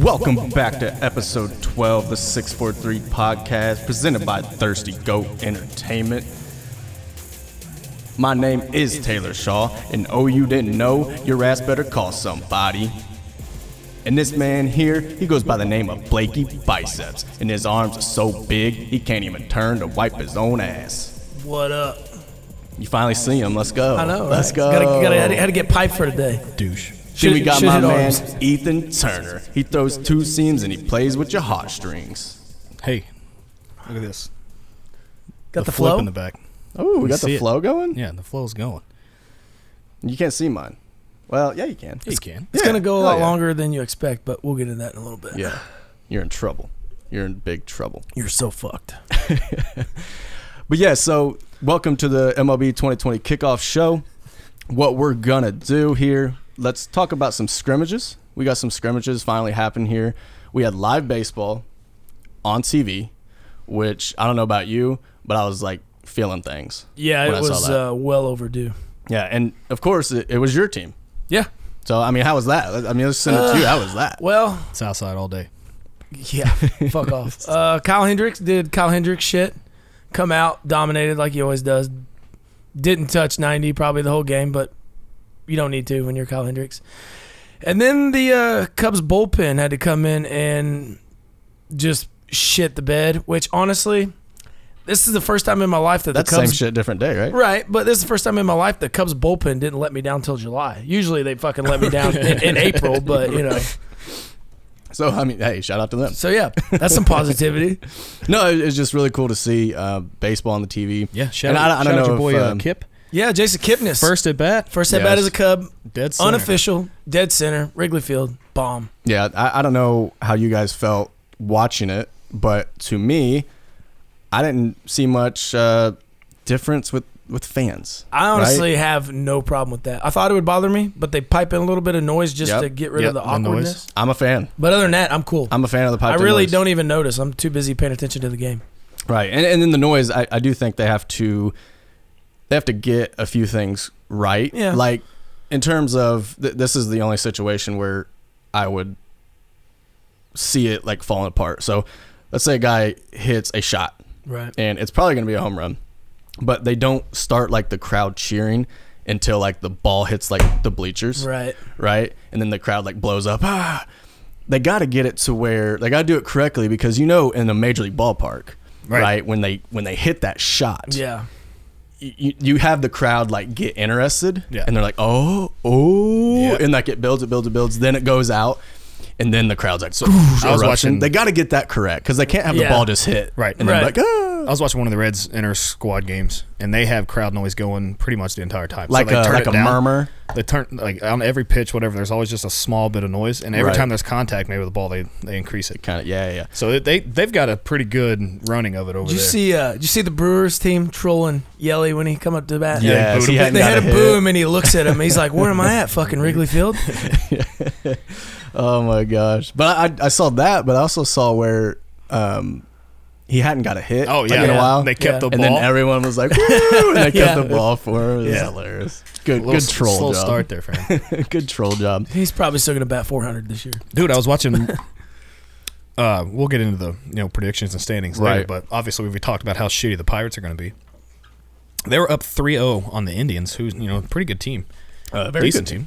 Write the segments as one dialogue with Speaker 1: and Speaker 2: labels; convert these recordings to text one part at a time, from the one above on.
Speaker 1: Welcome back to episode 12, the 643 podcast, presented by Thirsty Goat Entertainment. My name is Taylor Shaw, and oh, you didn't know, your ass better call somebody. And this man here, he goes by the name of Blakey Biceps, and his arms are so big, he can't even turn to wipe his own ass.
Speaker 2: What up?
Speaker 1: You finally see him, let's go.
Speaker 2: I know. right?
Speaker 1: Let's go.
Speaker 2: Gotta, gotta, had, to, had to get piped for today.
Speaker 3: douche.
Speaker 1: Then we
Speaker 2: Shit-
Speaker 1: got
Speaker 2: shit
Speaker 1: my
Speaker 2: hit
Speaker 1: man
Speaker 2: arms.
Speaker 1: Ethan Turner. He throws two seams and he plays with your heartstrings.
Speaker 3: Hey, look at this.
Speaker 2: Got the,
Speaker 3: flip
Speaker 2: flow.
Speaker 3: in the back.
Speaker 1: Oh, we
Speaker 3: You
Speaker 1: got
Speaker 3: see
Speaker 1: the
Speaker 3: it.
Speaker 1: flow going.
Speaker 3: Yeah, the flow's going.
Speaker 1: You can't see mine. Well, yeah, you can.
Speaker 3: Yeah, you can.
Speaker 2: it's gonna go a
Speaker 1: Hell
Speaker 2: lot
Speaker 1: yeah.
Speaker 2: longer than you expect, but we'll get into that in a little bit.
Speaker 1: Yeah, you're in trouble. You're in big trouble.
Speaker 2: You're so fucked.
Speaker 1: But yeah, so welcome to the MLB 2020 kickoff show. What we're gonna do here? Let's talk about some scrimmages. We got some scrimmages finally happen here. We had live baseball on TV, which I don't know about you, but I was like feeling things.
Speaker 2: Yeah,
Speaker 1: When
Speaker 2: it
Speaker 1: I saw
Speaker 2: was
Speaker 1: that.
Speaker 2: uh, well overdue.
Speaker 1: Yeah, and of course it, it was your team.
Speaker 2: Yeah.
Speaker 1: So I mean, how was that? I mean, let's send it to you. How was that?
Speaker 2: Well,
Speaker 3: It's outside all day.
Speaker 2: yeah. fuck off. Uh, Kyle Hendricks did Kyle Hendricks shit. Come out, dominated like he always does. Didn't touch 90 probably the whole game, but you don't need to when you're Kyle Hendricks. And then the uh, Cubs bullpen had to come in and just shit the bed, which honestly, this is the first time in my life that
Speaker 1: That's
Speaker 2: the
Speaker 1: same
Speaker 2: Cubs
Speaker 1: shit, different day, right?
Speaker 2: Right, but this is the first time in my life the Cubs bullpen didn't let me down till July. Usually they fucking let me down in, in April, but you know.
Speaker 1: So I mean, hey, shout out to them.
Speaker 2: So yeah, that's some positivity.
Speaker 1: No, it- it's just really cool to see uh, baseball on the TV.
Speaker 3: Yeah, shout
Speaker 1: And
Speaker 3: out,
Speaker 1: I- I
Speaker 3: shout
Speaker 1: don't
Speaker 3: out
Speaker 1: know
Speaker 3: your boy
Speaker 1: if,
Speaker 3: uh,
Speaker 1: um,
Speaker 3: Kip.
Speaker 2: Yeah, Jason Kipnis.
Speaker 3: First at bat,
Speaker 2: first at bat
Speaker 1: Yes.
Speaker 2: as a Cub,
Speaker 3: dead center.
Speaker 2: unofficial, dead center, Wrigley Field, bomb.
Speaker 1: Yeah, I, I don't know how you guys felt watching it, but to me, I didn't see much uh, difference with with fans.
Speaker 2: I honestly have no problem with that. I thought it would bother me, but they pipe in a little bit of noise just
Speaker 1: Yep,
Speaker 2: to get rid
Speaker 1: yep,
Speaker 2: of the
Speaker 3: the noise.
Speaker 2: awkwardness.
Speaker 1: I'm a fan.
Speaker 2: But other than that, I'm cool. i
Speaker 1: I'm a fan of the piped-in
Speaker 2: really
Speaker 1: noise.
Speaker 2: don't even notice. I'm too busy paying attention to the game.
Speaker 1: Right, and and then the noise. I, I do think they have to they have to get a few things right.
Speaker 2: Yeah.
Speaker 1: Like in terms of th- this is the only situation where I would see it like falling apart. So let's say a guy hits a shot
Speaker 2: Right.
Speaker 1: and it's probably going to be a home run. But they don't start like the crowd cheering until like the ball hits like the bleachers, right?
Speaker 2: Right.
Speaker 1: And then the crowd like blows up. Ah! They got to get it to where they got to do it correctly because you know in a major league ballpark, right?
Speaker 3: Right.
Speaker 1: when they when they hit that shot,
Speaker 2: Yeah.
Speaker 1: you, you have the crowd like get interested
Speaker 3: Yeah.
Speaker 1: and they're like, "Oh, oh."
Speaker 3: Yeah.
Speaker 1: And like it builds, it builds, it builds, then it goes out. And then the crowd's like,
Speaker 3: I was
Speaker 1: eruption.
Speaker 3: watching-
Speaker 1: They got to get that correct because they can't have
Speaker 2: Yeah.
Speaker 1: the ball just hit.
Speaker 3: Right.
Speaker 1: And then
Speaker 2: Right.
Speaker 1: like, ah.
Speaker 3: I was watching one of the Reds' inner squad games, and they have crowd noise going pretty much the entire time. So
Speaker 1: like
Speaker 3: they
Speaker 1: a,
Speaker 3: turn
Speaker 1: like
Speaker 3: it
Speaker 1: a
Speaker 3: down.
Speaker 1: murmur.
Speaker 3: They turn like on every pitch, whatever. There's always just a small bit of noise, and every
Speaker 1: Right.
Speaker 3: time there's contact made with the ball, they they increase it.
Speaker 1: Kind of, yeah, yeah, yeah.
Speaker 3: So they- they they've got a pretty good running of it over
Speaker 2: Did you
Speaker 3: there.
Speaker 2: see? Uh, did you see the Brewers team trolling Yelly when he come up to the bat?
Speaker 3: Yeah,
Speaker 1: Yes,
Speaker 3: booed him.
Speaker 1: he hadn't
Speaker 2: they
Speaker 1: got
Speaker 2: had
Speaker 1: a
Speaker 2: to
Speaker 1: hit.
Speaker 2: boo him, and he looks at him. He's like, "Where am I at? Fucking Wrigley Field."
Speaker 1: Oh my gosh! But I, I saw that, but I also saw where um, he hadn't got a hit.
Speaker 3: oh
Speaker 1: like,
Speaker 3: yeah,
Speaker 1: in a while.
Speaker 3: they kept
Speaker 2: Yeah.
Speaker 3: the
Speaker 1: and
Speaker 3: ball.
Speaker 1: then everyone was like, "Woo!" and they kept
Speaker 2: Yeah.
Speaker 1: the ball for him. It was
Speaker 3: Yeah.
Speaker 1: hilarious. Good,
Speaker 3: Little
Speaker 1: good
Speaker 3: s-
Speaker 1: troll
Speaker 3: slow
Speaker 1: job.
Speaker 3: start there, fam.
Speaker 1: good troll job.
Speaker 2: He's probably still gonna bat 400 this year.
Speaker 3: dude i was watching uh we'll get into the you know predictions and standings later
Speaker 1: Right.
Speaker 3: but obviously we talked about how shitty the pirates are going to be they were up 3-0 on the indians who's you know a pretty good team
Speaker 1: Uh, very
Speaker 3: decent
Speaker 1: good.
Speaker 3: team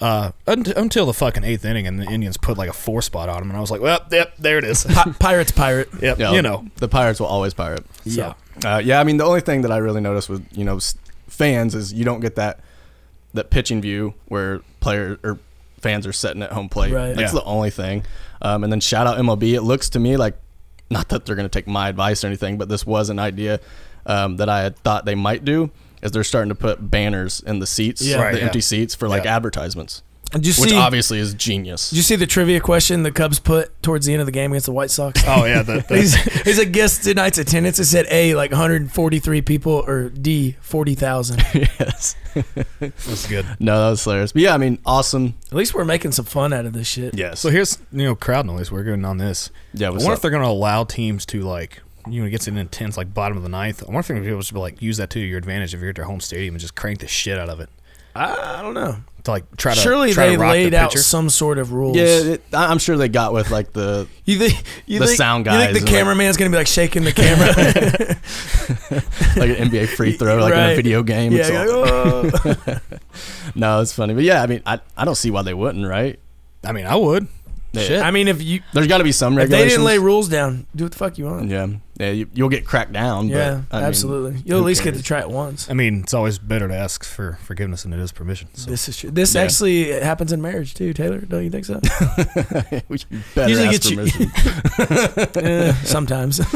Speaker 3: uh, un- until the fucking eighth inning, and the Indians put like a four spot on them, and I was like, "Well, yep, there it is.
Speaker 2: Pi- Pirates, pirate.
Speaker 3: yep,
Speaker 1: Yeah,
Speaker 3: you know,
Speaker 1: the Pirates will always pirate.
Speaker 2: Yeah.
Speaker 1: Uh, yeah, I mean the only thing that I really noticed with you know s- fans is you don't get that that pitching view where player or fans are sitting at home plate.
Speaker 2: Right.
Speaker 1: That's
Speaker 3: Yeah.
Speaker 1: the only thing. Um, and then shout out MLB. It looks to me like not that they're going to take my advice or anything, but this was an idea um, that I had thought they might do. Is they're starting to put banners in the seats,
Speaker 2: Yeah.
Speaker 3: Right,
Speaker 1: the
Speaker 3: yeah.
Speaker 1: empty seats for like
Speaker 3: Yeah.
Speaker 1: advertisements,
Speaker 2: Did you
Speaker 1: which
Speaker 2: see? Did
Speaker 1: obviously is genius.
Speaker 2: you see the trivia question the Cubs put towards the end of the game against the White Sox?
Speaker 3: oh yeah, the, the-
Speaker 2: He's, he's like, guess tonight's attendance. It said A, like 143 people, or D, 40,000. At
Speaker 1: yes.
Speaker 3: that's good.
Speaker 1: No, that was hilarious. But yeah, I mean, awesome.
Speaker 2: least we're making some fun out of this shit.
Speaker 1: Yes.
Speaker 3: So here's you know crowd noise. We're going on this.
Speaker 1: Yeah,
Speaker 3: I
Speaker 1: what's
Speaker 3: wonder
Speaker 1: up?
Speaker 3: if they're going to allow teams to like you know it gets an intense like bottom of the ninth. I wonder if they're going to be able to like use that to your advantage if you're at their home stadium and just crank the shit out of it.
Speaker 2: I, I don't know.
Speaker 3: to like try to
Speaker 2: Surely
Speaker 3: try
Speaker 2: they
Speaker 3: to rock
Speaker 2: laid
Speaker 3: the
Speaker 2: out
Speaker 3: pitcher.
Speaker 2: some sort of rules.
Speaker 1: Yeah, it, I- I'm sure they got with like the
Speaker 2: You think you
Speaker 1: The
Speaker 2: think,
Speaker 1: sound
Speaker 2: You
Speaker 1: guys
Speaker 2: think
Speaker 1: are
Speaker 2: the
Speaker 1: like-
Speaker 2: cameraman's gonna be like shaking the camera?
Speaker 1: like an NBA free throw, like in a
Speaker 2: Right.
Speaker 1: video game.
Speaker 2: yeah,
Speaker 1: It's
Speaker 2: you're
Speaker 1: all-
Speaker 2: like, "Oh."
Speaker 1: no, it's funny, but yeah, I mean, I, I don't see why they wouldn't, right?
Speaker 3: I mean, I would.
Speaker 1: Yeah.
Speaker 3: Shit.
Speaker 2: I mean, if you
Speaker 1: There's got to be some
Speaker 2: if they
Speaker 1: regulations.
Speaker 2: didn't lay rules down, do what the fuck you want.
Speaker 1: yeah, yeah, you, you'll get cracked down. but,
Speaker 2: Yeah,
Speaker 1: I mean,
Speaker 2: absolutely. You'll
Speaker 1: who
Speaker 2: at least get
Speaker 1: cares?
Speaker 2: to try it once.
Speaker 3: I mean, it's always better to ask for forgiveness than it is permission. So.
Speaker 2: This is true. This
Speaker 1: Yeah.
Speaker 2: actually happens in marriage too, Taylor. Don't you think so?
Speaker 1: you better
Speaker 2: Usually
Speaker 1: ask
Speaker 2: get you-
Speaker 1: permission.
Speaker 2: Eh, sometimes.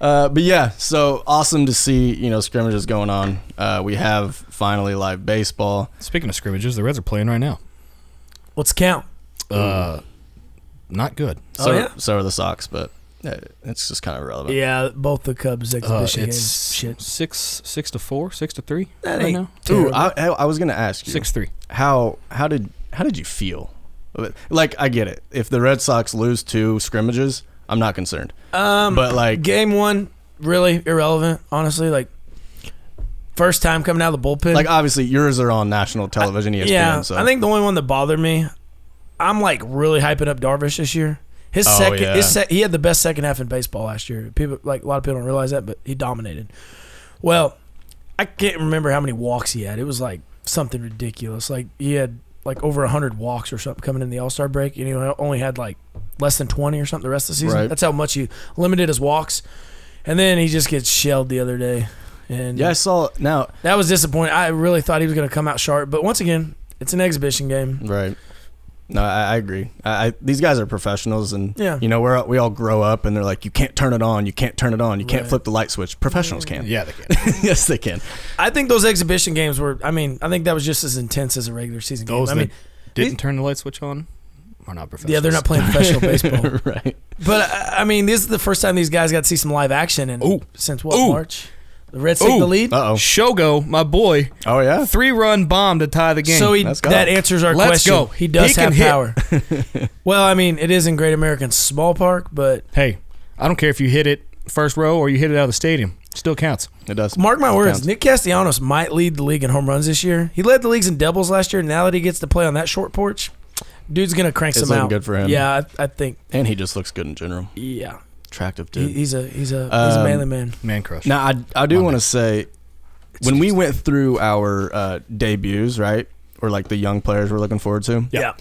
Speaker 1: Uh, but yeah, so awesome to see you know scrimmages going on. Uh, we have finally live baseball.
Speaker 3: Speaking of scrimmages, the Reds are playing right now.
Speaker 2: What's count?
Speaker 3: Uh, not good.
Speaker 2: Oh,
Speaker 1: So
Speaker 2: yeah?
Speaker 1: so are the Sox, but yeah, it's just kind of relevant.
Speaker 2: Yeah, both the Cubs
Speaker 3: Uh,
Speaker 2: exhibition
Speaker 3: it's
Speaker 2: games. Shit.
Speaker 3: six six to four, six to three
Speaker 2: That
Speaker 3: right
Speaker 2: ain't
Speaker 3: now.
Speaker 1: Ooh,
Speaker 2: terrible.
Speaker 1: I, I I was gonna ask you
Speaker 3: Six three.
Speaker 1: how how did how did you feel? Like I get it. If the Red Sox lose two scrimmages, I'm not concerned.
Speaker 2: um,
Speaker 1: But like
Speaker 2: game one really irrelevant. Honestly, like first time coming out of the bullpen.
Speaker 1: like obviously yours are on national television. E ESPN.
Speaker 2: yeah,
Speaker 1: so
Speaker 2: I think the only one that bothered me. I'm like really hyping up Darvish this year. His
Speaker 1: Oh,
Speaker 2: second,
Speaker 1: yeah.
Speaker 2: his sec- he had the best second half in baseball last year. People like a lot of people don't realize that, but he dominated. Well, I can't remember how many walks he had. It was like something ridiculous. Like he had like over hundred walks or something coming in the All Star break, and he only had like less than twenty or something the rest of the season.
Speaker 1: Right.
Speaker 2: That's how much he limited his walks. And then he just gets shelled the other day. And
Speaker 1: yeah, I saw now
Speaker 2: that was disappointing. I really thought he was going to come out sharp, but once again, it's an exhibition game.
Speaker 1: Right. No, I, I agree. I, I these guys are professionals, and
Speaker 2: Yeah.
Speaker 1: you know we're we all grow up, and they're like, you can't turn it on, you can't turn it on, you can't
Speaker 2: Right.
Speaker 1: flip the light switch. Professionals can.
Speaker 3: Yeah, they can.
Speaker 1: yes, they can.
Speaker 2: I think those exhibition games were. I mean, I think that was just as intense as a regular season
Speaker 3: Those
Speaker 2: game. I mean,
Speaker 3: that didn't turn the light switch on are not professionals.
Speaker 2: yeah, they're not playing professional baseball,
Speaker 1: right.
Speaker 2: but uh, I, I mean, this is the first time these guys got to see some live action in
Speaker 3: Ooh.
Speaker 2: since what
Speaker 3: Ooh.
Speaker 2: March? The Reds take the
Speaker 3: Ooh.
Speaker 2: lead,
Speaker 1: Uh oh.
Speaker 3: Shogo, my boy,
Speaker 1: Oh yeah.
Speaker 3: three run bomb to tie the game.
Speaker 2: so he,
Speaker 1: Let's go.
Speaker 2: that answers our
Speaker 3: Let's
Speaker 2: question.
Speaker 3: go.
Speaker 2: He does
Speaker 3: He can
Speaker 2: have
Speaker 3: hit.
Speaker 2: power. well, I mean, it is in Great American Ballpark, but
Speaker 3: hey, I don't care if you hit it first row or you hit it out of the stadium, still counts.
Speaker 1: It does.
Speaker 2: Mark my
Speaker 1: It
Speaker 2: words,
Speaker 1: counts.
Speaker 2: Nick Castellanos might lead the league in home runs this year. He led the leagues in doubles last year. Now that he gets to play on that short porch, dude's gonna crank
Speaker 1: It's
Speaker 2: some
Speaker 1: looking
Speaker 2: out.
Speaker 1: good for him.
Speaker 2: Yeah, I, I think.
Speaker 1: And he just looks good in general.
Speaker 2: Yeah,
Speaker 1: Attractive
Speaker 2: he,
Speaker 1: dude.
Speaker 2: he's a he's a he's a
Speaker 1: Um,
Speaker 2: manly man.
Speaker 3: Man crush.
Speaker 1: now I I do
Speaker 3: My
Speaker 1: want to
Speaker 3: bad.
Speaker 1: say, when we went through our uh, debuts, right, or like the young players we're looking forward to,
Speaker 3: Yeah.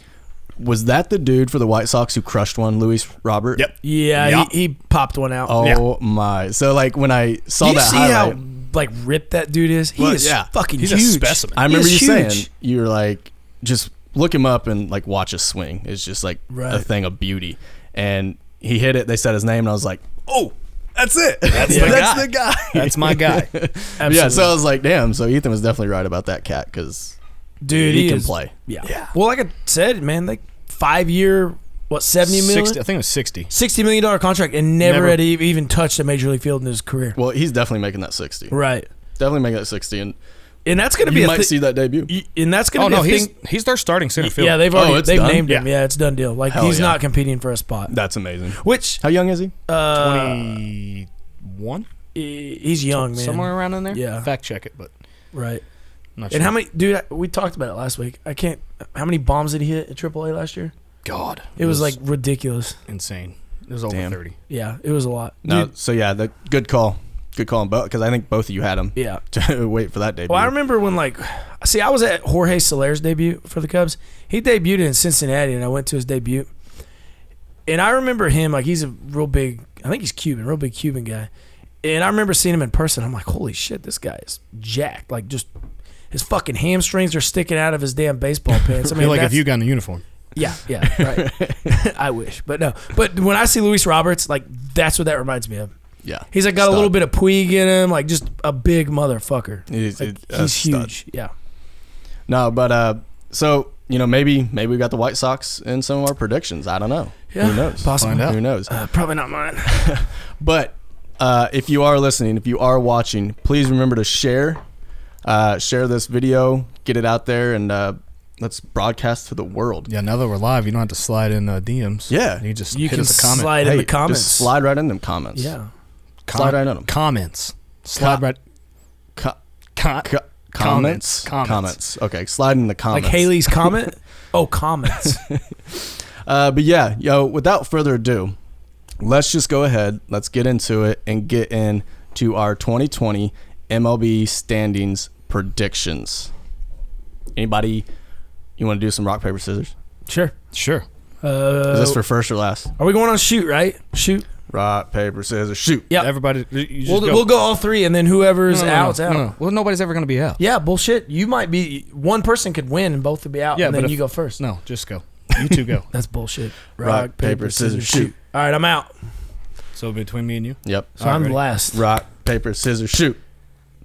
Speaker 1: was that the dude for the White Sox who crushed one, Luis Robert?
Speaker 3: Yep.
Speaker 2: yeah,
Speaker 3: Yeah.
Speaker 2: He, he popped one out.
Speaker 1: Oh my! So like when I saw
Speaker 2: Do you
Speaker 1: that
Speaker 2: see
Speaker 1: highlight,
Speaker 2: how like ripped that dude is? He
Speaker 1: Well,
Speaker 2: is
Speaker 1: yeah.
Speaker 2: fucking
Speaker 3: He's a
Speaker 2: huge.
Speaker 3: specimen.
Speaker 1: I remember you
Speaker 2: He is
Speaker 1: saying
Speaker 2: huge.
Speaker 1: you were like, just look him up and like watch his swing. It's just like a
Speaker 2: Right.
Speaker 1: thing of beauty. And he hit it. They said his name, and I was like, oh, that's it. That's,
Speaker 3: the guy.
Speaker 1: the guy.
Speaker 3: That's my guy.
Speaker 2: Absolutely.
Speaker 1: Yeah. So I was like, damn. So Ethan was definitely right about that cat because
Speaker 2: dude,
Speaker 1: he,
Speaker 2: he
Speaker 1: can
Speaker 2: is-
Speaker 1: play.
Speaker 2: Yeah.
Speaker 1: Yeah.
Speaker 2: Well, like I said, man, like five year, what seventy million?
Speaker 3: 60, I think it was 60.
Speaker 2: $60 million dollar contract and never,
Speaker 3: Never.
Speaker 2: had e- even touched a major league field in his career.
Speaker 1: Well, he's definitely making that sixty.
Speaker 2: Right.
Speaker 1: Definitely making that sixty, and
Speaker 2: And that's going to be
Speaker 1: you
Speaker 2: a
Speaker 1: might
Speaker 2: thi-
Speaker 1: see that debut.
Speaker 2: y- and that's going
Speaker 3: Oh,
Speaker 2: to
Speaker 3: no,
Speaker 2: be a
Speaker 3: he's,
Speaker 2: thing.
Speaker 3: he's their starting center field.
Speaker 2: Yeah, they've
Speaker 1: Oh,
Speaker 2: already
Speaker 1: it's
Speaker 2: they've
Speaker 1: done?
Speaker 2: named him.
Speaker 3: Yeah.
Speaker 2: Yeah, it's done deal. Like
Speaker 1: Hell
Speaker 2: he's
Speaker 1: yeah.
Speaker 2: not competing for a spot.
Speaker 1: That's amazing.
Speaker 2: Which
Speaker 1: How young is he?
Speaker 2: uh,
Speaker 3: 21?
Speaker 2: he- he's young, man.
Speaker 3: Somewhere around in there?
Speaker 2: Yeah.
Speaker 3: Fact check it, but
Speaker 2: Right.
Speaker 3: I'm not sure.
Speaker 2: And how many dude, I- we talked about it last week. I can't how many bombs did he hit at AAA last year?
Speaker 3: God.
Speaker 2: It was like ridiculous.
Speaker 3: insane. It was over
Speaker 1: Damn.
Speaker 3: 30.
Speaker 2: Yeah, it was a lot.
Speaker 1: No.
Speaker 2: Dude,
Speaker 1: So yeah, the good call. Good call on both because I think both of you had him
Speaker 2: yeah.
Speaker 1: to wait for that debut.
Speaker 2: Well, I remember when like, see, I was at Jorge Soler's debut for the Cubs. He debuted in Cincinnati, and I went to his debut. And I remember him like he's a real big. I think he's Cuban, real big Cuban guy. And I remember seeing him in person. I'm like, holy shit, this guy is jacked. Like just his fucking hamstrings are sticking out of his damn baseball pants. I
Speaker 3: I
Speaker 2: mean,
Speaker 3: feel like if
Speaker 2: that's-
Speaker 3: you got in the uniform.
Speaker 2: yeah, yeah, right. I wish, but no. But when I see Luis Roberts, like that's what that reminds me of.
Speaker 1: yeah.
Speaker 2: He's like got
Speaker 1: Stud.
Speaker 2: a little bit of Puig in him, like just a big motherfucker.
Speaker 1: He's,
Speaker 2: Like,
Speaker 1: a
Speaker 2: he's
Speaker 1: stud.
Speaker 2: huge. Yeah.
Speaker 1: No, but uh, so you know, maybe maybe we got the White Sox in some of our predictions. I don't know.
Speaker 2: Yeah,
Speaker 1: Who knows?
Speaker 2: possibly.
Speaker 3: Find out.
Speaker 1: Who knows?
Speaker 2: Uh, probably not mine.
Speaker 1: But uh, if you are listening, if you are watching, please remember to share, uh, share this video, get it out there, and uh, let's broadcast to the world.
Speaker 3: Yeah, now that we're live, you don't have to slide in uh, DMs.
Speaker 1: Yeah.
Speaker 3: You just
Speaker 2: You
Speaker 3: hit
Speaker 2: can
Speaker 3: us a comment.
Speaker 2: slide in
Speaker 1: Hey,
Speaker 2: the comments.
Speaker 1: just slide right in them comments.
Speaker 2: Yeah.
Speaker 1: slide right in 'em.
Speaker 3: Comments. Slide
Speaker 1: Com-
Speaker 3: right.
Speaker 1: Co-
Speaker 3: Con-
Speaker 1: co- Comments.
Speaker 3: Comments.
Speaker 1: Okay, slide in the
Speaker 2: Like
Speaker 1: comments.
Speaker 2: Haley's comment? oh, comments.
Speaker 1: Uh, but yeah, yo, without further ado, let's just go ahead. Let's get into it and get into our 2020 MLB standings predictions. Anybody, you want to do some rock paper scissors?
Speaker 2: Sure.
Speaker 3: Sure.
Speaker 2: Uh,
Speaker 1: Is this for first or last?
Speaker 2: are we going on shoot, right? Shoot.
Speaker 1: Rock paper scissors shoot.
Speaker 2: Yeah.
Speaker 3: Everybody, you just
Speaker 2: We'll
Speaker 3: go.
Speaker 2: go. we'll go all three, and then whoever's
Speaker 3: No, no, no,
Speaker 2: out's
Speaker 3: no,
Speaker 2: out.
Speaker 3: no, no. Well, nobody's ever going to be out.
Speaker 2: Yeah, bullshit. You might be one person could win and both would be out,
Speaker 3: Yeah,
Speaker 2: and then
Speaker 3: but if-
Speaker 2: you go first.
Speaker 3: No, just go. You two go.
Speaker 2: That's bullshit.
Speaker 1: Rock, paper, scissors, shoot.
Speaker 2: All right, I'm out.
Speaker 3: So between me and you,
Speaker 1: Yep.
Speaker 2: So I'm
Speaker 3: Alrighty.
Speaker 2: last.
Speaker 1: Rock paper scissors shoot.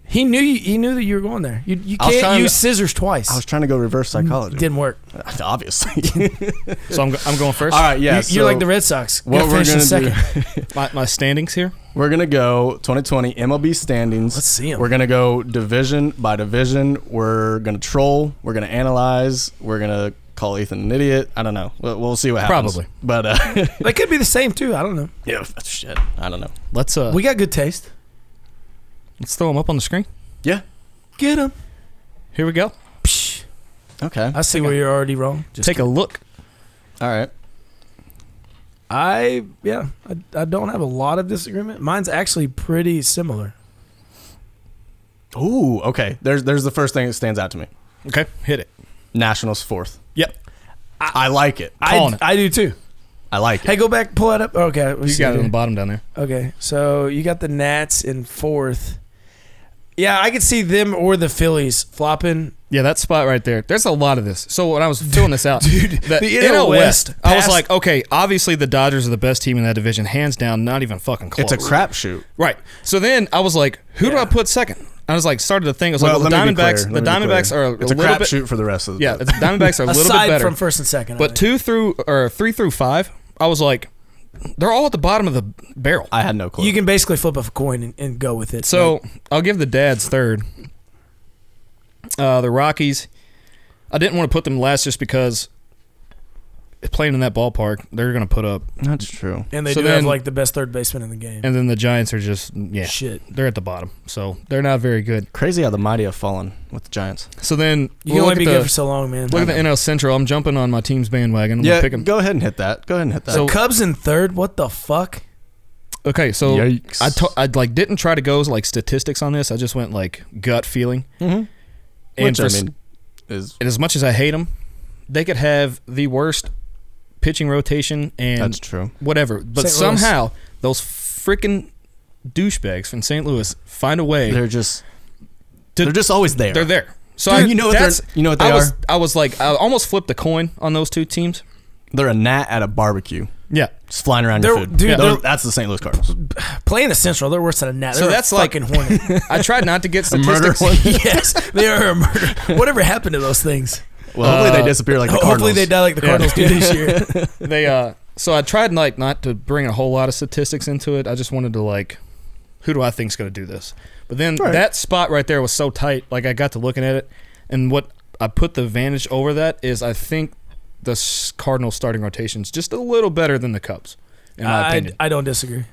Speaker 2: He knew you, he knew that you were going there. You, you
Speaker 1: I was
Speaker 2: can't
Speaker 1: trying
Speaker 2: use
Speaker 1: to-
Speaker 2: scissors twice.
Speaker 1: I was trying to go reverse psychology.
Speaker 2: Didn't work.
Speaker 1: Hmm. Obviously.
Speaker 3: so I'm, go- I'm going first.
Speaker 1: All right. Yeah.
Speaker 2: you, you're like
Speaker 1: so
Speaker 2: the Red Sox.
Speaker 1: What
Speaker 2: Gotta
Speaker 1: we're
Speaker 2: finish in
Speaker 1: gonna
Speaker 2: second.
Speaker 1: do?
Speaker 3: My, my standings here.
Speaker 1: We're gonna go 2020 MLB standings.
Speaker 2: Let's see 'em.
Speaker 1: We're gonna go division by division. We're gonna troll. We're gonna analyze. We're gonna call Ethan an idiot. I don't know. We'll, we'll see what happens.
Speaker 3: Probably.
Speaker 1: But uh,
Speaker 2: They could be the same too. I don't know.
Speaker 1: yeah, f- shit. I don't know.
Speaker 3: Let's uh,
Speaker 2: We got good taste.
Speaker 3: let's throw them up on the screen.
Speaker 1: Yeah.
Speaker 2: Get him.
Speaker 3: Here we go.
Speaker 1: Okay.
Speaker 2: I see where you're already wrong.
Speaker 3: Take a look.
Speaker 1: All right.
Speaker 2: I yeah. I, I don't have a lot of disagreement. Mine's actually pretty similar.
Speaker 1: Ooh. Okay. There's there's the first thing that stands out to me.
Speaker 3: Okay, hit it.
Speaker 1: Nationals fourth.
Speaker 3: Yep.
Speaker 1: I, like it.
Speaker 3: Calling
Speaker 2: I,
Speaker 3: it.
Speaker 2: I do too.
Speaker 1: I like it.
Speaker 2: Hey, go back, pull that up. Okay, we
Speaker 3: You
Speaker 2: see
Speaker 3: got it on
Speaker 2: here.
Speaker 3: the bottom down there.
Speaker 2: Okay, so you got the Nats in fourth. Yeah, I could see them or the Phillies flopping.
Speaker 3: Yeah, that spot right there. There's a lot of this. So when I was filling this out, dude, the,
Speaker 2: the
Speaker 3: NL,
Speaker 2: NL
Speaker 3: West,
Speaker 2: West
Speaker 3: I was
Speaker 2: passed-
Speaker 3: like, okay, obviously the Dodgers are the best team in that division, hands down, not even fucking close.
Speaker 1: It's a crapshoot.
Speaker 3: Right. So then I was like, who do
Speaker 2: Yeah.
Speaker 3: I put second? I was like, started to think. I was
Speaker 1: Well,
Speaker 3: like, well,
Speaker 1: let
Speaker 3: the
Speaker 1: me be
Speaker 3: Diamondbacks.
Speaker 1: clear.
Speaker 3: The
Speaker 1: Let me be
Speaker 3: Diamondbacks
Speaker 1: clear.
Speaker 3: are a
Speaker 1: it's a
Speaker 3: little bit.
Speaker 1: crapshoot for the rest of the
Speaker 3: Yeah, the Diamondbacks are a little bit
Speaker 2: Aside
Speaker 3: better.
Speaker 2: from first and second, I
Speaker 3: but
Speaker 2: think.
Speaker 3: two through or three through five, I was like, they're all at the bottom of the barrel.
Speaker 1: I had no clue.
Speaker 2: you can basically flip a coin and, and go with it.
Speaker 3: So I'll give the dads third. Uh, the Rockies. I didn't want to put them last just because playing in that ballpark, they're going to put up.
Speaker 1: That's true.
Speaker 2: and they
Speaker 3: so
Speaker 2: do have
Speaker 3: then-
Speaker 2: like the best third baseman in the game.
Speaker 3: And then the Giants are just yeah,
Speaker 2: Shit,
Speaker 3: they're at the bottom, so they're not very good.
Speaker 1: Crazy how the mighty have fallen with the Giants.
Speaker 3: So then
Speaker 2: you can
Speaker 3: we'll look
Speaker 2: only
Speaker 3: at
Speaker 2: be
Speaker 3: the,
Speaker 2: good for so long, man.
Speaker 3: Look at the NL Central. I'm jumping on my team's bandwagon. I'm
Speaker 1: yeah.
Speaker 3: gonna pick 'em.
Speaker 1: Go ahead and hit that. Go ahead and hit that.
Speaker 3: So-
Speaker 2: Cubs in third. What the fuck?
Speaker 3: Okay, so
Speaker 1: Yikes.
Speaker 3: I to- I like didn't try to go like statistics on this. I just went like gut feeling.
Speaker 1: Mhm.
Speaker 3: And
Speaker 1: Which
Speaker 3: for
Speaker 1: I
Speaker 3: s-
Speaker 1: mean is
Speaker 3: and as much as I hate them, they could have the worst pitching rotation and
Speaker 1: that's true.
Speaker 3: whatever. But
Speaker 2: St. Louis.
Speaker 3: somehow those freaking douchebags from St. Louis find a way. They're,
Speaker 1: They're just
Speaker 3: To-
Speaker 1: they're just always there.
Speaker 3: there. So
Speaker 1: Dude,
Speaker 3: I,
Speaker 1: you know what
Speaker 3: that's-
Speaker 1: they're- you know what they
Speaker 3: I was,
Speaker 1: are?
Speaker 3: I was like, I almost flipped a coin on those two teams.
Speaker 1: They're a gnat at a barbecue,
Speaker 3: Yeah.
Speaker 1: just flying around your
Speaker 2: They're-
Speaker 1: food.
Speaker 2: dude,
Speaker 1: Yeah.
Speaker 2: they're-
Speaker 1: Those- that's the St. Louis Cardinals.
Speaker 2: Playing the Central, they're worse than a Nat.
Speaker 3: So
Speaker 2: They're a
Speaker 3: that's like-
Speaker 2: fucking hornet.
Speaker 3: I tried not to get
Speaker 1: A murder
Speaker 3: statistics.
Speaker 1: one.
Speaker 2: yes, they are a murder. Whatever happened to those things?
Speaker 1: Well, hopefully
Speaker 3: Uh,
Speaker 1: they disappear like the Cardinals.
Speaker 2: Hopefully they die like the
Speaker 3: Yeah.
Speaker 2: Cardinals do this year.
Speaker 3: they uh so I tried like not to bring a whole lot of statistics into it. I just wanted to like who do I think's going to do this? But then
Speaker 1: Right.
Speaker 3: that spot right there was so tight. Like I got to looking at it and what I put the advantage over that is I think the s- Cardinals starting rotations just a little better than the Cubs in my
Speaker 2: I,
Speaker 3: opinion.
Speaker 2: I don't disagree.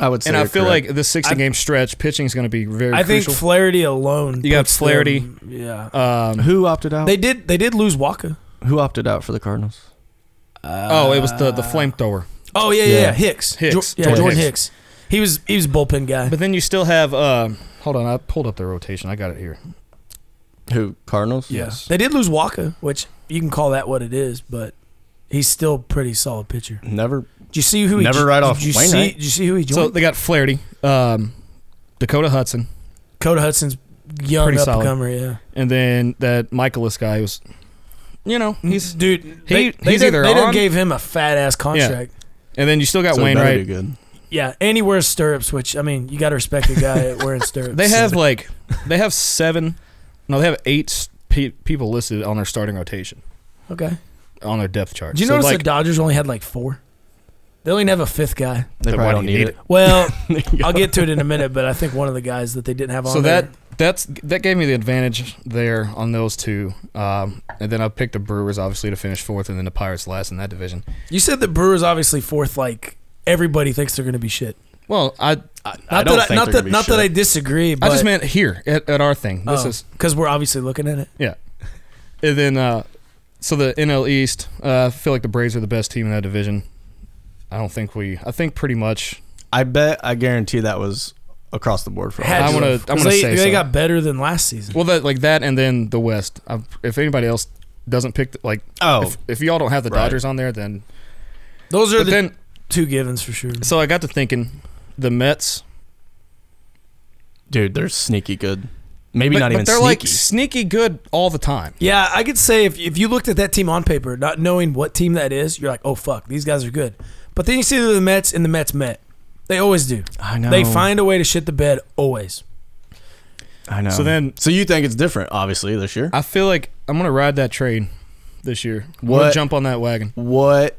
Speaker 1: I would say.
Speaker 3: and I
Speaker 1: you're
Speaker 3: feel
Speaker 1: correct.
Speaker 3: like this 60
Speaker 2: I-
Speaker 3: game stretch pitching is going to be very
Speaker 2: I think
Speaker 3: crucial.
Speaker 2: Flaherty alone.
Speaker 3: You got
Speaker 2: puts
Speaker 3: Flaherty.
Speaker 2: them- yeah.
Speaker 3: um
Speaker 1: who opted out.
Speaker 2: They did. They did lose Waka.
Speaker 1: who opted out for the Cardinals?
Speaker 3: oh, it was the
Speaker 2: uh,
Speaker 3: the flamethrower.
Speaker 2: Oh yeah, yeah,
Speaker 1: Yeah.
Speaker 2: yeah. Hicks.
Speaker 3: Hicks.
Speaker 2: Jo- yeah,
Speaker 3: Jordan
Speaker 2: Jordan
Speaker 3: Hicks.
Speaker 2: Hicks. He was he was a bullpen guy.
Speaker 3: But then you still have uh, hold on, I pulled up the rotation. I got it here.
Speaker 1: Who Cardinals?
Speaker 2: yeah.
Speaker 3: yes.
Speaker 2: They did lose Waka, which you can call that what it is, but he's still a pretty solid pitcher.
Speaker 1: Never.
Speaker 2: Did you see who he
Speaker 1: Never write off
Speaker 2: Did you see?
Speaker 1: Wainwright.
Speaker 2: Did you see who he
Speaker 3: So
Speaker 2: joined?
Speaker 3: they got Flaherty, um, Dakota Hudson,
Speaker 2: Coda Hudson's young
Speaker 3: Pretty solid.
Speaker 2: upcomer. Yeah.
Speaker 3: and then that Michaelis guy was, you know, he's
Speaker 2: dude.
Speaker 3: he-
Speaker 2: they, they
Speaker 3: he's
Speaker 2: done-
Speaker 3: either
Speaker 2: they done
Speaker 3: on-
Speaker 2: gave him a fat ass contract.
Speaker 3: and then you still got
Speaker 1: So it better be
Speaker 3: Wainwright.
Speaker 1: Good.
Speaker 2: Yeah. and he wears stirrups, which I mean, you got to respect a guy wearing stirrups.
Speaker 3: They have like they have seven, no, they have eight s- pe- people listed on their starting rotation
Speaker 2: okay.
Speaker 3: on their depth chart.
Speaker 2: Did you
Speaker 3: So,
Speaker 2: notice
Speaker 3: like,
Speaker 2: the Dodgers only had like four? They only have a fifth guy.
Speaker 1: They
Speaker 3: Then why
Speaker 1: probably don't
Speaker 3: do you
Speaker 1: need
Speaker 3: need
Speaker 1: it.
Speaker 2: Well, I'll get to it in a minute, but I think one of the guys that they didn't have on
Speaker 3: so
Speaker 2: there-
Speaker 3: that that's that gave me the advantage there on those two, um, and then I picked the Brewers obviously to finish fourth, and then the Pirates last in that division.
Speaker 2: you said the Brewers obviously fourth. Like everybody thinks they're going to be shit.
Speaker 3: Well, I
Speaker 1: I, I
Speaker 2: Not
Speaker 1: don't
Speaker 2: that I,
Speaker 1: think
Speaker 2: not
Speaker 1: they're gonna
Speaker 2: that
Speaker 1: be
Speaker 2: not
Speaker 1: shit.
Speaker 2: that I disagree, but Oh.
Speaker 3: I just meant here at, at our thing. This is
Speaker 2: because we're obviously looking at it.
Speaker 3: Yeah. And then, uh, so the NL East, uh, I feel like the Braves are the best team in that division. I don't think we. I think pretty much.
Speaker 1: I bet I guarantee that was across the board for all.
Speaker 2: Had
Speaker 3: I
Speaker 1: of
Speaker 2: to
Speaker 1: us.
Speaker 3: wanna-
Speaker 2: have,
Speaker 3: I'm
Speaker 2: 'cause
Speaker 3: gonna
Speaker 2: they,
Speaker 3: say
Speaker 2: they
Speaker 3: so.
Speaker 2: got better than last season.
Speaker 3: Well, that like that, and then the West. I, if anybody else doesn't pick, the, like,
Speaker 1: Oh,
Speaker 3: if, if y'all don't have the
Speaker 1: Right.
Speaker 3: Dodgers on there, then.
Speaker 2: Those are
Speaker 3: But
Speaker 2: the
Speaker 3: then,
Speaker 2: two givens for sure.
Speaker 3: so I got to thinking, the Mets.
Speaker 1: dude, they're sneaky good. Maybe
Speaker 3: but,
Speaker 1: not
Speaker 3: but
Speaker 1: even
Speaker 3: they're
Speaker 1: sneaky.
Speaker 3: like sneaky good all the time.
Speaker 2: Yeah, I could say if, if you looked at that team on paper, not knowing what team that is, you're like, oh fuck, these guys are good. But then you see the Mets and the Mets met. They always do.
Speaker 1: I know.
Speaker 2: They find a way to shit the bed always.
Speaker 1: I know.
Speaker 3: So then-
Speaker 1: so you think it's different? Obviously, this year.
Speaker 3: I feel like I'm gonna ride that train this year. I'm gonna
Speaker 1: What-
Speaker 3: jump on that wagon?
Speaker 1: What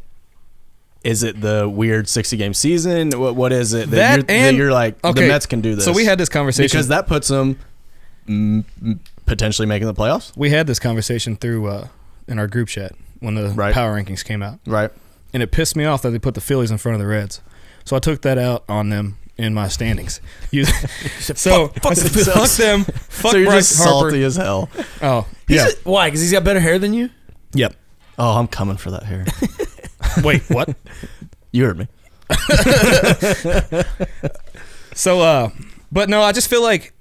Speaker 1: is it? The weird sixty-game season? What? What is it that,
Speaker 3: That
Speaker 1: you're, that
Speaker 3: and-
Speaker 1: you're like
Speaker 3: okay,
Speaker 1: the Mets can do this?
Speaker 3: So we had this conversation
Speaker 1: because that puts them mm, mm, potentially making the playoffs,
Speaker 3: we had this conversation through uh, in our group chat when the
Speaker 1: Right.
Speaker 3: power rankings came out,
Speaker 1: right?
Speaker 3: and it pissed me off that they put the Phillies in front of the Reds. So I took that out on them in my standings. You- so
Speaker 2: fuck- fuck
Speaker 3: I said,
Speaker 2: the
Speaker 3: fuck
Speaker 2: Phillies."
Speaker 3: them, fuck
Speaker 1: so you're
Speaker 3: Bryce
Speaker 1: just
Speaker 3: Harper.
Speaker 1: salty as hell.
Speaker 3: Oh
Speaker 2: He's
Speaker 3: yeah,
Speaker 2: a- why? Because he's got better hair than you.
Speaker 3: yep.
Speaker 1: Oh, I'm coming for that hair.
Speaker 3: Wait, what?
Speaker 1: You heard me.
Speaker 3: So, uh, but no, I just feel like,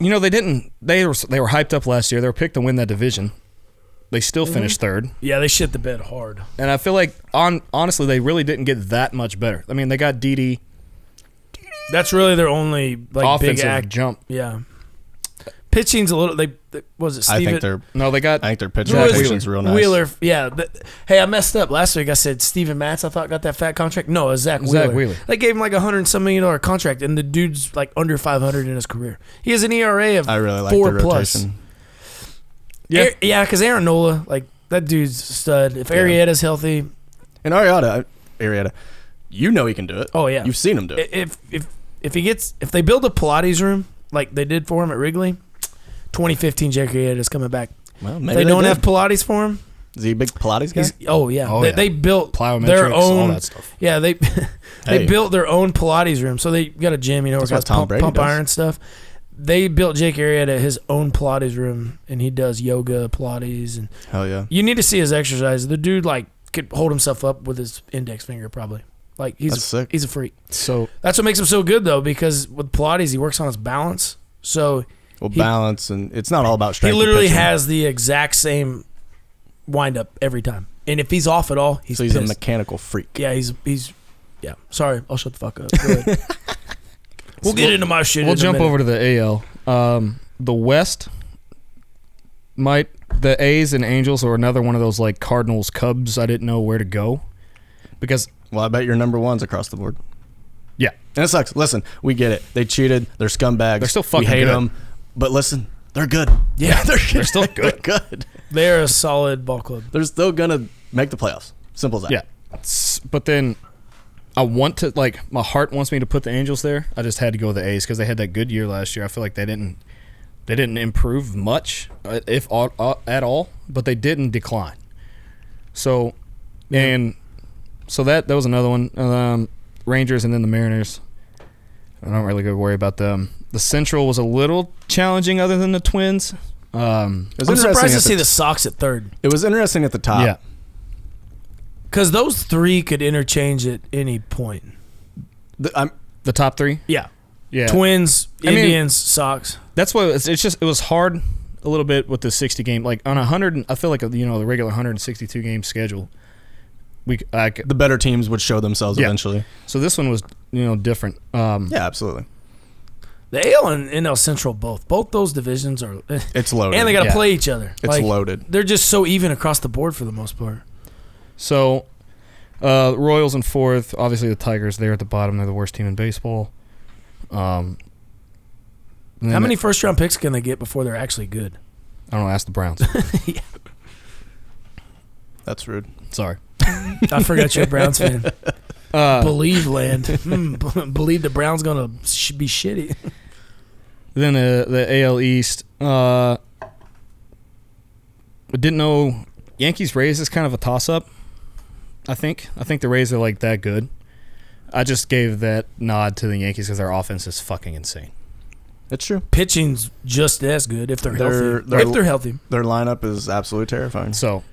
Speaker 3: you know, they didn't. They were they were hyped up last year. They were picked to win that division. They still finished third,
Speaker 2: Yeah, they shit the bed hard.
Speaker 3: and I feel like on honestly, they really didn't get that much better. I mean, they got DD
Speaker 2: That's really their only like big
Speaker 3: offensive
Speaker 2: act.
Speaker 3: jump.
Speaker 2: Yeah, pitching's a little. They, they was it?
Speaker 1: I
Speaker 2: Steven,
Speaker 1: think they're.
Speaker 3: No, they got
Speaker 1: I think their pitching
Speaker 2: Who is-
Speaker 1: rotation's real nice.
Speaker 2: Wheeler. Yeah. th- hey, I messed up last week. I said Steven Matz. I thought got that fat contract. No, it was Zach Wheeler.
Speaker 3: Zach Wheeler.
Speaker 2: They gave him like a hundred and some million dollar contract, and the dude's like under five hundred in his career. He has an ERA of
Speaker 1: I really like
Speaker 2: four
Speaker 1: the
Speaker 2: plus.
Speaker 1: rotation.
Speaker 3: Yeah.
Speaker 2: Ar- yeah, because Aaron Nola, like that dude's a stud. If
Speaker 1: Yeah.
Speaker 2: Arietta's healthy,
Speaker 1: And Arietta, Arietta, you know he can do it.
Speaker 2: oh yeah.
Speaker 1: You've seen him do it.
Speaker 2: I- if if if he gets if they build a Pilates room like they did for him at Wrigley, 2015 Jake Arrieta's coming back.
Speaker 1: Well,
Speaker 2: If
Speaker 1: maybe
Speaker 2: they, don't
Speaker 1: did.
Speaker 2: have Pilates for him.
Speaker 1: Is he a big Pilates guy?
Speaker 2: He's, oh yeah.
Speaker 3: Oh,
Speaker 2: they,
Speaker 3: yeah.
Speaker 2: they built
Speaker 3: plyometrics,
Speaker 2: their
Speaker 3: all
Speaker 2: own
Speaker 3: that stuff.
Speaker 2: Yeah, they
Speaker 1: Hey.
Speaker 2: they built their own Pilates room, so they got a gym, you know, where
Speaker 1: That's what
Speaker 2: guys
Speaker 1: Tom
Speaker 2: pump,
Speaker 1: Brady
Speaker 2: pump
Speaker 1: does.
Speaker 2: iron stuff. They built Jake Arrieta his own Pilates room, and he does yoga, Pilates, and
Speaker 1: Hell yeah.
Speaker 2: you need to see his exercise. The dude like could hold himself up with his index finger, probably. Like he's
Speaker 1: That's sick.
Speaker 2: he's a freak.
Speaker 3: So
Speaker 2: That's what makes him so good though, because with Pilates he works on his balance. So
Speaker 1: Well,
Speaker 2: he-
Speaker 1: balance and it's not all about
Speaker 2: he
Speaker 1: strength. and
Speaker 2: literally
Speaker 1: pitching.
Speaker 2: has the exact same wind up every time, and if he's off at all, he's
Speaker 1: so he's a
Speaker 2: pissed.
Speaker 1: mechanical freak.
Speaker 2: Yeah, he's he's yeah. Sorry, I'll shut the fuck up. Go ahead. we'll get into my shit.
Speaker 3: we'll
Speaker 2: in a
Speaker 3: jump
Speaker 2: minute.
Speaker 3: over to the AL. Um, the West might the A's and Angels or another one of those like Cardinals Cubs. I didn't know where to go because
Speaker 1: Well, I bet your number one's across the board.
Speaker 3: Yeah.
Speaker 1: And it sucks. Listen, we get it. They cheated. They're scumbags.
Speaker 3: They're still
Speaker 1: We
Speaker 3: fucking
Speaker 1: hate
Speaker 3: good.
Speaker 1: them. But listen, they're good.
Speaker 2: Yeah,
Speaker 1: they're good.
Speaker 3: they're still
Speaker 1: They're
Speaker 3: good.
Speaker 1: good.
Speaker 2: They're a solid ball club.
Speaker 1: They're still gonna make the playoffs. Simple as that.
Speaker 3: yeah, S- but then I want to like my heart wants me to put the Angels there. I just had to go with the A's because they had that good year last year. I feel like they didn't they didn't improve much uh, if all, uh, at all, but they didn't decline. So and so that that was another one. Um, Rangers and then the Mariners. I don't really go worry about them. The Central was a little challenging, other than the Twins. Um,
Speaker 1: It was interesting
Speaker 2: I'm surprised
Speaker 1: at
Speaker 2: to see
Speaker 1: t-
Speaker 2: the Sox at third
Speaker 1: It was interesting at the top.
Speaker 3: yeah,
Speaker 2: because those three could interchange at any point.
Speaker 1: The- I'm,
Speaker 3: the top three.
Speaker 2: Yeah,
Speaker 3: Yeah,
Speaker 2: Twins,
Speaker 3: I mean-
Speaker 2: Indians, Sox.
Speaker 3: that's what it's, it's just it was hard a little bit with the 60 game like on a 100 and- i feel like you know the regular 162 game schedule we c- I, c-
Speaker 1: the better teams would show themselves
Speaker 3: Yeah.
Speaker 1: eventually.
Speaker 3: so this one was you know different um
Speaker 1: Yeah, absolutely.
Speaker 2: The AL and NL Central both. Both those divisions are, eh, and
Speaker 1: It's loaded.
Speaker 2: they got to
Speaker 3: Oh, Yeah.
Speaker 2: play each other.
Speaker 1: it's
Speaker 2: like,
Speaker 1: loaded.
Speaker 2: They're just so even across the board for the most part.
Speaker 3: so uh royals in fourth obviously the tigers there at the bottom they're the worst team in baseball um and
Speaker 2: How
Speaker 3: then
Speaker 2: many first round picks can they get before they're actually good?
Speaker 3: i don't know ask the browns
Speaker 1: That's rude.
Speaker 3: sorry
Speaker 2: I forgot you're a Browns fan.
Speaker 3: uh
Speaker 2: believe land. Hmm, b- believe the Browns gonna sh- be shitty.
Speaker 3: Then uh, the AL East. Uh, I didn't know Yankees Rays is kind of a toss up. I think. I think the Rays are like that good. I just gave that nod to the Yankees because their offense is fucking insane.
Speaker 1: That's true.
Speaker 2: Pitching's just as good if they're,
Speaker 1: They're-
Speaker 2: healthy.
Speaker 1: they're-
Speaker 2: if they're healthy.
Speaker 1: Their lineup is absolutely terrifying.
Speaker 3: So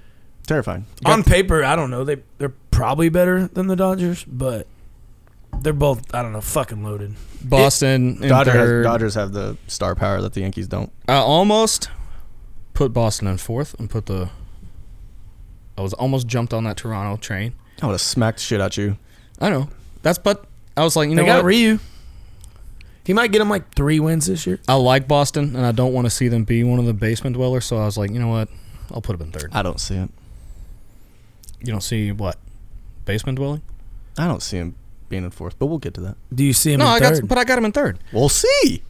Speaker 1: Terrifying.
Speaker 2: On paper, I don't know. They they're probably better than the Dodgers, but they're both I don't know, fucking loaded.
Speaker 3: Boston in
Speaker 1: Dodgers,
Speaker 3: third.
Speaker 1: has, Dodgers have the star power that the Yankees don't.
Speaker 3: I almost put Boston in fourth and put the. I was almost jumped on that Toronto train.
Speaker 1: I would have smacked the shit out you.
Speaker 3: I know. That's but I was like, you
Speaker 2: they
Speaker 3: know
Speaker 2: got
Speaker 3: what?
Speaker 2: Ryu. He might get him like three wins this year.
Speaker 3: I like Boston and I don't want to see them be one of the basement dwellers. So I was like, you know what? I'll put them in third.
Speaker 1: I don't see it.
Speaker 3: You don't see what basement dwelling?
Speaker 1: I don't see him being in fourth, but we'll get to that.
Speaker 2: Do you see him
Speaker 3: No,
Speaker 2: in
Speaker 3: I
Speaker 2: third?
Speaker 3: got but I got them in third.
Speaker 1: We'll see.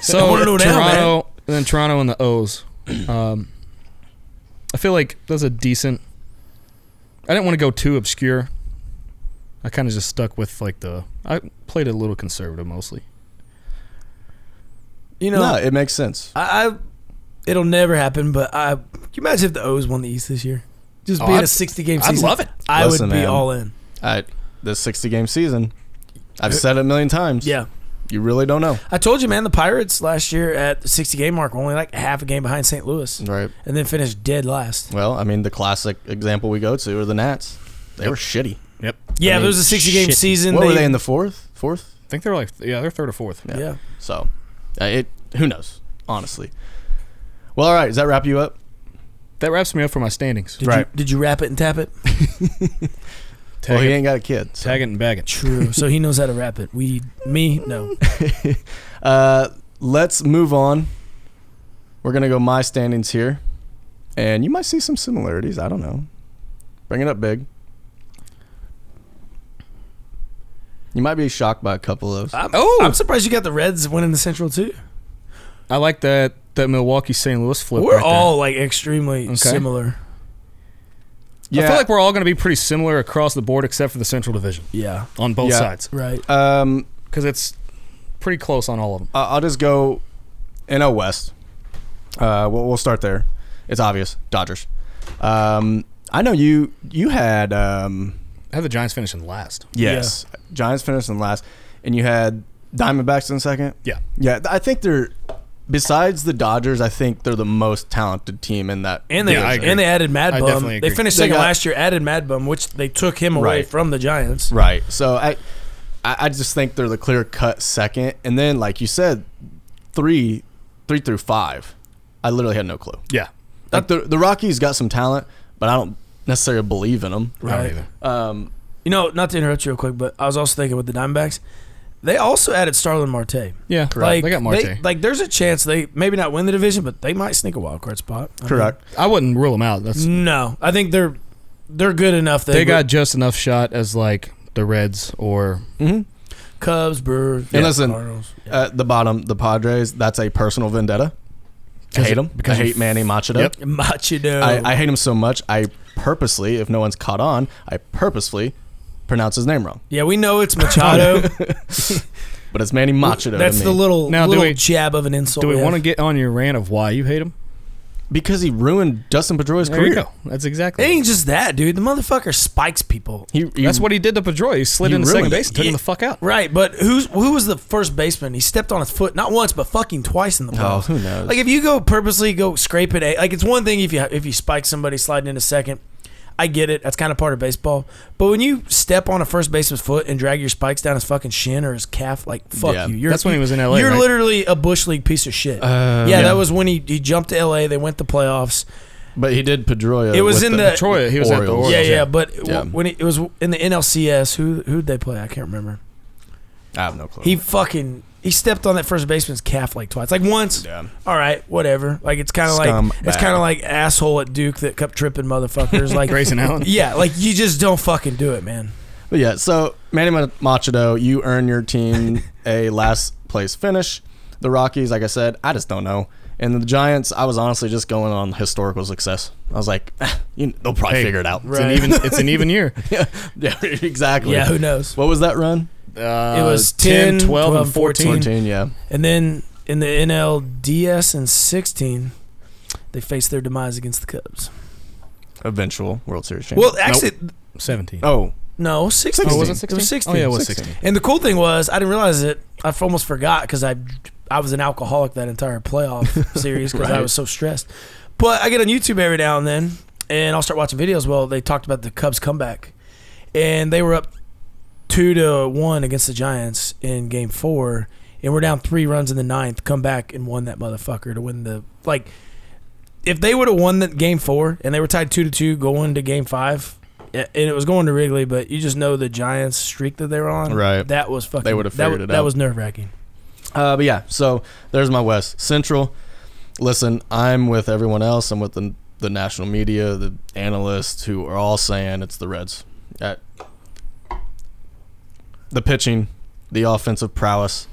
Speaker 3: So
Speaker 2: I wanna know
Speaker 3: Toronto,
Speaker 2: now, man.
Speaker 3: and then Toronto and the O's. Um, I feel like that's a decent. I didn't want to go too obscure. I kind of just stuck with like the. I played it a little conservative mostly.
Speaker 2: you know,
Speaker 1: No, it makes sense.
Speaker 2: I, I it'll never happen, but I can you imagine if the O's won the East this year? Just
Speaker 3: Oh,
Speaker 2: being
Speaker 3: I'd-
Speaker 2: a sixty game
Speaker 3: I'd
Speaker 2: season.
Speaker 3: love it.
Speaker 2: I
Speaker 1: Listen,
Speaker 2: would be
Speaker 1: man.
Speaker 2: all in.
Speaker 1: I, this 60 game season, I've said it a million times.
Speaker 2: Yeah.
Speaker 1: You really don't know.
Speaker 2: I told you, man, the Pirates last year at the sixty game mark were only like half a game behind St. Louis.
Speaker 1: Right.
Speaker 2: And then finished dead last.
Speaker 1: Well, I mean, the classic example we go to are the Nats. They were shitty.
Speaker 3: Yep.
Speaker 2: Yeah,
Speaker 1: I mean,
Speaker 2: it was a sixty game
Speaker 3: shit.
Speaker 2: season.
Speaker 1: what were they in the fourth? Fourth?
Speaker 3: I think they're like yeah, they're third or fourth.
Speaker 1: Yeah.
Speaker 2: yeah.
Speaker 1: So, uh, it who knows, honestly. Well, all right. Does that wrap you up?
Speaker 3: That wraps me up for my standings.
Speaker 2: Did
Speaker 1: Right.
Speaker 2: you did you wrap it and tap it?
Speaker 3: Tag,
Speaker 1: well, he
Speaker 3: it,
Speaker 1: ain't got a kid. so-
Speaker 3: tag it and bag it.
Speaker 2: True. so he knows how to wrap it. We me no.
Speaker 1: Uh, let's move on. We're gonna go my standings here, and you might see some similarities. I don't know. Bring it up big. You might be shocked by a couple of those.
Speaker 2: I'm,
Speaker 3: Oh!
Speaker 2: I'm surprised you got the Reds winning the Central too.
Speaker 3: I like that that Milwaukee St. Louis flip.
Speaker 2: we're
Speaker 3: right there.
Speaker 2: all like extremely
Speaker 3: Okay.
Speaker 2: similar.
Speaker 1: Yeah,
Speaker 3: I feel like we're all going to be pretty similar across the board, except for the Central Division
Speaker 2: Yeah.
Speaker 3: on both
Speaker 1: Yeah.
Speaker 3: sides. 'Cause sides,
Speaker 2: Right.
Speaker 1: um,
Speaker 3: because it's pretty close on all of them.
Speaker 1: I- I'll just go NL West. Uh, we'll, we'll start there. It's obvious, Dodgers. Um, I know you. You had um,
Speaker 3: I have the Giants finishing last.
Speaker 1: yes, Giants finished in last, and you had Diamondbacks in second.
Speaker 3: Yeah.
Speaker 1: Yeah, th- I think they're besides the Dodgers, I think they're the most talented team in that.
Speaker 2: And they
Speaker 3: Yeah, I agree.
Speaker 2: and they added Mad
Speaker 3: I
Speaker 2: Bum.
Speaker 3: definitely
Speaker 2: They
Speaker 3: agree.
Speaker 2: finished
Speaker 1: They
Speaker 2: second
Speaker 1: got-
Speaker 2: last year, added Mad Bum, which they took him away
Speaker 1: Right.
Speaker 2: from the Giants.
Speaker 1: right. So I, I, I just think they're the clear cut second, and then like you said, three, three through five, I literally had no clue.
Speaker 3: Yeah,
Speaker 1: Like the the Rockies got some talent, but I don't necessarily believe in them.
Speaker 3: I don't
Speaker 2: Right.
Speaker 3: either.
Speaker 1: Um,
Speaker 2: You know, not to interrupt you real quick, but I was also thinking with the Diamondbacks, they also added Starlin Marte.
Speaker 3: Yeah,
Speaker 2: Like
Speaker 3: they got Marte.
Speaker 2: like there's a chance they maybe not win the division, but they might sneak a wild card spot. I mean,
Speaker 1: correct.
Speaker 3: I wouldn't rule them out. That's
Speaker 2: no, I think they're they're good enough. That
Speaker 3: they got just enough shot as like the Reds or
Speaker 1: Mm-hmm.
Speaker 2: Cubs, Brewers,
Speaker 1: And listen, uh,
Speaker 2: Cardinals.
Speaker 1: At the bottom, the Padres. That's a personal vendetta. I hate them. I
Speaker 3: because
Speaker 1: hate
Speaker 3: you-
Speaker 1: Manny Machado.
Speaker 3: Yep.
Speaker 2: Machado.
Speaker 1: I, I hate him so much. I purposely, if no one's caught on, I purposely pronounce his name wrong.
Speaker 2: yeah, we know it's Machado.
Speaker 1: But it's Manny Machado.
Speaker 2: That's
Speaker 1: to
Speaker 2: the
Speaker 1: me.
Speaker 2: little
Speaker 3: Now, do
Speaker 2: little
Speaker 3: we-
Speaker 2: jab of an insult.
Speaker 3: Do we
Speaker 2: have.
Speaker 3: want to get on your rant of why you hate them?
Speaker 1: because he ruined Justin Pedroia's
Speaker 3: There you
Speaker 1: career.
Speaker 3: go. That's exactly.
Speaker 2: It ain't just that, dude. The motherfucker spikes people.
Speaker 1: He, he-
Speaker 3: That's what he did to Pedroia. He slid
Speaker 1: You
Speaker 3: into second
Speaker 1: ruined it.
Speaker 3: base and took him
Speaker 2: Yeah.
Speaker 3: the fuck out.
Speaker 2: Right, but who's who was the first baseman? He stepped on his foot not once, but fucking twice in the
Speaker 1: Oh,
Speaker 2: playoffs.
Speaker 1: who knows?
Speaker 2: Like if you go purposely go scrape it, eh, like it's one thing if you if you spike somebody sliding into second, I get it. That's kind of part of baseball. But when you step on a first baseman's foot and drag your spikes down his fucking shin or his calf, like fuck
Speaker 1: Yeah,
Speaker 2: you. You're,
Speaker 3: that's when he was in LA,
Speaker 2: You're
Speaker 3: right? Uh,
Speaker 2: literally a bush league piece of shit. yeah,
Speaker 1: yeah.
Speaker 2: that was when he, he jumped to LA. They went to playoffs.
Speaker 1: but he did Pedroia.
Speaker 2: It was
Speaker 1: with
Speaker 2: in the-
Speaker 3: Troy, he was at the
Speaker 1: Orioles.
Speaker 3: Orioles.
Speaker 2: yeah,
Speaker 3: yeah.
Speaker 2: yeah. But w-
Speaker 1: Yeah.
Speaker 2: when it, it was in the NLCS, who who'd they play? I can't remember.
Speaker 1: I have no clue.
Speaker 2: He fucking he stepped on that first baseman's calf like twice. Like once,
Speaker 1: yeah.
Speaker 2: all right, whatever. Like it's kind of like
Speaker 1: Scumbag.
Speaker 2: it's kind of like asshole at Duke that kept tripping motherfuckers. Like
Speaker 3: Grayson Allen.
Speaker 2: yeah, like you just don't fucking do it, man.
Speaker 1: But yeah, so Manny Ma- Machado, you earn your team a last place finish. The Rockies, like I said, I just don't know. And the Giants, I was honestly just going on historical success. I was like, "Ah, you, they'll probably
Speaker 3: Hey.
Speaker 1: figure it out.
Speaker 3: It's an
Speaker 2: Right.
Speaker 3: even. It's an even year.
Speaker 1: yeah, yeah, exactly.
Speaker 2: Yeah, who knows?
Speaker 1: What was that run?
Speaker 3: Uh,
Speaker 2: It was 10,
Speaker 3: 12, and
Speaker 2: 14.
Speaker 3: 14.
Speaker 1: 14, yeah.
Speaker 2: And then in the NLDS in sixteen, they faced their demise against the Cubs.
Speaker 1: Eventual World Series champion.
Speaker 2: Well, actually,
Speaker 3: 17.
Speaker 1: oh,
Speaker 2: No, 16.
Speaker 3: Oh, was it
Speaker 2: 16? It
Speaker 3: 16?
Speaker 2: was 16.
Speaker 3: Oh, yeah, it was
Speaker 1: 16.
Speaker 3: 16.
Speaker 2: And the cool thing was, I didn't realize it. I f- almost forgot because I, I was an alcoholic that entire playoff series because I
Speaker 3: Right.
Speaker 2: was so stressed. But I get on YouTube every now and then, and I'll start watching videos. Well, they talked about the Cubs comeback, and they were up two to one against the Giants in Game Four, and we're down three runs in the ninth. Come back and won that motherfucker to win the like. If they would have won that Game Four and they were tied two to two going to Game Five. yeah, And it was going to Wrigley, but you just know the Giants streak that they were on.
Speaker 1: Right.
Speaker 2: That was fucking.
Speaker 1: They would've
Speaker 2: that
Speaker 1: figured
Speaker 2: wa-
Speaker 1: it
Speaker 2: That
Speaker 1: out.
Speaker 2: was nerve wracking.
Speaker 1: Uh, but yeah, so there's my West Central. Listen, I'm with everyone else. I'm with the the national media, the analysts who are all saying it's the Reds. Uh, the pitching, the offensive prowess.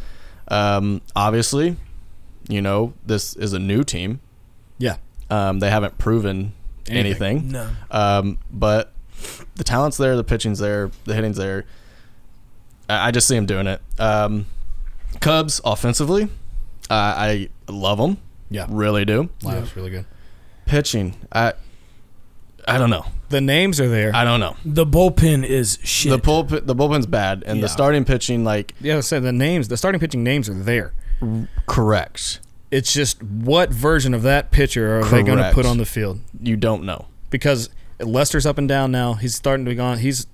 Speaker 1: Um, obviously, you know this is a new team.
Speaker 3: Yeah.
Speaker 1: Um, they haven't proven
Speaker 3: Anything.
Speaker 1: anything.
Speaker 2: No.
Speaker 1: Um, but the talent's there, the pitching's there, the hitting's there. I, I just see him doing it. Um, Cubs offensively, uh, I love them,
Speaker 3: Yeah.
Speaker 1: really do.
Speaker 3: Wow, it's really good.
Speaker 1: Pitching, I, I don't know,
Speaker 3: The names are there.
Speaker 1: I don't know.
Speaker 2: The bullpen is shit.
Speaker 1: The pulpit, the bullpen's bad, and the
Speaker 3: Yeah.
Speaker 1: starting pitching, like
Speaker 3: yeah, I said the names, the starting pitching names are there.
Speaker 1: correct,
Speaker 3: It's just what version of that pitcher are they going to
Speaker 1: Correct.
Speaker 3: put on the field?
Speaker 1: you don't know.
Speaker 3: Because Lester's up and down now. He's starting to be gone. He's.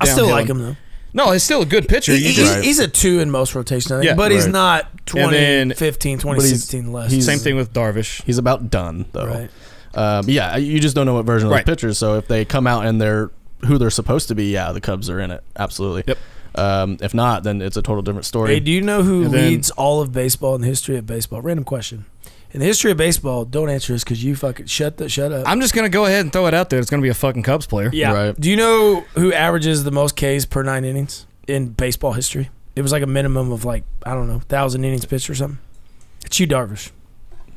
Speaker 2: I still
Speaker 3: downhilling.
Speaker 2: like him though.
Speaker 3: No, he's still a good pitcher.
Speaker 2: He-
Speaker 3: You
Speaker 2: he-
Speaker 3: just-
Speaker 1: Right.
Speaker 2: he's a two in most rotations, I think,
Speaker 3: Yeah.
Speaker 2: but he's
Speaker 1: Right.
Speaker 2: not 20,
Speaker 3: then-
Speaker 2: 15, 20,
Speaker 1: But he's-
Speaker 2: 16 less.
Speaker 1: he's-
Speaker 3: same thing with Darvish.
Speaker 1: He's about done though.
Speaker 2: right.
Speaker 1: Um, yeah, you just don't know what version of
Speaker 3: Right.
Speaker 1: the pitchers. So if they come out and they're who they're supposed to be, yeah, the Cubs are in it. Absolutely.
Speaker 3: Yep.
Speaker 1: Um, if not, then it's a total different story.
Speaker 2: Hey, do you know who
Speaker 3: And then-
Speaker 2: leads all of baseball in the history of baseball? Random question. In the history of baseball, don't answer this because you fucking shut the shut up.
Speaker 3: I'm just going to go ahead and throw it out there. It's going to be a fucking Cubs player.
Speaker 2: yeah.
Speaker 1: Right.
Speaker 2: Do you know who averages the most Ks per nine innings in baseball history? It was like a minimum of like I don't know thousand innings pitched or something. It's you, Darvish.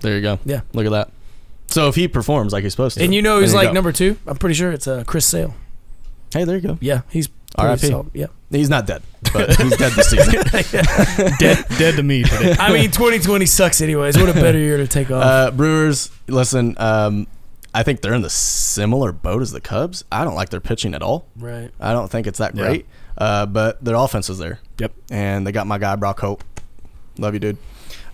Speaker 1: There you go.
Speaker 2: Yeah.
Speaker 1: Look at that. So if he performs like he's supposed to,
Speaker 2: And you know who's
Speaker 1: There you
Speaker 2: like
Speaker 1: go.
Speaker 2: number two? I'm pretty sure it's uh, Chris Sale.
Speaker 1: hey, there you go.
Speaker 2: Yeah, he's
Speaker 1: R.I.P..
Speaker 2: pretty solid. Yeah.
Speaker 1: He's not dead, but he's dead this season.
Speaker 3: dead, dead to me. Today.
Speaker 2: I mean, 2020 sucks anyways. What a better year to take off.
Speaker 1: Uh, Brewers, listen. Um, I think they're in the similar boat as the Cubs. I don't like their pitching at all.
Speaker 2: right.
Speaker 1: I don't think it's that
Speaker 3: Yeah.
Speaker 1: great. Uh, but their offense is there.
Speaker 3: Yep.
Speaker 1: And they got my guy Brock Hope. Love you, dude.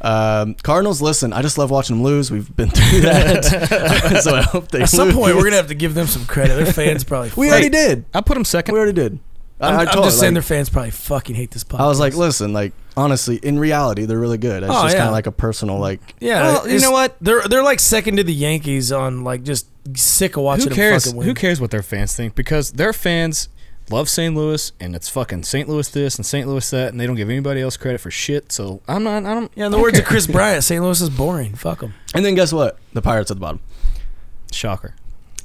Speaker 1: Um, Cardinals, listen. I just love watching them lose. We've been through that, so I hope they.
Speaker 2: At some
Speaker 1: lose.
Speaker 2: point, we're gonna have to give them some credit. Their fans probably.
Speaker 1: We
Speaker 2: fuck-
Speaker 1: already did.
Speaker 3: I put him second.
Speaker 1: We already did.
Speaker 2: I'm, I'm
Speaker 1: told-
Speaker 2: just saying
Speaker 1: like-
Speaker 2: their fans probably fucking hate this podcast.
Speaker 1: I was like, listen, like honestly, in reality, they're really good. It's
Speaker 2: Oh,
Speaker 1: just
Speaker 2: yeah.
Speaker 1: kind of like a personal, like
Speaker 2: yeah.
Speaker 3: Well, you
Speaker 2: it's-
Speaker 3: know what?
Speaker 2: They're they're like second to the Yankees on like just sick of watching
Speaker 3: Who cares?
Speaker 2: them fucking win.
Speaker 3: Who cares what their fans think? Because their fans love St. Louis, and it's fucking St. Louis this and St. Louis that, and they don't give anybody else credit for shit. So I'm not. I don't.
Speaker 2: Yeah, in the
Speaker 3: I don't
Speaker 2: words
Speaker 3: care.
Speaker 2: of Chris Bryant, St. Louis is boring. Fuck them.
Speaker 1: And then guess what? The Pirates at the bottom.
Speaker 3: Shocker.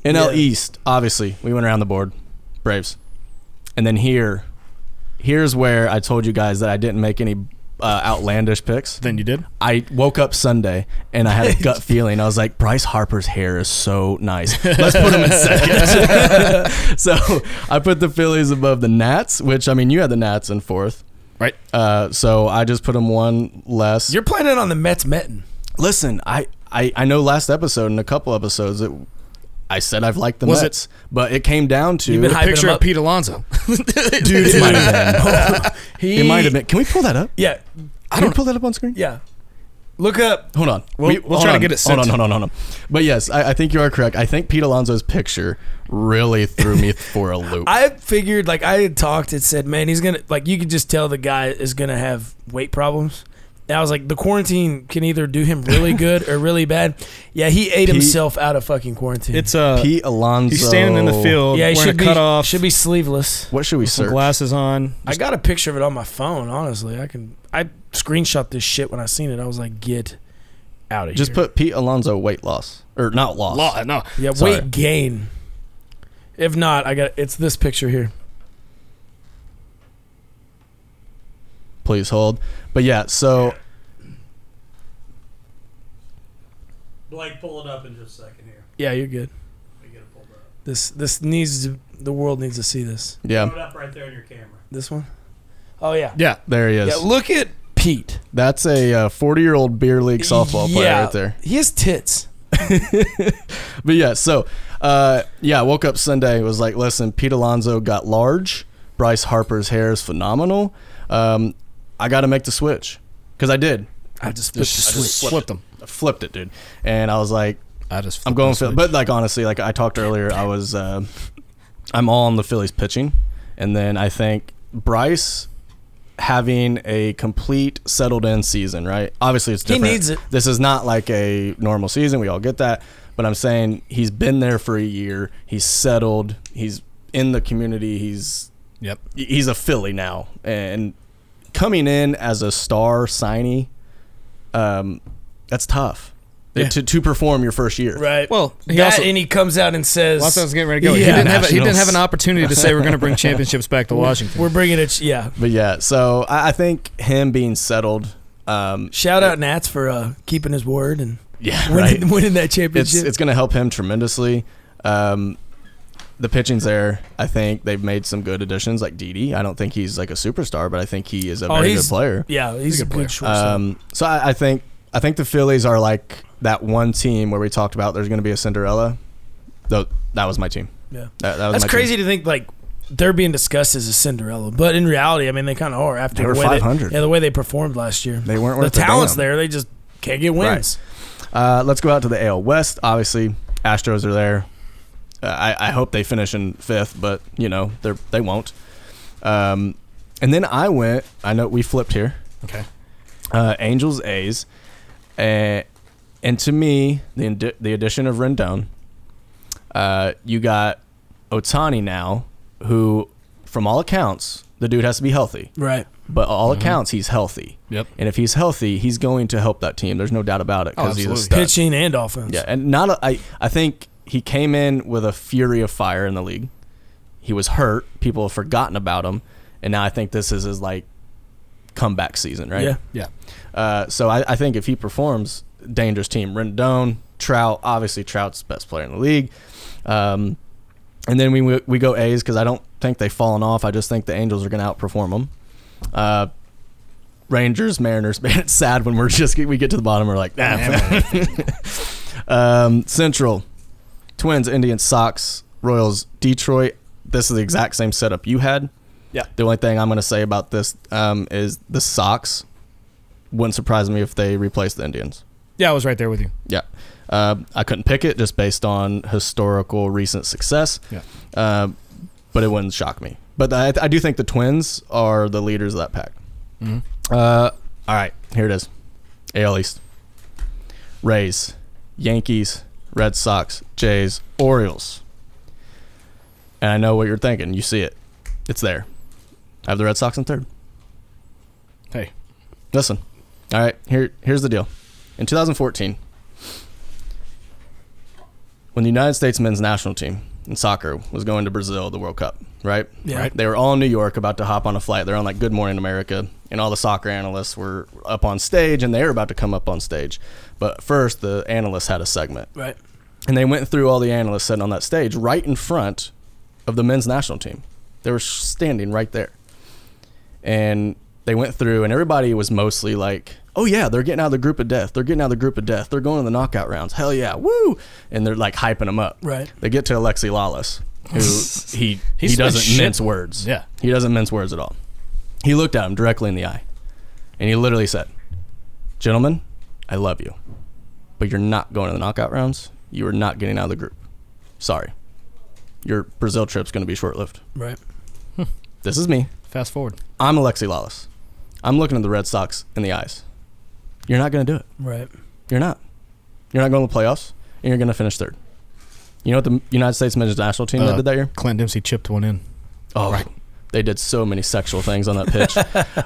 Speaker 1: NL
Speaker 2: Yeah.
Speaker 1: East, obviously, we went around the board. Braves. And then here, here's where I told you guys that I didn't make any uh, outlandish picks.
Speaker 3: Then you did.
Speaker 1: I woke up Sunday and I had a gut feeling. I was like, Bryce Harper's hair is so nice. Let's put him in second. so I put the Phillies above the Nats, which I mean, you had the Nats in fourth.
Speaker 3: Right.
Speaker 1: Uh, so I just put them one less.
Speaker 2: You're playing it on the Mets Metin.
Speaker 1: Listen, I, I, I know last episode and a couple episodes that I said I've liked the
Speaker 3: Was it-
Speaker 1: Mets, but it came down to
Speaker 2: You've been hyping
Speaker 3: Picture
Speaker 2: him
Speaker 3: of
Speaker 2: up.
Speaker 3: Pete Alonso.
Speaker 1: dude. It might have been.
Speaker 2: He
Speaker 1: It might have been. Can we pull that up?
Speaker 2: Yeah,
Speaker 1: I don't pull that up on screen.
Speaker 2: yeah. Look up.
Speaker 1: Hold on.
Speaker 3: We'll- we'll
Speaker 1: hold
Speaker 3: try to
Speaker 1: on.
Speaker 3: get
Speaker 1: Hold
Speaker 3: it sent.
Speaker 1: on, hold on, hold on. But yes, I, I think you are correct. I think Pete Alonso's picture really threw me for a loop.
Speaker 2: I figured, like I had talked, it said, man, he's gonna like you could just tell the guy is gonna have weight problems. And I was like, the quarantine can either do him really good or really bad. Yeah, he ate
Speaker 1: Pete-
Speaker 2: himself out of fucking quarantine.
Speaker 3: It's uh,
Speaker 1: Pete Alonso.
Speaker 3: he's standing in the field
Speaker 2: yeah, he
Speaker 3: wearing
Speaker 2: should
Speaker 3: a
Speaker 2: be
Speaker 3: cutoff,
Speaker 2: should be sleeveless.
Speaker 1: What should we
Speaker 3: some
Speaker 1: search?
Speaker 3: glasses on.
Speaker 2: I got a picture of it on my phone. Honestly, I can I screenshot this shit when I seen it. I was like, get out of
Speaker 1: Just
Speaker 2: here.
Speaker 1: put Pete Alonso weight loss or not loss.
Speaker 3: Law, no,
Speaker 2: Just put yeah
Speaker 1: sorry.
Speaker 2: weight gain. If not, I got it's this picture here.
Speaker 1: Please hold. But yeah, so
Speaker 4: Blake, pull it up in just a second here.
Speaker 2: Yeah, you're good.
Speaker 4: We get it pulled up.
Speaker 2: This this needs to, the world needs to see this.
Speaker 1: yeah,
Speaker 4: Put it up right there in your camera.
Speaker 2: This one? Oh yeah.
Speaker 3: yeah,
Speaker 1: there he is.
Speaker 2: Yeah, look at Pete.
Speaker 1: That's a uh, forty-year-old beer league softball player
Speaker 2: Yeah.
Speaker 1: right there.
Speaker 2: He has tits.
Speaker 1: But yeah, so Uh, yeah, I woke up Sunday. It was like, listen, Pete Alonso got large. Bryce Harper's hair is phenomenal. Um, I got to make the switch because I did.
Speaker 3: I just
Speaker 1: flipped
Speaker 3: just
Speaker 1: the switch.
Speaker 3: flipped them.
Speaker 1: I flipped it, dude. And I was like,
Speaker 3: I just.
Speaker 1: I'm
Speaker 3: flipped
Speaker 1: going
Speaker 3: the
Speaker 1: Philly.
Speaker 3: switch.
Speaker 1: But like honestly, like I talked earlier, I was uh, I'm all on the Phillies pitching, and then I think Bryce having a complete settled in season. Right? Obviously, it's
Speaker 2: He
Speaker 1: different.
Speaker 2: needs it.
Speaker 1: This is not like a normal season. We all get that. But I'm saying he's been there for a year. He's settled. He's in the community. He's
Speaker 3: Yep.
Speaker 1: he's a Philly now, and coming in as a star signee, um, that's tough
Speaker 3: Yeah.
Speaker 1: to to perform your first year.
Speaker 2: Right.
Speaker 3: Well, he
Speaker 2: that
Speaker 3: also.
Speaker 2: and he comes out and says,
Speaker 3: Lots was getting ready to go. he
Speaker 2: Yeah.
Speaker 3: didn't have. A, he didn't
Speaker 1: Nationals.
Speaker 3: have an opportunity to say we're going to bring championships back to Washington.
Speaker 2: "We're bringing it." Yeah.
Speaker 1: But yeah, so I, I think him being settled, um,
Speaker 2: Shout out Nats for uh, keeping his word and
Speaker 1: yeah,
Speaker 2: winning,
Speaker 1: right.
Speaker 2: winning that
Speaker 1: It's
Speaker 2: championship.
Speaker 1: it's going to help him tremendously. Um, the pitching's there. I think they've made some good additions, like Didi. I don't think he's like a superstar, but I think he is a
Speaker 2: Oh,
Speaker 1: very good
Speaker 2: he's-
Speaker 1: player.
Speaker 2: yeah, he's,
Speaker 3: a
Speaker 2: a
Speaker 3: good
Speaker 2: good,
Speaker 3: player.
Speaker 2: shortstop.
Speaker 1: Um, so I, I think I think the Phillies are like that one team where we talked about there's going to be a Cinderella. Though that was my team.
Speaker 2: Yeah.
Speaker 1: That- that was
Speaker 2: That's
Speaker 1: my team.
Speaker 2: crazy to think like they're being discussed as a Cinderella, but in reality, I mean, they kind of are after
Speaker 1: They were
Speaker 2: the way
Speaker 1: 500.
Speaker 2: yeah, the way they performed last year.
Speaker 1: They weren't
Speaker 2: the
Speaker 1: worth a
Speaker 2: talent's
Speaker 1: damn.
Speaker 2: there, they just can't get wins.
Speaker 1: Uh, let's go out to the AL West. Obviously, Astros are there. Uh, I, I hope they finish in fifth, but you know they are they won't. Um, and then I went. I know we flipped here.
Speaker 3: Okay.
Speaker 1: Uh, Angels A's, uh, and to me the ind- the addition of Rendon. Uh, you got Otani now, who from all accounts the dude has to be healthy,
Speaker 2: Right.
Speaker 1: but all
Speaker 3: Mm-hmm.
Speaker 1: accounts he's healthy.
Speaker 3: Yep.
Speaker 1: And if he's healthy, he's going to help that team. There's no doubt about it
Speaker 3: Oh,
Speaker 1: because he's a
Speaker 3: absolutely.
Speaker 1: stud.
Speaker 2: Pitching and offense.
Speaker 1: Yeah, and not a, I I think he came in with a fury of fire in the league. He was hurt. People have forgotten about him, and now I think this is his like comeback season, right?
Speaker 2: Yeah.
Speaker 3: Yeah.
Speaker 1: Uh, so I, I think if he performs, dangerous team. Rendon, Trout, obviously Trout's best player in the league. Um, and then we we go A's because I don't think they've fallen off. I just think the Angels are going to outperform them. Uh, Rangers, Mariners. Man, it's sad when we're just we get to the bottom. We're like, ah, um, Central, Twins, Indians, Sox, Royals, Detroit. This is the exact same setup you had.
Speaker 3: Yeah.
Speaker 1: The only thing I'm going to say about this um, is the Sox wouldn't surprise me if they replace the Indians.
Speaker 3: Yeah, I was right there with you.
Speaker 1: Yeah. Uh, I couldn't pick it just based on historical recent success.
Speaker 3: Yeah.
Speaker 1: Uh, but it wouldn't shock me. But I, I do think the Twins are the leaders of that pack.
Speaker 3: Mhm.
Speaker 1: Uh, all right, here it is. AL East. Rays, Yankees, Red Sox, Jays, Orioles. And I know what you're thinking. You see it. It's there. I have the Red Sox in third.
Speaker 3: Hey.
Speaker 1: Listen. All right, here here's the deal. In 2014, when the United States men's national team in soccer was going to Brazil, the World Cup, right?
Speaker 2: Yeah.
Speaker 1: They were all in New York about to hop on a flight. They're on like Good Morning America, and all the soccer analysts were up on stage and they were about to come up on stage. But first, the analysts had a segment.
Speaker 2: Right.
Speaker 1: And they went through all the analysts sitting on that stage right in front of the men's national team. They were standing right there. And they went through, and everybody was mostly like, oh, yeah, they're getting out of the group of death. They're getting out of the group of death. They're going to the knockout rounds. Hell yeah. Woo. And they're like hyping them up.
Speaker 2: Right.
Speaker 1: They get to Alexi Lawless, who he,
Speaker 3: He
Speaker 1: he
Speaker 3: said
Speaker 1: doesn't
Speaker 3: shit.
Speaker 1: mince words.
Speaker 3: Yeah.
Speaker 1: He doesn't mince words at all. He looked at him directly in the eye, and he literally said, Gentlemen, I love you, but you're not going to the knockout rounds. You are not getting out of the group. Sorry. Your Brazil trip's going to be short lived.
Speaker 2: Right.
Speaker 1: This is me.
Speaker 3: Fast forward.
Speaker 1: I'm Alexi Lawless. I'm looking at the Red Sox in the eyes. You're not going to do it.
Speaker 2: Right.
Speaker 1: You're not. You're not going to the playoffs, and you're going to finish third. You know what the United States men's national team that
Speaker 3: Uh,
Speaker 1: did that year?
Speaker 3: Clint Dempsey chipped one in.
Speaker 1: Oh,
Speaker 3: Right.
Speaker 1: they did so many sexual things on that pitch.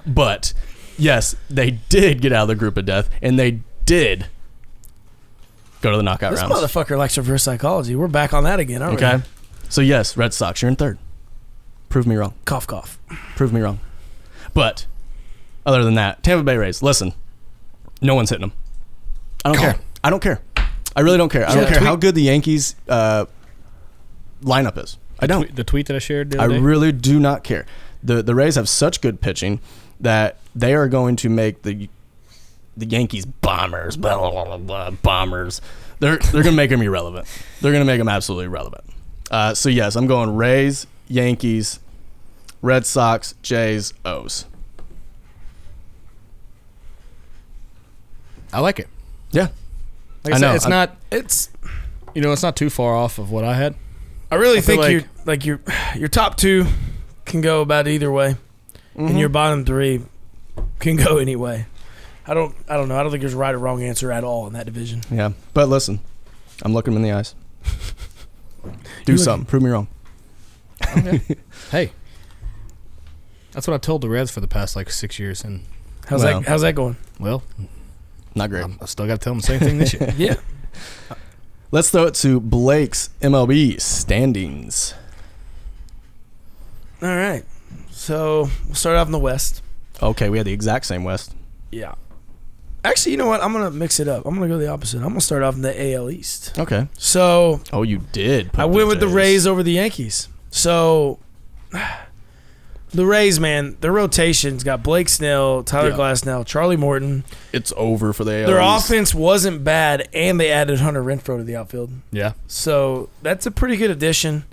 Speaker 1: but yes, they did get out of the group of death, and they did go to the knockout
Speaker 2: This
Speaker 1: rounds.
Speaker 2: motherfucker likes reverse psychology. We're back on that again, aren't
Speaker 1: okay,
Speaker 2: we?
Speaker 1: so yes, Red Sox, you're in third. Prove me wrong.
Speaker 2: Cough, cough.
Speaker 1: Prove me wrong. But other than that, Tampa Bay Rays. Listen, no one's hitting them. I don't
Speaker 3: God.
Speaker 1: care. I don't care. I really don't care. I don't
Speaker 3: Yeah.
Speaker 1: care
Speaker 3: Tweet-
Speaker 1: how good the Yankees uh, lineup is. I don't.
Speaker 3: The tweet that I shared. The
Speaker 1: I
Speaker 3: other day.
Speaker 1: really do not care. The the Rays have such good pitching that they are going to make the the Yankees bombers, blah, blah, blah, blah, blah, bombers. They're they're gonna make them irrelevant. They're gonna make them absolutely irrelevant. Uh, so yes, I'm going Rays, Yankees, Red Sox, Jays, O's.
Speaker 3: I like it.
Speaker 1: Yeah,
Speaker 3: Like I,
Speaker 1: I
Speaker 3: said,
Speaker 1: know,
Speaker 3: it's
Speaker 1: I-
Speaker 3: not
Speaker 2: It's.
Speaker 3: you know it's not too far off of what I had.
Speaker 2: I really
Speaker 3: I feel
Speaker 2: think
Speaker 3: like-
Speaker 2: your like your your top two can go about either way, and your bottom three can go any way. I don't. I don't know. I don't think there's a right or wrong answer at all in that division.
Speaker 1: yeah. But listen, I'm looking them in the eyes. Do
Speaker 2: You look-
Speaker 1: something. Prove me wrong.
Speaker 3: Hey, that's what I told the Reds for the past like six years, and
Speaker 2: How's
Speaker 1: Well.
Speaker 2: that? How's that going?
Speaker 3: well,
Speaker 1: Not great.
Speaker 3: I'm, I still got to tell them the same thing this year.
Speaker 2: Yeah.
Speaker 1: Let's throw it to Blake's MLB standings.
Speaker 2: all right. So we'll start off in the West.
Speaker 1: Okay, we had the exact same West.
Speaker 2: Yeah. Actually, you know what? I'm gonna mix it up. I'm gonna go the opposite. I'm gonna start off in the AL East.
Speaker 1: Okay.
Speaker 2: So
Speaker 1: Oh, you did. put
Speaker 2: I went with the
Speaker 1: Jays.
Speaker 2: Rays over the Yankees. So the Rays, man, their rotation's got Blake Snell, Tyler
Speaker 1: Yeah.
Speaker 2: Glasnow, Charlie Morton.
Speaker 1: It's over for the AL.
Speaker 2: Their
Speaker 1: East.
Speaker 2: offense wasn't bad, and they added Hunter Renfro to the outfield.
Speaker 3: Yeah,
Speaker 2: So that's a pretty good addition.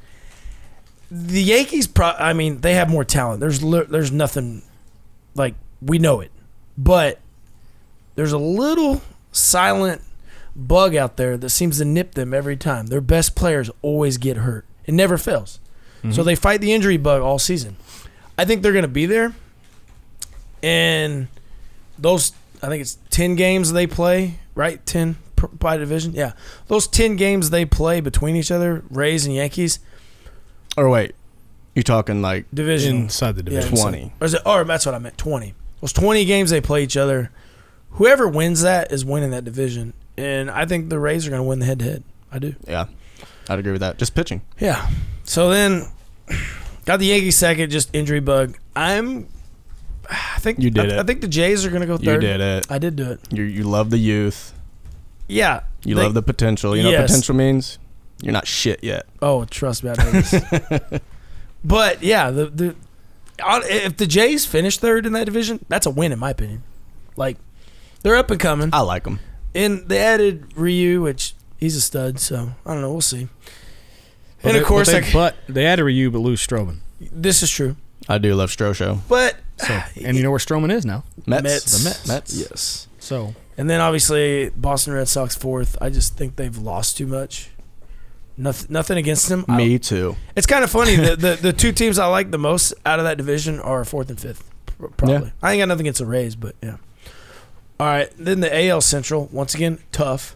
Speaker 2: The Yankees, pro- I mean, they have more talent. There's li- there's nothing like we know it, but there's a little silent bug out there that seems to nip them every time. Their best players always get hurt. It never fails. So they fight the injury bug all season. I think they're going to be there. And those, I think it's 10 games they play, right? 10 per- by division. Yeah. Those 10 games they play between each other, Rays and Yankees,
Speaker 1: Or wait, you're talking like
Speaker 2: division.
Speaker 3: inside the division.
Speaker 2: Yeah,
Speaker 1: 20.
Speaker 2: Or is it, or that's what I meant, 20. Those 20 games they play each other, whoever wins that is winning that division. And I think the Rays are going to win the head to head. I do.
Speaker 1: Yeah, I'd agree with that. Just pitching.
Speaker 2: Yeah. So then got the Yankees second, just injury bug. I'm I think
Speaker 1: You did
Speaker 2: I,
Speaker 1: it.
Speaker 2: I think the Jays are gonna go third.
Speaker 1: it.
Speaker 2: I did do it.
Speaker 1: You you love the youth.
Speaker 2: Yeah.
Speaker 1: You
Speaker 2: They-
Speaker 1: love the potential. You know what
Speaker 2: Yes.
Speaker 1: potential means? You're not shit yet.
Speaker 2: Oh, trust me, I know this. but yeah, the the on- if the Jays finish third in that division, that's a win in my opinion. Like they're up and coming.
Speaker 1: I like them.
Speaker 2: And they added Ryu, which he's a stud, so I don't know, we'll see.
Speaker 3: But
Speaker 2: and
Speaker 3: they-
Speaker 2: of course,
Speaker 3: but
Speaker 2: like,
Speaker 3: they, but they added Ryu, but lose Stroman.
Speaker 2: this is true.
Speaker 1: I do love Strosho.
Speaker 2: But ah,
Speaker 3: So, and you know where Stroman is now.
Speaker 1: Mets.
Speaker 2: Mets.
Speaker 1: The Mets. Mets.
Speaker 2: Yes.
Speaker 3: So
Speaker 2: And then obviously Boston Red Sox fourth. I just think they've lost too much. Nothing, nothing against them. I-
Speaker 1: Me too.
Speaker 2: it's kind of funny. the, the the two teams I like the most out of that division are fourth and fifth, pr- probably.
Speaker 1: Yeah.
Speaker 2: I ain't got nothing against the Rays, but yeah. All right, then the AL Central once again tough.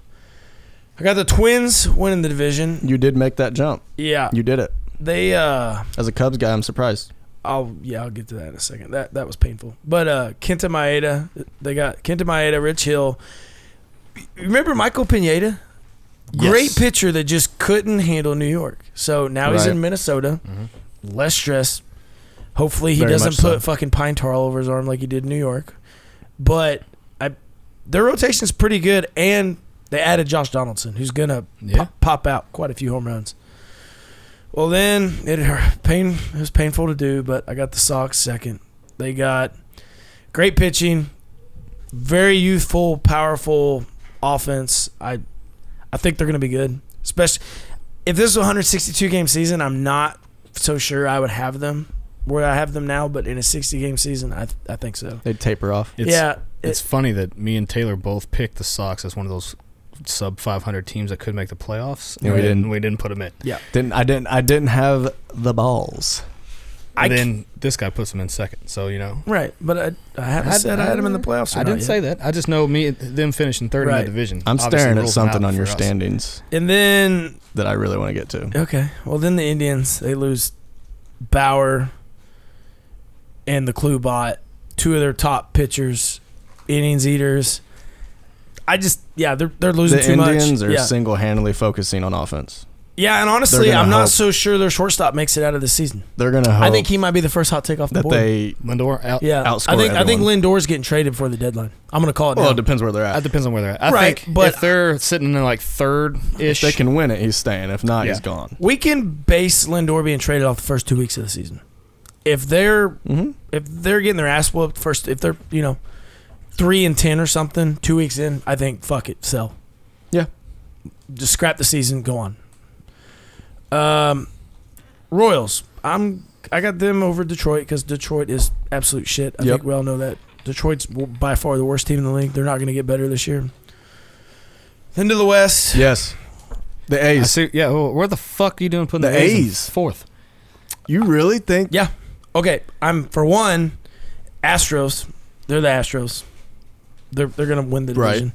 Speaker 2: I got the Twins winning the division.
Speaker 1: You did make that jump.
Speaker 2: Yeah,
Speaker 1: You did it.
Speaker 2: they uh,
Speaker 1: As a Cubs guy, I'm surprised.
Speaker 2: I'll yeah, I'll get to that in a second. That that was painful. But uh Kenta Maeda, they got Kenta Maeda, Rich Hill. Remember Michael Pineda? Great
Speaker 1: Yes.
Speaker 2: pitcher that just couldn't handle New York. So now he's
Speaker 1: Right. Mm-hmm.
Speaker 2: in Minnesota. Less stress. Hopefully he
Speaker 1: Very
Speaker 2: doesn't
Speaker 1: much so.
Speaker 2: put fucking pine tar all over his arm like he did in New York. But I their rotation's pretty good and they added Josh Donaldson, who's gonna
Speaker 3: yeah,
Speaker 2: pop, pop out quite a few home runs. Well, then it hurt- pain it was painful to do, but I got the Sox second. They got great pitching, very youthful, powerful offense. I I think they're going to be good. Especially if this was a 162 game season, I'm not so sure I would have them where I have them now, but in a 60 game season, I I think so.
Speaker 1: They'd taper off.
Speaker 3: it's,
Speaker 2: yeah,
Speaker 3: It's funny that me and Taylor both picked the Sox as one of those sub 500 teams that could make the playoffs.
Speaker 1: Yeah, we
Speaker 3: and
Speaker 1: didn't.
Speaker 3: We didn't put them in.
Speaker 1: Didn't I? Didn't I? Didn't have the balls.
Speaker 2: I
Speaker 3: And then this guy puts them in second. So you know,
Speaker 2: right, but I, I haven't
Speaker 3: I-
Speaker 2: said I, had them in the playoffs. or
Speaker 3: I
Speaker 2: not
Speaker 3: didn't
Speaker 2: yet.
Speaker 3: say that. I just know me them finishing third in
Speaker 2: Right.
Speaker 3: that division.
Speaker 1: I'm
Speaker 3: obviously
Speaker 1: staring at
Speaker 3: rules them
Speaker 1: something
Speaker 3: out
Speaker 1: on your
Speaker 3: for us.
Speaker 1: standings
Speaker 2: And then
Speaker 1: that I really want to get to.
Speaker 2: Okay. Well, then the Indians they lose Bauer and the Klubot, two of their top pitchers, innings eaters. I just yeah they're they're losing
Speaker 1: The
Speaker 2: too
Speaker 1: Indians
Speaker 2: much.
Speaker 1: are
Speaker 2: yeah.
Speaker 1: single-handedly focusing on offense.
Speaker 2: yeah, and honestly,
Speaker 1: They're gonna
Speaker 2: I'm not
Speaker 1: hope-
Speaker 2: so sure their shortstop makes it out of the season.
Speaker 1: They're gonna hope
Speaker 2: I think he might be the first hot take off the
Speaker 1: that
Speaker 2: board.
Speaker 1: they.
Speaker 3: Lindor out.
Speaker 2: yeah, I
Speaker 1: outscore
Speaker 2: think I think Lindor's getting traded before the deadline. I'm gonna call it.
Speaker 1: Well,
Speaker 2: now.
Speaker 1: it depends where they're at.
Speaker 3: That depends on where they're at. I
Speaker 2: Right,
Speaker 3: think
Speaker 2: but-
Speaker 3: if they're sitting in like third
Speaker 1: If
Speaker 3: ish,
Speaker 1: they can win it, he's staying. If not,
Speaker 3: Yeah.
Speaker 1: he's gone.
Speaker 2: we can base Lindor being traded off the first two weeks of the season. If they're
Speaker 1: Mm-hmm.
Speaker 2: if they're getting their ass whooped first, if they're you know three and ten or something, two weeks in, I think fuck it, sell.
Speaker 1: Yeah.
Speaker 2: Just scrap the season, go on. Um, Royals. I'm I got them over Detroit because Detroit is absolute shit. I
Speaker 1: Yep.
Speaker 2: think we all know that. Detroit's w- by far the worst team in the league. They're not going to get better this year. Then to the West.
Speaker 1: Yes. The
Speaker 3: I
Speaker 1: A's.
Speaker 3: see, yeah, well, where the fuck are you doing putting the,
Speaker 1: The
Speaker 3: in
Speaker 1: A's.
Speaker 3: fourth?
Speaker 1: You really think?
Speaker 2: Yeah. Okay. I'm for one, Astros. They're the Astros. They're they're gonna win the
Speaker 1: Right.
Speaker 2: division.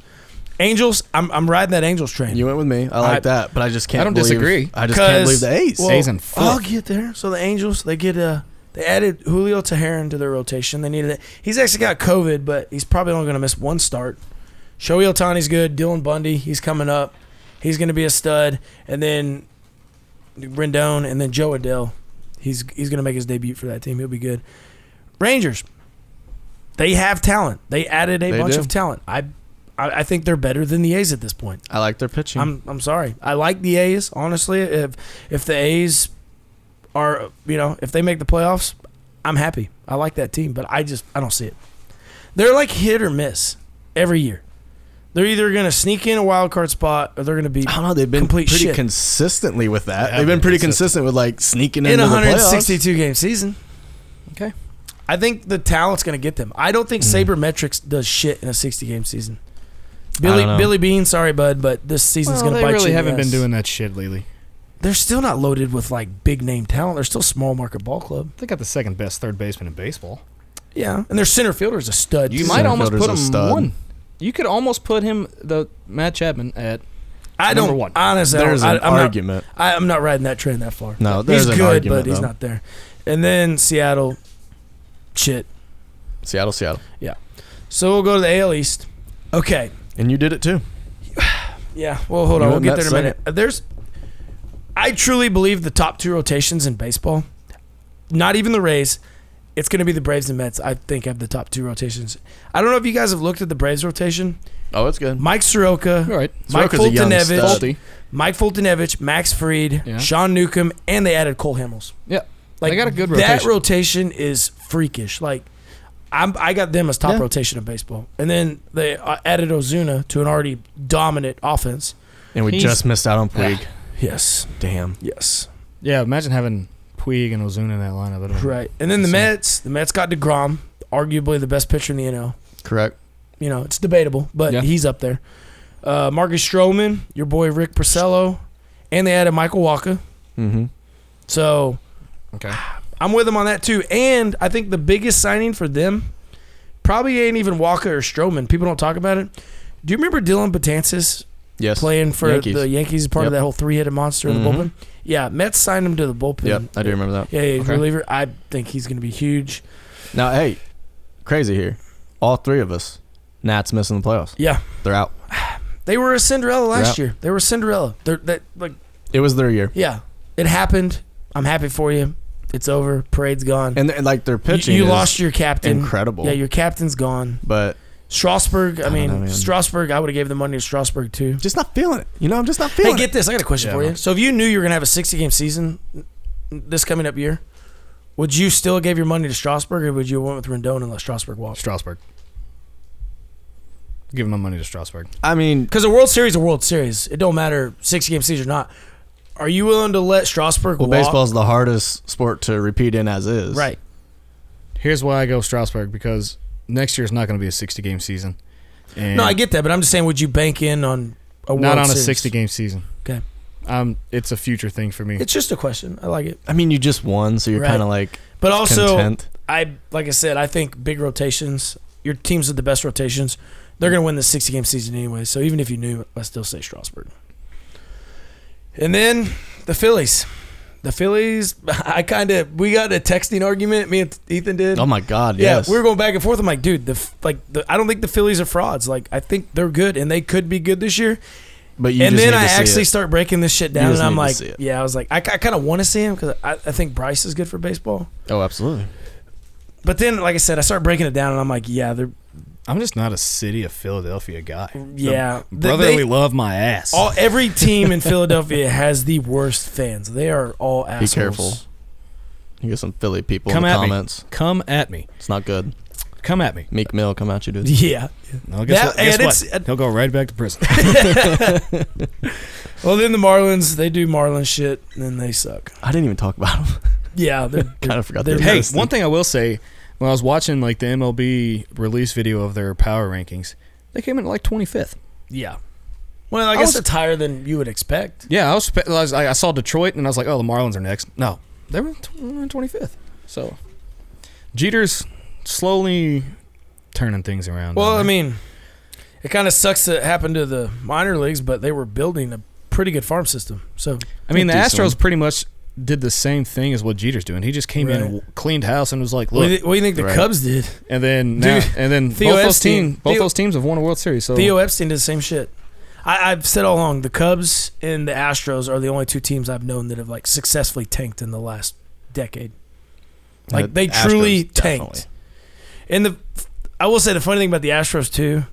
Speaker 2: Angels. I'm I'm riding that Angels train.
Speaker 1: You went with me. I like
Speaker 2: I-
Speaker 1: that, but I just can't.
Speaker 3: I don't
Speaker 1: believe-
Speaker 3: disagree.
Speaker 1: I just can't believe
Speaker 2: 'Cause-
Speaker 1: the A's.
Speaker 3: well- A's in fifth.
Speaker 2: I'll get there. So the Angels they get uh they added Julio Teheran to their rotation. They needed it. He's actually got COVID, but he's probably only gonna miss one start. Shohei Otani's good. Dylan Bundy he's coming up. He's gonna be a stud. And then Rendon and then Joe Adell. He's he's gonna make his debut for that team. He'll be good. Rangers. They have talent. They added a
Speaker 1: They
Speaker 2: bunch
Speaker 1: do.
Speaker 2: of talent. I, I I think they're better than the A's at this point.
Speaker 1: I like their pitching.
Speaker 2: I'm I'm sorry. I like the A's honestly. If if the A's are you know if they make the playoffs, I'm happy. I like that team, but I just I don't see it. They're like hit or miss every year. They're either gonna sneak in a wild card spot or they're gonna be
Speaker 1: I
Speaker 3: Uh-huh.
Speaker 1: don't know. They've been
Speaker 2: Complete
Speaker 1: pretty
Speaker 2: shit.
Speaker 1: consistently with that.
Speaker 3: They have
Speaker 1: they've been
Speaker 3: been
Speaker 1: pretty consistent
Speaker 3: consistent.
Speaker 1: with like sneaking
Speaker 2: in
Speaker 1: into
Speaker 2: a
Speaker 1: the playoffs.
Speaker 2: 162 game season.
Speaker 3: Okay.
Speaker 2: I think the talent's gonna get them. I don't think
Speaker 3: Mm.
Speaker 2: sabermetrics does shit in a 60 game season.
Speaker 1: don't
Speaker 2: Billy
Speaker 1: know.
Speaker 2: Billy Bean, sorry bud, but this season's
Speaker 3: Well,
Speaker 2: gonna
Speaker 3: they
Speaker 2: bite you.
Speaker 3: really
Speaker 2: in the
Speaker 3: haven't been
Speaker 2: ass.
Speaker 3: doing that shit lately.
Speaker 2: They're still not loaded with like big name talent. They're still small market ball club.
Speaker 3: They got the second best third baseman in baseball.
Speaker 2: Yeah, and their center fielder is a stud.
Speaker 3: You
Speaker 2: too.
Speaker 3: might
Speaker 1: Center
Speaker 3: almost
Speaker 1: fielder's
Speaker 3: put
Speaker 1: a
Speaker 3: him
Speaker 1: stud.
Speaker 3: one. You could almost put him the Matt Chapman at
Speaker 2: I don't.
Speaker 3: number one.
Speaker 2: Honestly, I don't-
Speaker 1: There's
Speaker 2: I,
Speaker 1: an
Speaker 2: I'm not.
Speaker 1: argument.
Speaker 2: I, I'm not riding that train that far.
Speaker 1: No, there's
Speaker 2: he's
Speaker 1: an
Speaker 2: good,
Speaker 1: argument,
Speaker 2: but he's
Speaker 1: though.
Speaker 2: not there. And then Seattle, shit.
Speaker 1: Seattle, Seattle,
Speaker 2: So we'll go to the AL East. Okay.
Speaker 1: and you did it too.
Speaker 2: Yeah. Well, hold
Speaker 1: You
Speaker 2: on. We'll
Speaker 1: and
Speaker 2: get
Speaker 1: Matt
Speaker 2: there in a
Speaker 1: said
Speaker 2: minute. There's. I truly believe the top two rotations in baseball, not even the Rays, it's going to be the Braves and Mets. I think have the top two rotations. I don't know if you guys have looked at the Braves rotation.
Speaker 1: Oh, it's good.
Speaker 2: Mike Soroka,
Speaker 3: all right.
Speaker 2: Mike
Speaker 1: Soroka's a young
Speaker 2: Fultonevich,
Speaker 1: stud.
Speaker 3: Faulty.
Speaker 2: Mike Fultonevich, Max Fried,
Speaker 3: Yeah.
Speaker 2: Sean Newcomb, and they added Cole Hamels.
Speaker 3: Yeah.
Speaker 2: Like
Speaker 3: they got a good
Speaker 2: that
Speaker 3: rotation.
Speaker 2: rotation is freakish. Like I'm, I got them as top
Speaker 3: Yeah.
Speaker 2: rotation of baseball, and then they uh, added Ozuna to an already dominant offense.
Speaker 1: And we
Speaker 3: He's-
Speaker 1: just missed out on Puig.
Speaker 2: Yes,
Speaker 1: Damn.
Speaker 2: yes,
Speaker 3: yeah, imagine having Puig and Ozuna in that lineup. It'd have been-
Speaker 2: right. And then the
Speaker 3: So-
Speaker 2: Mets, the Mets got Degrom, arguably the best pitcher in the NL.
Speaker 1: Correct.
Speaker 2: You know, it's debatable, but
Speaker 3: Yeah.
Speaker 2: he's up there. Uh, Marcus Stroman, your boy Rick Porcello, and they added Michael Walker.
Speaker 1: Mm-hmm.
Speaker 2: So
Speaker 3: Okay.
Speaker 2: I'm with him on that too. And I think the biggest signing for them probably ain't even Walker or Stroman. People don't talk about it. Do you remember Dylan Betances
Speaker 1: Yes.
Speaker 2: playing for
Speaker 1: Yankees.
Speaker 2: the Yankees, part of
Speaker 1: Yep.
Speaker 2: that whole three-headed monster in the
Speaker 1: Mhm.
Speaker 2: bullpen? Yeah, Mets signed him to the bullpen.
Speaker 1: Yep, I do remember that.
Speaker 2: Yeah, yeah,
Speaker 3: Okay.
Speaker 2: reliever. I think he's going to be huge.
Speaker 1: Now, hey, crazy here. All three of us. Nats missing the playoffs.
Speaker 2: Yeah,
Speaker 1: They're out.
Speaker 2: they were a Cinderella last year. They were Cinderella. They're that like
Speaker 1: It was their year,
Speaker 2: yeah, it happened. I'm happy for you. It's over. Parade's gone.
Speaker 1: and, and like their
Speaker 2: You-
Speaker 1: pitching.
Speaker 2: you
Speaker 1: is
Speaker 2: lost your captain.
Speaker 1: incredible.
Speaker 2: Yeah, your captain's gone.
Speaker 1: but
Speaker 2: Strasburg. I,
Speaker 1: don't
Speaker 2: mean,
Speaker 1: know, man.
Speaker 2: Strasburg. I would have gave the money to Strasburg too.
Speaker 1: just not feeling it. You know, I'm just not
Speaker 2: Hey,
Speaker 1: feeling
Speaker 2: get this. I got a question
Speaker 3: Yeah.
Speaker 2: for you. So, if you knew you were gonna have a sixty game season n- this coming up year, would you still give your money to Strasburg, or would you have went with Rendon and let Strasburg walk?
Speaker 3: Strasburg. Give my money to Strasburg.
Speaker 1: it. I mean,
Speaker 2: Because a World Series, is a World Series, it don't matter sixty game season or not. Are you willing to let Strasburg
Speaker 1: well,
Speaker 2: walk?
Speaker 1: baseball's the hardest sport to repeat in as is.
Speaker 2: right?
Speaker 3: Here's why I go Strasburg because next year's not going to be a 60 game season. And
Speaker 2: No, I get that, but I'm just saying, would you bank in on a World
Speaker 3: not on a
Speaker 2: Series?
Speaker 3: 60 game season.
Speaker 2: Okay.
Speaker 3: Um, it's a future thing for me.
Speaker 2: It's just a question. I like it,
Speaker 1: I mean, you just won, so you're
Speaker 2: Right. Oh,
Speaker 1: kind of like
Speaker 2: but also
Speaker 1: content.
Speaker 2: I like I said, I think big rotations. Your teams with the best rotations, they're going to win the sixty game season anyway. So even if you knew, I still say Strasburg. And then the Phillies, the Phillies. I kind of we got a texting argument. Me and Ethan did.
Speaker 1: Oh my God!
Speaker 2: yeah,
Speaker 1: Yes.
Speaker 2: we were going back and forth. I'm like, dude, the f- like the, I don't think the Phillies are frauds. Like I think they're good and they could be good this year.
Speaker 1: but you
Speaker 2: and
Speaker 1: just
Speaker 2: then
Speaker 1: need
Speaker 2: I
Speaker 1: to see
Speaker 2: actually
Speaker 1: it.
Speaker 2: start breaking this shit down,
Speaker 1: just
Speaker 2: and I'm
Speaker 1: need to
Speaker 2: like,
Speaker 1: see it.
Speaker 2: yeah, I was like, I, I kind of want to see him because I, I think Bryce is good for baseball.
Speaker 1: Oh, absolutely.
Speaker 2: But then, like I said, I started breaking it down, and I'm like, yeah, they're
Speaker 3: I'm just not a city of Philadelphia guy.
Speaker 2: yeah,
Speaker 3: The
Speaker 2: Th-
Speaker 3: brotherly
Speaker 2: they-
Speaker 3: love my ass.
Speaker 2: all every team in Philadelphia has the worst fans. They are all assholes.
Speaker 1: careful. You get some Philly people
Speaker 3: Come
Speaker 1: in
Speaker 3: at
Speaker 1: the
Speaker 3: me.
Speaker 1: comments.
Speaker 3: Come at me.
Speaker 1: It's not good.
Speaker 3: Come at me.
Speaker 1: Meek Mill, come out you dude.
Speaker 2: Yeah.
Speaker 3: No, guess
Speaker 2: That-
Speaker 3: what? Guess
Speaker 2: and
Speaker 3: what?
Speaker 2: it's-
Speaker 3: He'll go right back to prison.
Speaker 2: Well, then the Marlins, they do Marlins shit, and then they suck.
Speaker 1: I didn't even talk about him.
Speaker 2: Yeah, they're,
Speaker 1: kind of forgot.
Speaker 2: They're-
Speaker 1: they
Speaker 3: hey,
Speaker 1: existed.
Speaker 3: one thing I will say, when I was watching like the MLB release video of their power rankings, they came in like 25th.
Speaker 2: yeah. Well, I
Speaker 3: I
Speaker 2: guess
Speaker 3: was-
Speaker 2: it's higher than you would expect.
Speaker 3: Yeah, I was, spe- I was- I saw Detroit and I was like, oh, the Marlins are next. No, they were tw- 25th. So Jeter's slowly turning things around.
Speaker 2: Well,
Speaker 3: down
Speaker 2: I
Speaker 3: there.
Speaker 2: mean, it kind of sucks that it happened to the minor leagues, but they were building a pretty good farm system. So
Speaker 3: I mean, the
Speaker 1: Pretty decent.
Speaker 3: Astros pretty much did the same thing as what Jeter's doing. He just came in
Speaker 2: Right.
Speaker 3: and w- cleaned house and was like,
Speaker 2: what do
Speaker 3: look,
Speaker 2: you, thi- what do you think the
Speaker 1: Right.
Speaker 2: Cubs did?
Speaker 3: and then
Speaker 2: Dude,
Speaker 3: now, and then
Speaker 2: Theo
Speaker 3: both those
Speaker 2: Epstein-
Speaker 3: teams, both
Speaker 2: Theo-
Speaker 3: those teams have won a World Series. So
Speaker 2: Theo Epstein did the same shit. I, I've said all along the Cubs and the Astros are the only two teams I've known that have like successfully tanked in the last decade. Like
Speaker 1: The
Speaker 2: they
Speaker 1: Uh, Astros,
Speaker 2: truly
Speaker 1: definitely.
Speaker 2: tanked. And the I will say the funny thing about the Astros too,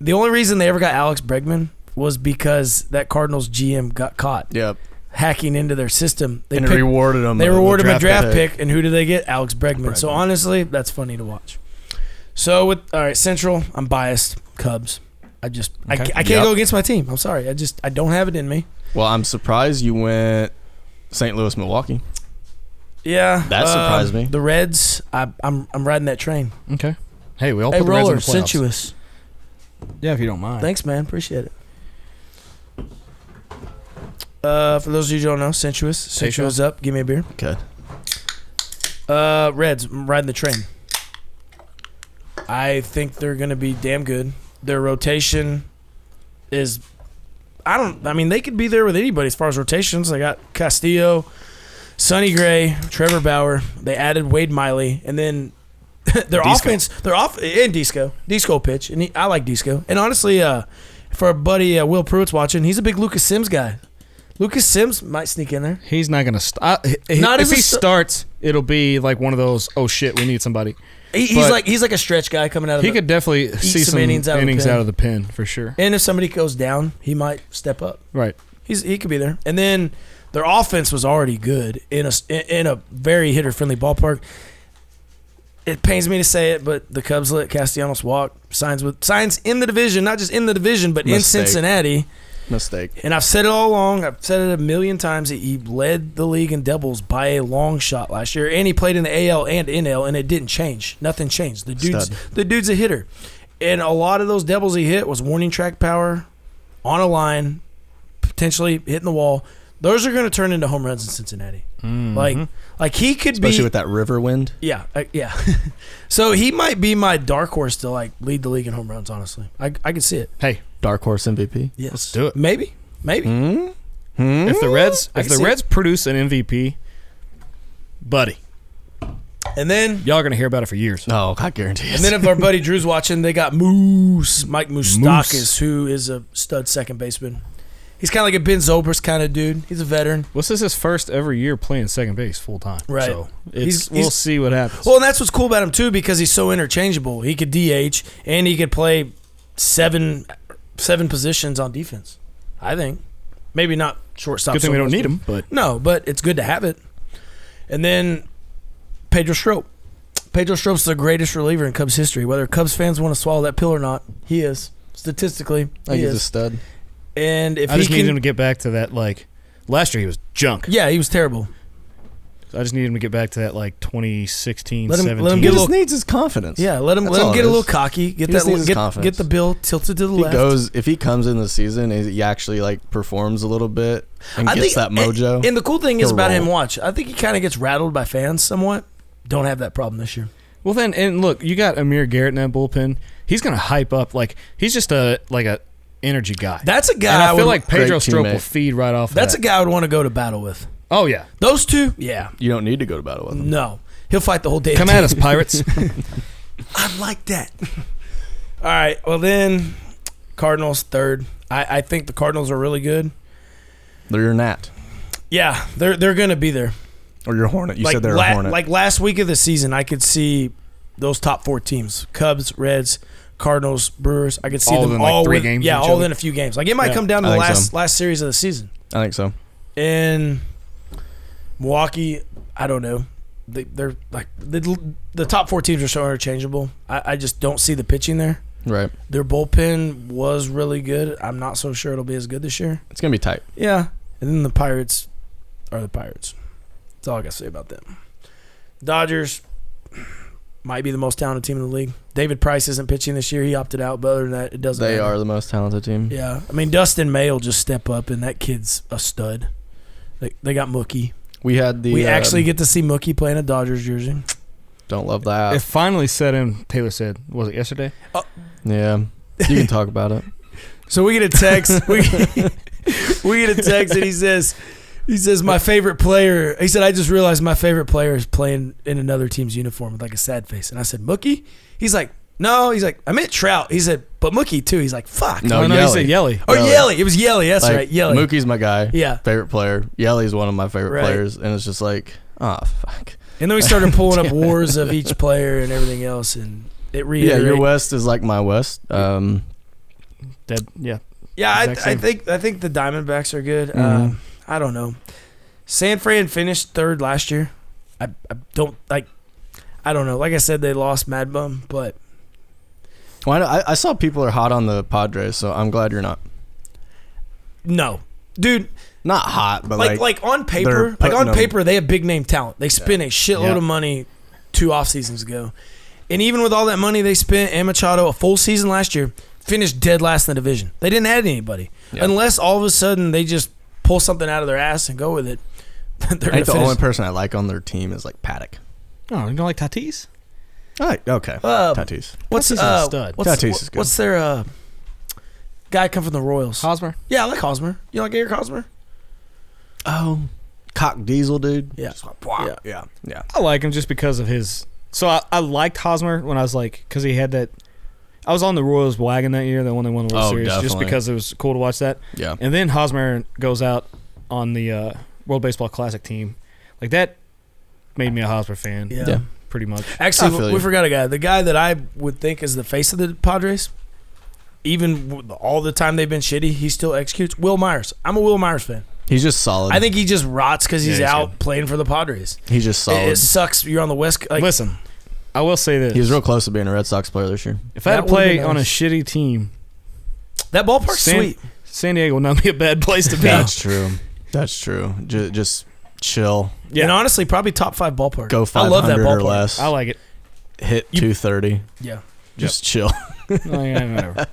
Speaker 2: the only reason they ever got Alex Bregman was because that Cardinals GM got caught
Speaker 1: Yeah,
Speaker 2: hacking into their system. They
Speaker 1: and
Speaker 2: picked-
Speaker 1: rewarded him.
Speaker 2: they
Speaker 1: with
Speaker 2: rewarded him a
Speaker 1: draft
Speaker 2: draft pick, and who did they get? Alex Bregman. So
Speaker 1: Bregman.
Speaker 2: honestly, that's funny to watch. So with all right, Central, I'm biased. Cubs. I just I
Speaker 3: Okay.
Speaker 2: ca- I, can't
Speaker 1: Yep.
Speaker 2: go against my team. I'm sorry. I just I don't have it in me.
Speaker 1: Well, I'm surprised you went St. Louis, Milwaukee.
Speaker 2: Yeah,
Speaker 1: That
Speaker 2: um,
Speaker 1: surprised me.
Speaker 2: The Reds. I, I'm I'm riding that train.
Speaker 3: okay, hey, we all
Speaker 2: hey,
Speaker 3: put the Reds in
Speaker 2: roller,
Speaker 3: the playoffs.
Speaker 2: sensuous.
Speaker 3: Yeah, if you don't mind.
Speaker 2: Thanks, man. Appreciate it. Uh, for those of you who don't know, sensuous. Sensuous up. Give me a beer.
Speaker 1: Okay.
Speaker 2: Uh, Reds I'm riding the train. I think they're gonna be damn good. Their rotation is, I don't. I mean, they could be there with anybody as far as rotations. They got Castillo, Sonny Gray, Trevor Bauer. They added Wade Miley, and then their
Speaker 3: Disco.
Speaker 2: offense, their off and Disco, Disco pitch, and he, I like Disco. And honestly, uh, for our buddy uh, Will Pruitt's watching, he's a big Lucas Sims guy. Lucas Sims might sneak in there.
Speaker 3: He's not gonna stop.
Speaker 2: Not
Speaker 3: if
Speaker 2: as a
Speaker 3: he
Speaker 2: st-
Speaker 3: starts, it'll be like one of those. Oh shit, we need somebody.
Speaker 2: He, he's
Speaker 3: But-
Speaker 2: like he's like a stretch guy coming out of
Speaker 3: He
Speaker 2: the,
Speaker 3: could definitely see
Speaker 2: some
Speaker 3: some
Speaker 2: innings
Speaker 3: innings,
Speaker 2: out of
Speaker 3: out,
Speaker 2: the
Speaker 3: innings
Speaker 2: pen.
Speaker 3: out of the pen for sure.
Speaker 2: And if somebody goes down, he might step up.
Speaker 3: Right.
Speaker 2: He's he could be there. And then their offense was already good in a in a very hitter friendly ballpark. It pains me to say it, but the Cubs let Castellanos walk. Signs with signs in the division, not just in the division, but in
Speaker 1: Mistake.
Speaker 2: Cincinnati.
Speaker 1: Mistake.
Speaker 2: And I've said it all along. I've said it a million times. He- He led the league in doubles by a long shot last year, and he played in the AL and NL, and it didn't change. Nothing changed. The dude's
Speaker 1: Stud.
Speaker 2: the dude's a hitter, and a lot of those doubles he hit was warning track power, on a line, potentially hitting the wall. Those are going to turn into home runs in Cincinnati.
Speaker 3: Mm-hmm.
Speaker 2: Like, like he could
Speaker 1: Especially
Speaker 2: be
Speaker 1: with that river wind.
Speaker 2: yeah, I, yeah. so he might be my dark horse to like lead the league in home runs. Honestly, I I can see it.
Speaker 3: Hey,
Speaker 1: Dark horse MVP.
Speaker 2: Yes,
Speaker 3: Let's do it. Mm-hmm.
Speaker 2: Maybe, maybe.
Speaker 1: Hmm? Hmm?
Speaker 3: if the Reds,
Speaker 2: I
Speaker 3: if
Speaker 2: can
Speaker 3: the
Speaker 2: see it.
Speaker 3: Reds produce an MVP, buddy,
Speaker 2: And then
Speaker 3: y'all are gonna hear about it for years.
Speaker 1: No, Oh, I guarantee it.
Speaker 2: And then if our buddy Drew's watching, they got Moose, Mike Moustakis, who is a stud second baseman. He's kind of like a Ben Zobrist kind of dude. He's a veteran.
Speaker 3: Well, this is his first ever year playing second base full time.
Speaker 2: Right.
Speaker 3: So it's,
Speaker 2: He's-
Speaker 3: we'll
Speaker 2: he's-
Speaker 3: see what happens.
Speaker 2: Well, and that's what's cool about him too, because he's so interchangeable. He could DH and he could play seven seven positions on defense. I think maybe not shortstop.
Speaker 3: Good thing we
Speaker 2: so
Speaker 3: don't
Speaker 2: much,
Speaker 3: need
Speaker 2: but-
Speaker 3: him, but
Speaker 2: No, but it's good to have it. And then Pedro Strop. Pedro Strop's the greatest reliever in Cubs history. Whether Cubs fans want to swallow that pill or not, he is statistically.
Speaker 1: I think
Speaker 2: he
Speaker 1: he's a
Speaker 2: is.
Speaker 1: stud.
Speaker 2: And if
Speaker 3: I
Speaker 2: he
Speaker 3: just
Speaker 2: can,
Speaker 3: need him to get back to that like. Last year he was junk.
Speaker 2: yeah, he was terrible.
Speaker 3: I just need him to get back to that like 2016,
Speaker 2: Let him- let him
Speaker 3: 17.
Speaker 2: get
Speaker 1: He
Speaker 2: a
Speaker 1: just
Speaker 2: little-
Speaker 1: needs his confidence.
Speaker 2: Yeah, let him
Speaker 1: That's
Speaker 2: let him
Speaker 1: all
Speaker 2: get
Speaker 1: it
Speaker 2: a little
Speaker 1: is.
Speaker 2: cocky. Get
Speaker 1: He
Speaker 2: that
Speaker 1: just needs his
Speaker 2: get,
Speaker 1: confidence.
Speaker 2: get the bill tilted to the
Speaker 1: If he
Speaker 2: left.
Speaker 1: goes if he comes in the season and he actually like performs a little bit and
Speaker 2: I
Speaker 1: gets
Speaker 2: think-
Speaker 1: that mojo.
Speaker 2: And, and the cool thing is
Speaker 1: he'll
Speaker 2: about him.
Speaker 1: roll.
Speaker 2: Watch, I think he kind of gets rattled by fans somewhat. Don't have that problem this year.
Speaker 3: Well, then, and look, you got Amir Garrett in that bullpen. He's gonna hype up like he's just a like a energy guy.
Speaker 2: That's a guy.
Speaker 3: and I,
Speaker 2: I
Speaker 3: feel
Speaker 2: would-
Speaker 3: like Pedro
Speaker 1: Great
Speaker 3: Strope
Speaker 1: teammate.
Speaker 3: will feed right off.
Speaker 2: that's a
Speaker 3: of
Speaker 2: guy I would want to go to battle with.
Speaker 3: that. oh yeah.
Speaker 2: Those two, yeah,
Speaker 1: you don't need to go to battle with him.
Speaker 2: no, he'll fight the whole day.
Speaker 3: Come at us, Pirates.
Speaker 2: I like that. All right. Well then, Cardinals third. I, I think the Cardinals are really good.
Speaker 1: They're your Nat
Speaker 2: Yeah, they're they're gonna be there.
Speaker 1: or your Hornet. You
Speaker 2: like
Speaker 1: said they're
Speaker 2: la-
Speaker 1: a Hornet.
Speaker 2: Like last week of the season, I could see those top four teams: Cubs, Reds, Cardinals, Brewers. I could see
Speaker 3: All
Speaker 2: them
Speaker 3: within, like,
Speaker 2: all
Speaker 3: three
Speaker 2: with-
Speaker 3: games
Speaker 2: Yeah,
Speaker 3: of each
Speaker 2: all
Speaker 3: other?
Speaker 2: in a few games. Like it might
Speaker 3: Yeah,
Speaker 2: come down to
Speaker 1: I
Speaker 2: the
Speaker 1: think
Speaker 2: last
Speaker 1: so.
Speaker 2: last series of the season.
Speaker 1: I think so.
Speaker 2: And Milwaukee, I don't know. they, they're like the, the top four teams are so interchangeable. I, I just don't see the pitching there.
Speaker 1: Right.
Speaker 2: Their bullpen was really good. I'm not so sure it'll be as good this year.
Speaker 1: It's gonna be tight.
Speaker 2: Yeah. And then the Pirates are the Pirates. That's all I got to say about them. Dodgers might be the most talented team in the league. David Price isn't pitching this year. He opted out, but other than that, it doesn't
Speaker 1: They
Speaker 2: matter.
Speaker 1: are the most talented team.
Speaker 2: Yeah. I mean, Dustin May will just step up, and that kid's a stud. They, they got Mookie.
Speaker 1: We had the.
Speaker 2: we
Speaker 1: um,
Speaker 2: actually get to see Mookie playing a Dodgers jersey.
Speaker 1: Don't love that.
Speaker 3: it finally set in. Taylor said, was it yesterday?
Speaker 1: yeah. You can talk about it.
Speaker 2: So we get a text. we, we get a text, and he says, he says my favorite player. He said I just realized my favorite player is playing in another team's uniform with like a sad face. And I said Mookie. He's like, no. He's like, I meant Trout. He said, but Mookie too. He's like, fuck.
Speaker 1: No,
Speaker 3: oh, no,
Speaker 1: Yelly.
Speaker 3: he said Yelly.
Speaker 2: Or
Speaker 1: Yelly.
Speaker 2: Yelly. It was Yelly. That's
Speaker 1: Like,
Speaker 2: right. Yelly.
Speaker 1: Mookie's my guy.
Speaker 2: Yeah.
Speaker 1: Favorite player. Yelly's one of my favorite
Speaker 2: Right.
Speaker 1: players, and it's just like, ah, fuck.
Speaker 2: And then we started pulling up wars of each player and everything else, and it
Speaker 1: Yeah,
Speaker 2: reiterated.
Speaker 1: your West is like my West. Um,
Speaker 3: Dead. Yeah.
Speaker 2: Yeah,
Speaker 3: Exact
Speaker 2: I, I
Speaker 3: same.
Speaker 2: think I think the Diamondbacks are good. Uh,
Speaker 1: Mhm.
Speaker 2: I don't know. San Fran finished third last year. I, I don't like. I don't know. Like I said, they lost Mad Bum, but
Speaker 1: well, I, know- I, I saw people are hot on the Padres, so I'm glad you're not.
Speaker 2: no, dude.
Speaker 1: Not hot, but
Speaker 2: Like
Speaker 1: like,
Speaker 2: like, on
Speaker 1: they're
Speaker 2: paper, like
Speaker 1: putting
Speaker 2: on
Speaker 1: them-
Speaker 2: paper, they have big name talent. They spent a shitload
Speaker 3: Yeah.
Speaker 2: of money two off seasons ago, and even with all that money they spent, and Machado a full season last year finished dead last in the division. They didn't add anybody
Speaker 1: Yeah.
Speaker 2: unless all of a sudden they just pull something out of their ass and go with it. They're
Speaker 1: I
Speaker 2: gonna
Speaker 1: think the
Speaker 2: finish-
Speaker 1: only person I like on their team is like Paddock.
Speaker 3: Oh, you don't like Tatis?
Speaker 1: All right, okay.
Speaker 2: Uh,
Speaker 1: Tattoos.
Speaker 2: What's
Speaker 3: Tatis is a
Speaker 2: uh,
Speaker 3: stud.
Speaker 2: What's,
Speaker 1: Tatis
Speaker 2: what-
Speaker 1: is good.
Speaker 2: what's their uh, guy come from the Royals?
Speaker 3: Hosmer.
Speaker 2: yeah, I like Hosmer. You like Eric Hosmer?
Speaker 1: Oh, Cock Diesel, dude.
Speaker 2: Yeah.
Speaker 1: Just like, wow.
Speaker 2: Yeah.
Speaker 1: yeah, yeah.
Speaker 3: I like him just because of his. So I, I liked Hosmer when I was like, because he had that. I was on the Royals wagon that year, the one they won the World
Speaker 1: Oh,
Speaker 3: Series, just
Speaker 1: definitely.
Speaker 3: because it was cool to watch that.
Speaker 1: yeah.
Speaker 3: And then Hosmer goes out on the uh, World Baseball Classic team, like that made me a Hosmer fan.
Speaker 1: Yeah.
Speaker 3: pretty much.
Speaker 1: I
Speaker 2: Actually,
Speaker 1: feel
Speaker 2: we,
Speaker 1: you.
Speaker 2: we forgot a guy. The guy that I would think is the face of the Padres, even with all the time they've been shitty, he still executes. Will Myers. I'm a Will Myers fan.
Speaker 1: He's just solid.
Speaker 2: I think he just rots because he's,
Speaker 3: Yeah, he's
Speaker 2: out playing for the Padres.
Speaker 1: he's just
Speaker 2: It,
Speaker 1: solid.
Speaker 2: it sucks. You're on the West. C- Like,
Speaker 3: Listen, I will say this:
Speaker 1: He was real close to being a Red Sox player this year.
Speaker 3: if I had
Speaker 2: That
Speaker 3: to
Speaker 2: would've
Speaker 3: play
Speaker 2: been
Speaker 3: on a
Speaker 2: nice.
Speaker 3: shitty team,
Speaker 2: that ballpark's
Speaker 3: San-
Speaker 2: sweet.
Speaker 3: San Diego would not be a bad place to be.
Speaker 2: Yeah.
Speaker 1: That's true. That's true. Just, just chill.
Speaker 3: Yeah.
Speaker 2: And honestly, probably top five ballpark.
Speaker 1: Go
Speaker 2: I
Speaker 1: five
Speaker 2: love that
Speaker 1: hundred or
Speaker 2: ballpark.
Speaker 1: less.
Speaker 3: I like it.
Speaker 1: Hit two thirty.
Speaker 2: Yeah.
Speaker 1: Just chill.
Speaker 3: No, yeah, whatever.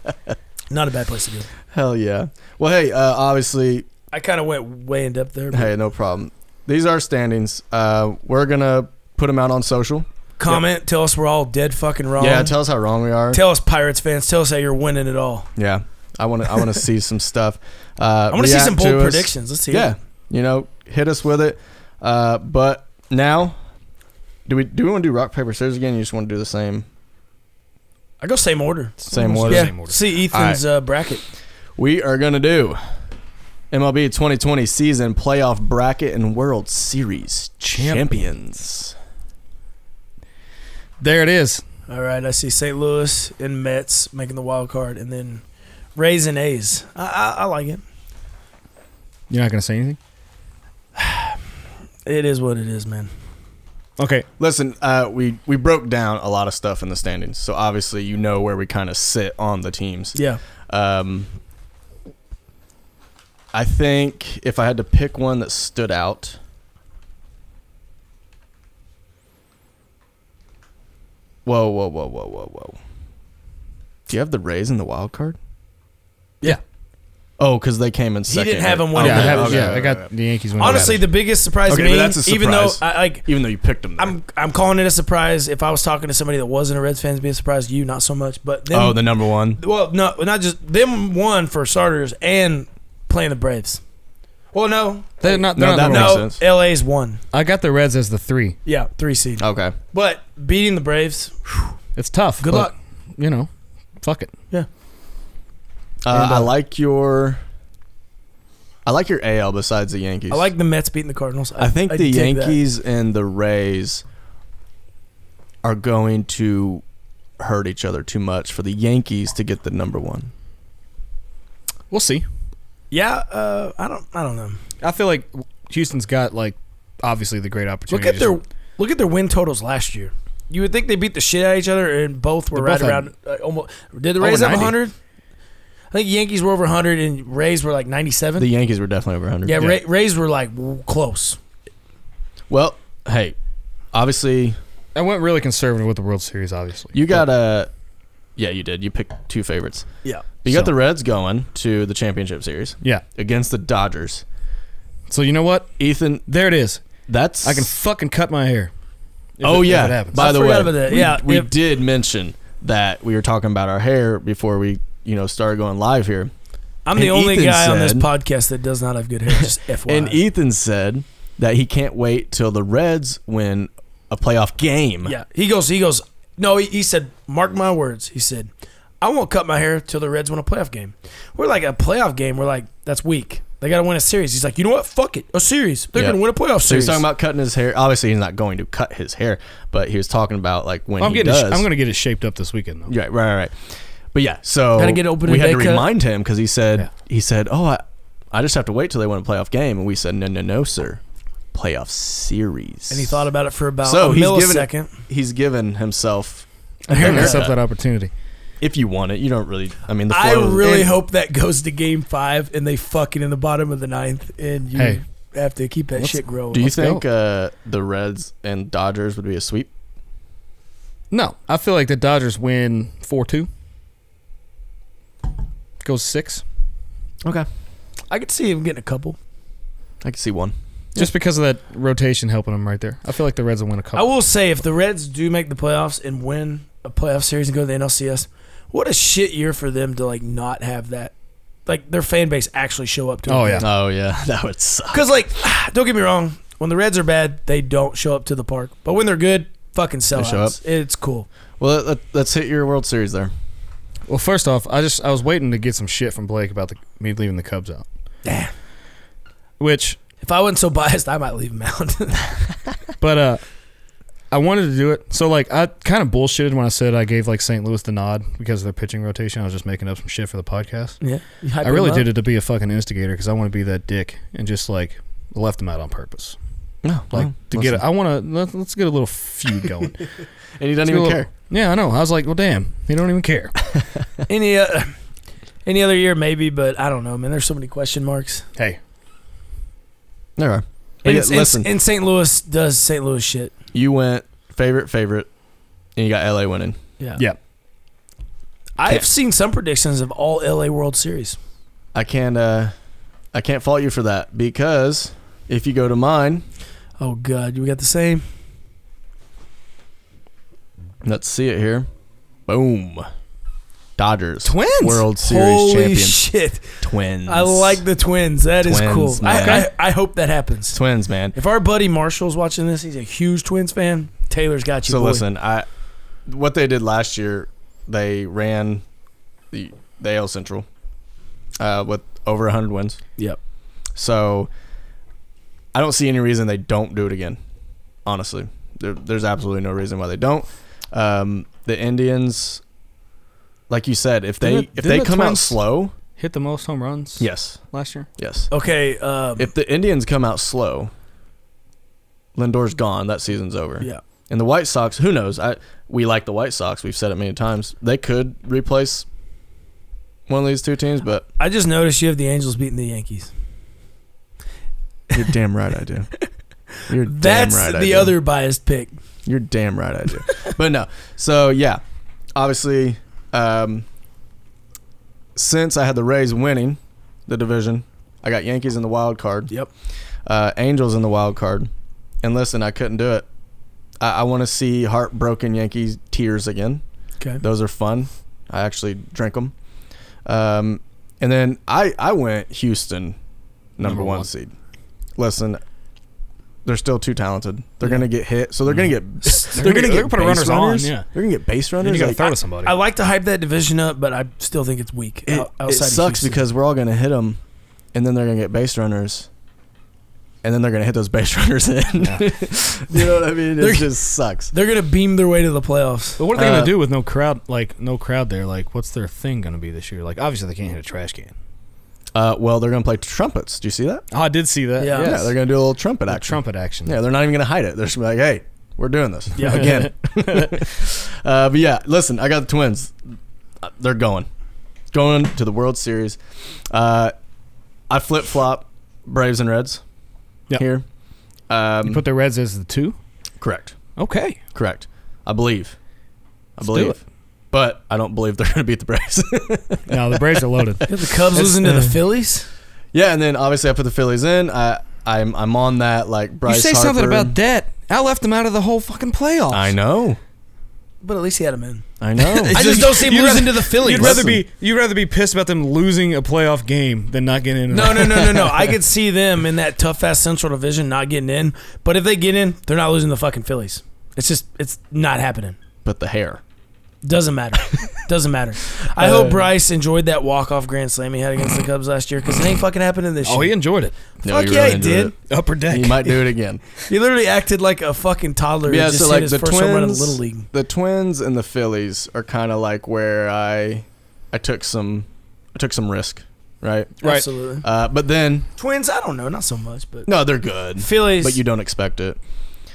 Speaker 2: Not a bad place to be.
Speaker 1: Hell yeah. Well, hey, uh, obviously,
Speaker 2: I kind of went way in depth there. but
Speaker 1: hey, no problem. These are standings. Uh, we're gonna put them out on social.
Speaker 2: Comment. Tell us we're all dead fucking wrong.
Speaker 1: Yeah, tell us how wrong we are.
Speaker 2: Tell us, Pirates fans. Tell us how you're winning it all.
Speaker 1: yeah, I want to. I want to see some stuff. Uh,
Speaker 2: I want to see some
Speaker 1: react to
Speaker 2: bold
Speaker 1: us.
Speaker 2: predictions. Let's see.
Speaker 1: Yeah, you know, hit us with it. Uh, but now, do we do we want to do rock paper scissors again? You just want to do the same
Speaker 2: I go same order.
Speaker 1: same
Speaker 3: Or
Speaker 1: order.
Speaker 2: yeah.
Speaker 3: same order.
Speaker 2: See Ethan's uh, bracket.
Speaker 1: We are gonna do MLB 2020 season playoff bracket and World Series champions.
Speaker 3: there it is.
Speaker 2: All right. I see St. Louis and Mets making the wild card, and then Rays and A's. I, I, I like it.
Speaker 3: You're not gonna say anything.
Speaker 2: It is what it is, man.
Speaker 3: Okay.
Speaker 1: Listen, uh, we we broke down a lot of stuff in the standings, so obviously you know where we kind of sit on the teams.
Speaker 2: Yeah.
Speaker 1: Um, I think if I had to pick one that stood out, whoa, whoa, whoa, whoa, whoa, whoa. Do you have the Rays in the wild card?
Speaker 2: Yeah.
Speaker 1: Oh, because they came in second.
Speaker 2: didn't have
Speaker 1: right?
Speaker 2: them winning
Speaker 1: Okay,
Speaker 3: yeah, I, have,
Speaker 1: okay,
Speaker 3: yeah, I
Speaker 1: okay,
Speaker 3: got
Speaker 1: okay.
Speaker 3: the Yankees winning.
Speaker 2: Honestly, the biggest surprise
Speaker 1: Okay,
Speaker 2: to
Speaker 1: but
Speaker 2: me,
Speaker 1: that's a
Speaker 2: even though
Speaker 1: surprise.
Speaker 2: I like.
Speaker 1: Even though you picked them, there.
Speaker 2: I'm I'm calling it a surprise. If I was talking to somebody that wasn't a Reds fan, it'd be a surprise. You not so much, but then,
Speaker 1: oh, the number one.
Speaker 2: Well, no, not just them one for starters and playing the Braves. Well, no,
Speaker 3: they're not.
Speaker 1: No,
Speaker 3: They're
Speaker 1: that
Speaker 3: not the
Speaker 1: makes
Speaker 3: Reds.
Speaker 2: no,
Speaker 1: sense.
Speaker 2: LA's one.
Speaker 3: I got the Reds as the three.
Speaker 2: Yeah, three seed.
Speaker 1: Okay. Uh,
Speaker 2: But beating the Braves,
Speaker 3: It's tough.
Speaker 2: good
Speaker 3: but,
Speaker 2: luck.
Speaker 3: You know, fuck it.
Speaker 1: Uh,
Speaker 2: And, uh,
Speaker 1: I like your. I like your AL besides the Yankees.
Speaker 2: I like the Mets beating the Cardinals.
Speaker 1: I think the
Speaker 2: dig that.
Speaker 1: Yankees and the Rays are going to hurt each other too much for the Yankees to get the number one.
Speaker 3: We'll see.
Speaker 2: Yeah, uh, I don't. I don't know.
Speaker 3: I feel like Houston's got like obviously the great
Speaker 2: Look
Speaker 3: opportunity.
Speaker 2: at
Speaker 3: to
Speaker 2: their
Speaker 3: just
Speaker 2: Look at their win totals last year. You would think they beat the shit out of each other, and both were
Speaker 3: They
Speaker 2: right
Speaker 3: both had-
Speaker 2: around uh, almost. Did the Rays have
Speaker 3: 90.
Speaker 2: 100? I think Yankees were over 100, and Rays were like 97.
Speaker 1: The Yankees were definitely over 100.
Speaker 2: yeah,
Speaker 3: yeah.
Speaker 2: Ra- Rays were like w- close.
Speaker 1: Well, hey, obviously
Speaker 3: I went really conservative with the World Series, obviously.
Speaker 1: you got a. Yeah, you did. You picked two favorites.
Speaker 2: Yeah.
Speaker 1: You got
Speaker 3: So-
Speaker 1: the Reds going to the championship series
Speaker 3: yeah.
Speaker 1: against the Dodgers.
Speaker 3: So you know what?
Speaker 1: Ethan,
Speaker 3: There it is.
Speaker 1: that's
Speaker 3: I can fucking cut my hair. If
Speaker 1: Oh
Speaker 3: it- if
Speaker 1: yeah.
Speaker 3: it happens.
Speaker 1: By
Speaker 2: I
Speaker 1: the way,
Speaker 2: forgot about that.
Speaker 1: we,
Speaker 2: Yeah,
Speaker 1: we
Speaker 2: if-
Speaker 1: did mention that we were talking about our hair before we, you know, started going live here.
Speaker 2: I'm the
Speaker 1: And
Speaker 2: only
Speaker 1: Ethan
Speaker 2: guy on this
Speaker 1: said-
Speaker 2: podcast that does not have good hair. Just FYI.
Speaker 1: And Ethan said that he can't wait till the Reds win a playoff game.
Speaker 2: Yeah, he goes. He goes. No, he, he said. Mark my words. He said, I won't cut my hair till the Reds win a playoff game. We're like a playoff game. We're like that's weak. They got to win a series. He's like, you know what? Fuck it. A series. They're
Speaker 1: Yeah.
Speaker 2: gonna win a playoff
Speaker 1: So
Speaker 2: series.
Speaker 1: he's talking about cutting his hair. Obviously, he's not going to cut his hair, but he was talking about like when
Speaker 3: I'm
Speaker 1: he
Speaker 3: getting. It,
Speaker 1: does.
Speaker 3: sh- I'm gonna get it shaped up this weekend though.
Speaker 1: Yeah, right, right, right. But yeah, so
Speaker 2: Gotta get open
Speaker 1: we
Speaker 2: and
Speaker 1: had to
Speaker 2: day cut.
Speaker 1: remind him because he said
Speaker 3: Yeah.
Speaker 1: he said, "Oh, I, I just have to wait till they win a playoff game," and we said, "No, no, no, sir, playoff series."
Speaker 2: and he thought about it for about
Speaker 1: So
Speaker 2: a
Speaker 1: he's giving it-
Speaker 2: millisecond.
Speaker 1: he's given himself
Speaker 3: I
Speaker 1: haircut.
Speaker 3: can't mess up that opportunity.
Speaker 1: if you want it. You don't really. I mean, the
Speaker 2: I
Speaker 1: flow.
Speaker 2: really
Speaker 1: and-
Speaker 2: hope that goes to Game Five and they fucking in the bottom of the ninth and you
Speaker 3: Hey.
Speaker 2: have to keep that
Speaker 3: Let's-
Speaker 2: shit growing.
Speaker 1: Do you
Speaker 3: Let's
Speaker 1: think uh, the Reds and Dodgers would be a sweep?
Speaker 3: No, I feel like the Dodgers win four two. Goes six,
Speaker 1: Okay,
Speaker 2: I could see him getting a couple.
Speaker 1: I can see one.
Speaker 3: just because of that rotation helping them right there. I feel like the Reds will win a couple.
Speaker 2: I will say, if the Reds do make the playoffs and win a playoff series and go to the NLCS, what a shit year for them to like not have that, like their fan base actually show up to.
Speaker 3: Oh, yeah.
Speaker 1: Oh yeah, that would suck.
Speaker 2: because like, don't get me wrong, when the Reds are bad, they don't show up to the park, but when they're good, fucking sell
Speaker 1: show
Speaker 2: out. It's cool.
Speaker 1: Well, let, us hit your World Series there.
Speaker 3: Well, first off, I just I was waiting to get some shit from Blake about the, me leaving the Cubs out.
Speaker 2: Damn.
Speaker 3: Which,
Speaker 2: If I wasn't so biased, I might leave them out.
Speaker 3: but uh, I wanted to do it. So like, I kind of bullshitted when I said I gave like St. Louis the nod because of their pitching rotation. I was just making up some shit for the podcast.
Speaker 2: yeah,
Speaker 3: I really did it to be a fucking instigator because I want to be that dick and just like left them out on purpose.
Speaker 1: No,
Speaker 3: Like to get, a, I want to let, let's get a little feud going.
Speaker 1: and he doesn't
Speaker 3: Let's
Speaker 1: even
Speaker 3: get a
Speaker 1: care.
Speaker 3: little- Yeah, I know. I was like, well, damn, they don't even care.
Speaker 2: Any uh, any other year maybe, but I don't know, man. There's so many question marks.
Speaker 3: hey,
Speaker 1: There are.
Speaker 2: And,
Speaker 1: Yeah,
Speaker 2: and-
Speaker 1: listen,
Speaker 2: and St. Louis does St. Louis shit.
Speaker 1: you went favorite, favorite, and you got LA winning.
Speaker 2: Yeah.
Speaker 3: Yeah.
Speaker 2: I've seen some predictions of all LA World Series.
Speaker 1: I can't. Uh, I can't fault you for that because if you go to mine,
Speaker 2: Oh god, we got the same.
Speaker 1: let's see it here. Boom. Dodgers
Speaker 3: Twins?
Speaker 1: World Series
Speaker 2: Holy
Speaker 1: champions.
Speaker 2: shit!
Speaker 1: twins.
Speaker 2: I like the twins. That is
Speaker 1: Twins,
Speaker 2: cool. I,
Speaker 1: man.
Speaker 2: I, I hope that happens.
Speaker 1: twins, man.
Speaker 2: If our buddy Marshall's watching this, he's a huge Twins fan. Taylor's got you.
Speaker 1: So
Speaker 2: boy.
Speaker 1: listen, I what they did last year, they ran the the AL Central uh, with over 100 wins.
Speaker 2: Yep.
Speaker 1: So I don't see any reason they don't do it again. Honestly, there, there's absolutely no reason why they don't. Um, the Indians, like you said, if they
Speaker 3: Didn't the-
Speaker 1: if they
Speaker 3: didn't the
Speaker 1: come out
Speaker 3: Twins-
Speaker 1: slow,
Speaker 3: hit the most home runs.
Speaker 1: yes,
Speaker 3: last year.
Speaker 1: yes.
Speaker 2: Okay. Um,
Speaker 1: If the Indians come out slow, Lindor's gone. That season's over.
Speaker 2: yeah.
Speaker 1: And the White Sox, who knows? I we like the White Sox. We've said it many times. They could replace one of these two teams, but
Speaker 2: I just noticed you have the Angels beating the Yankees.
Speaker 1: you're damn right I do. You're
Speaker 2: That's
Speaker 1: damn right I
Speaker 2: the
Speaker 1: do.
Speaker 2: other biased pick.
Speaker 1: You're damn right I do. but no, so yeah, obviously, um, since I had the Rays winning the division, I got Yankees in the wild card.
Speaker 2: Yep.
Speaker 1: uh, Angels in the wild card. And listen, I couldn't do it. I, I want to see heartbroken Yankees tears again.
Speaker 2: Okay.
Speaker 1: Those are fun. I actually drink them. Um, and then I I went Houston, number,
Speaker 3: Number
Speaker 1: one,
Speaker 3: one.
Speaker 1: seed. Listen, they're still too talented. They're
Speaker 2: Yeah.
Speaker 1: gonna get hit, so they're gonna get they're, gonna, get
Speaker 3: gonna get- Mm. they're gonna put
Speaker 1: base
Speaker 3: runners on,
Speaker 1: runners.
Speaker 3: yeah.
Speaker 1: They're gonna get base runners.
Speaker 3: Then you got to
Speaker 1: Like,
Speaker 3: throw to somebody.
Speaker 2: I like to hype that division up, but I still think it's weak.
Speaker 1: it,
Speaker 2: out-
Speaker 1: it
Speaker 2: outside of
Speaker 1: sucks
Speaker 2: Houston.
Speaker 1: because we're all gonna hit them, and then they're gonna get base runners, and then they're gonna hit those base runners in. you know what I mean?
Speaker 2: They're-
Speaker 1: It just sucks.
Speaker 2: they're gonna beam their way to the playoffs.
Speaker 3: but what are they gonna
Speaker 1: uh,
Speaker 3: do with no crowd? Like no crowd there. Like what's their thing gonna be this year? Like obviously they can't hit a trash can.
Speaker 1: Uh, well, they're gonna play trumpets. Do you see that?
Speaker 3: Oh, I did see that.
Speaker 2: Yeah.
Speaker 1: Yeah, they're gonna do a little trumpet
Speaker 3: That
Speaker 1: action.
Speaker 3: trumpet action.
Speaker 1: Yeah, they're not even gonna hide it. They're just gonna be like, "Hey, We're doing this
Speaker 2: Yeah.
Speaker 1: again. uh, but yeah, listen, I got the Twins. Uh, They're going, going to the World Series. Uh, I flip flop Braves and Reds
Speaker 3: Yeah.
Speaker 1: here. Um,
Speaker 3: You put the Reds as the two.
Speaker 1: correct,
Speaker 3: Okay.
Speaker 1: correct. I believe. I
Speaker 3: Let's do
Speaker 1: believe.
Speaker 3: it.
Speaker 1: But I don't believe they're going to beat the Braves.
Speaker 3: No, the Braves are loaded.
Speaker 2: Did the Cubs losing to the Phillies?
Speaker 1: yeah, and then obviously I put the Phillies in. I I'm I'm on that like Bryce. Harper.
Speaker 3: that. I left them out of the whole fucking playoffs.
Speaker 1: I know.
Speaker 2: But at least he had him in.
Speaker 1: I know.
Speaker 2: I just don't see him
Speaker 3: You'd
Speaker 2: losing
Speaker 3: rather-
Speaker 2: to the Phillies.
Speaker 3: You'd rather be you'd rather be pissed about them losing a playoff game than not getting in.
Speaker 2: No, no, no, no, no. I could see them in that tough ass Central Division not getting in. But if they get in, they're not losing the fucking Phillies. It's just it's not happening.
Speaker 1: but the hair.
Speaker 2: Doesn't matter. Doesn't matter. I
Speaker 1: Uh,
Speaker 2: hope Bryce enjoyed that walk off grand slam he had against the Cubs last year because it ain't fucking happening this year.
Speaker 3: Oh, he enjoyed it.
Speaker 1: No,
Speaker 2: Fuck
Speaker 1: you
Speaker 2: yeah,
Speaker 1: really
Speaker 2: he
Speaker 1: enjoyed
Speaker 2: did.
Speaker 1: it.
Speaker 3: Upper deck.
Speaker 1: He might do it again.
Speaker 2: He literally acted like a fucking toddler. who
Speaker 1: yeah,
Speaker 2: just
Speaker 1: so
Speaker 2: hit
Speaker 1: like
Speaker 2: his
Speaker 1: the
Speaker 2: first
Speaker 1: twins,
Speaker 2: home run in the little league.
Speaker 1: the twins and the Phillies are kind of like where I, I took some, I took some risk, right?
Speaker 3: Right.
Speaker 2: Absolutely.
Speaker 1: Uh, but then
Speaker 2: Twins, I don't know, not so much, but
Speaker 1: no, they're good,
Speaker 2: Phillies.
Speaker 1: but you don't expect it.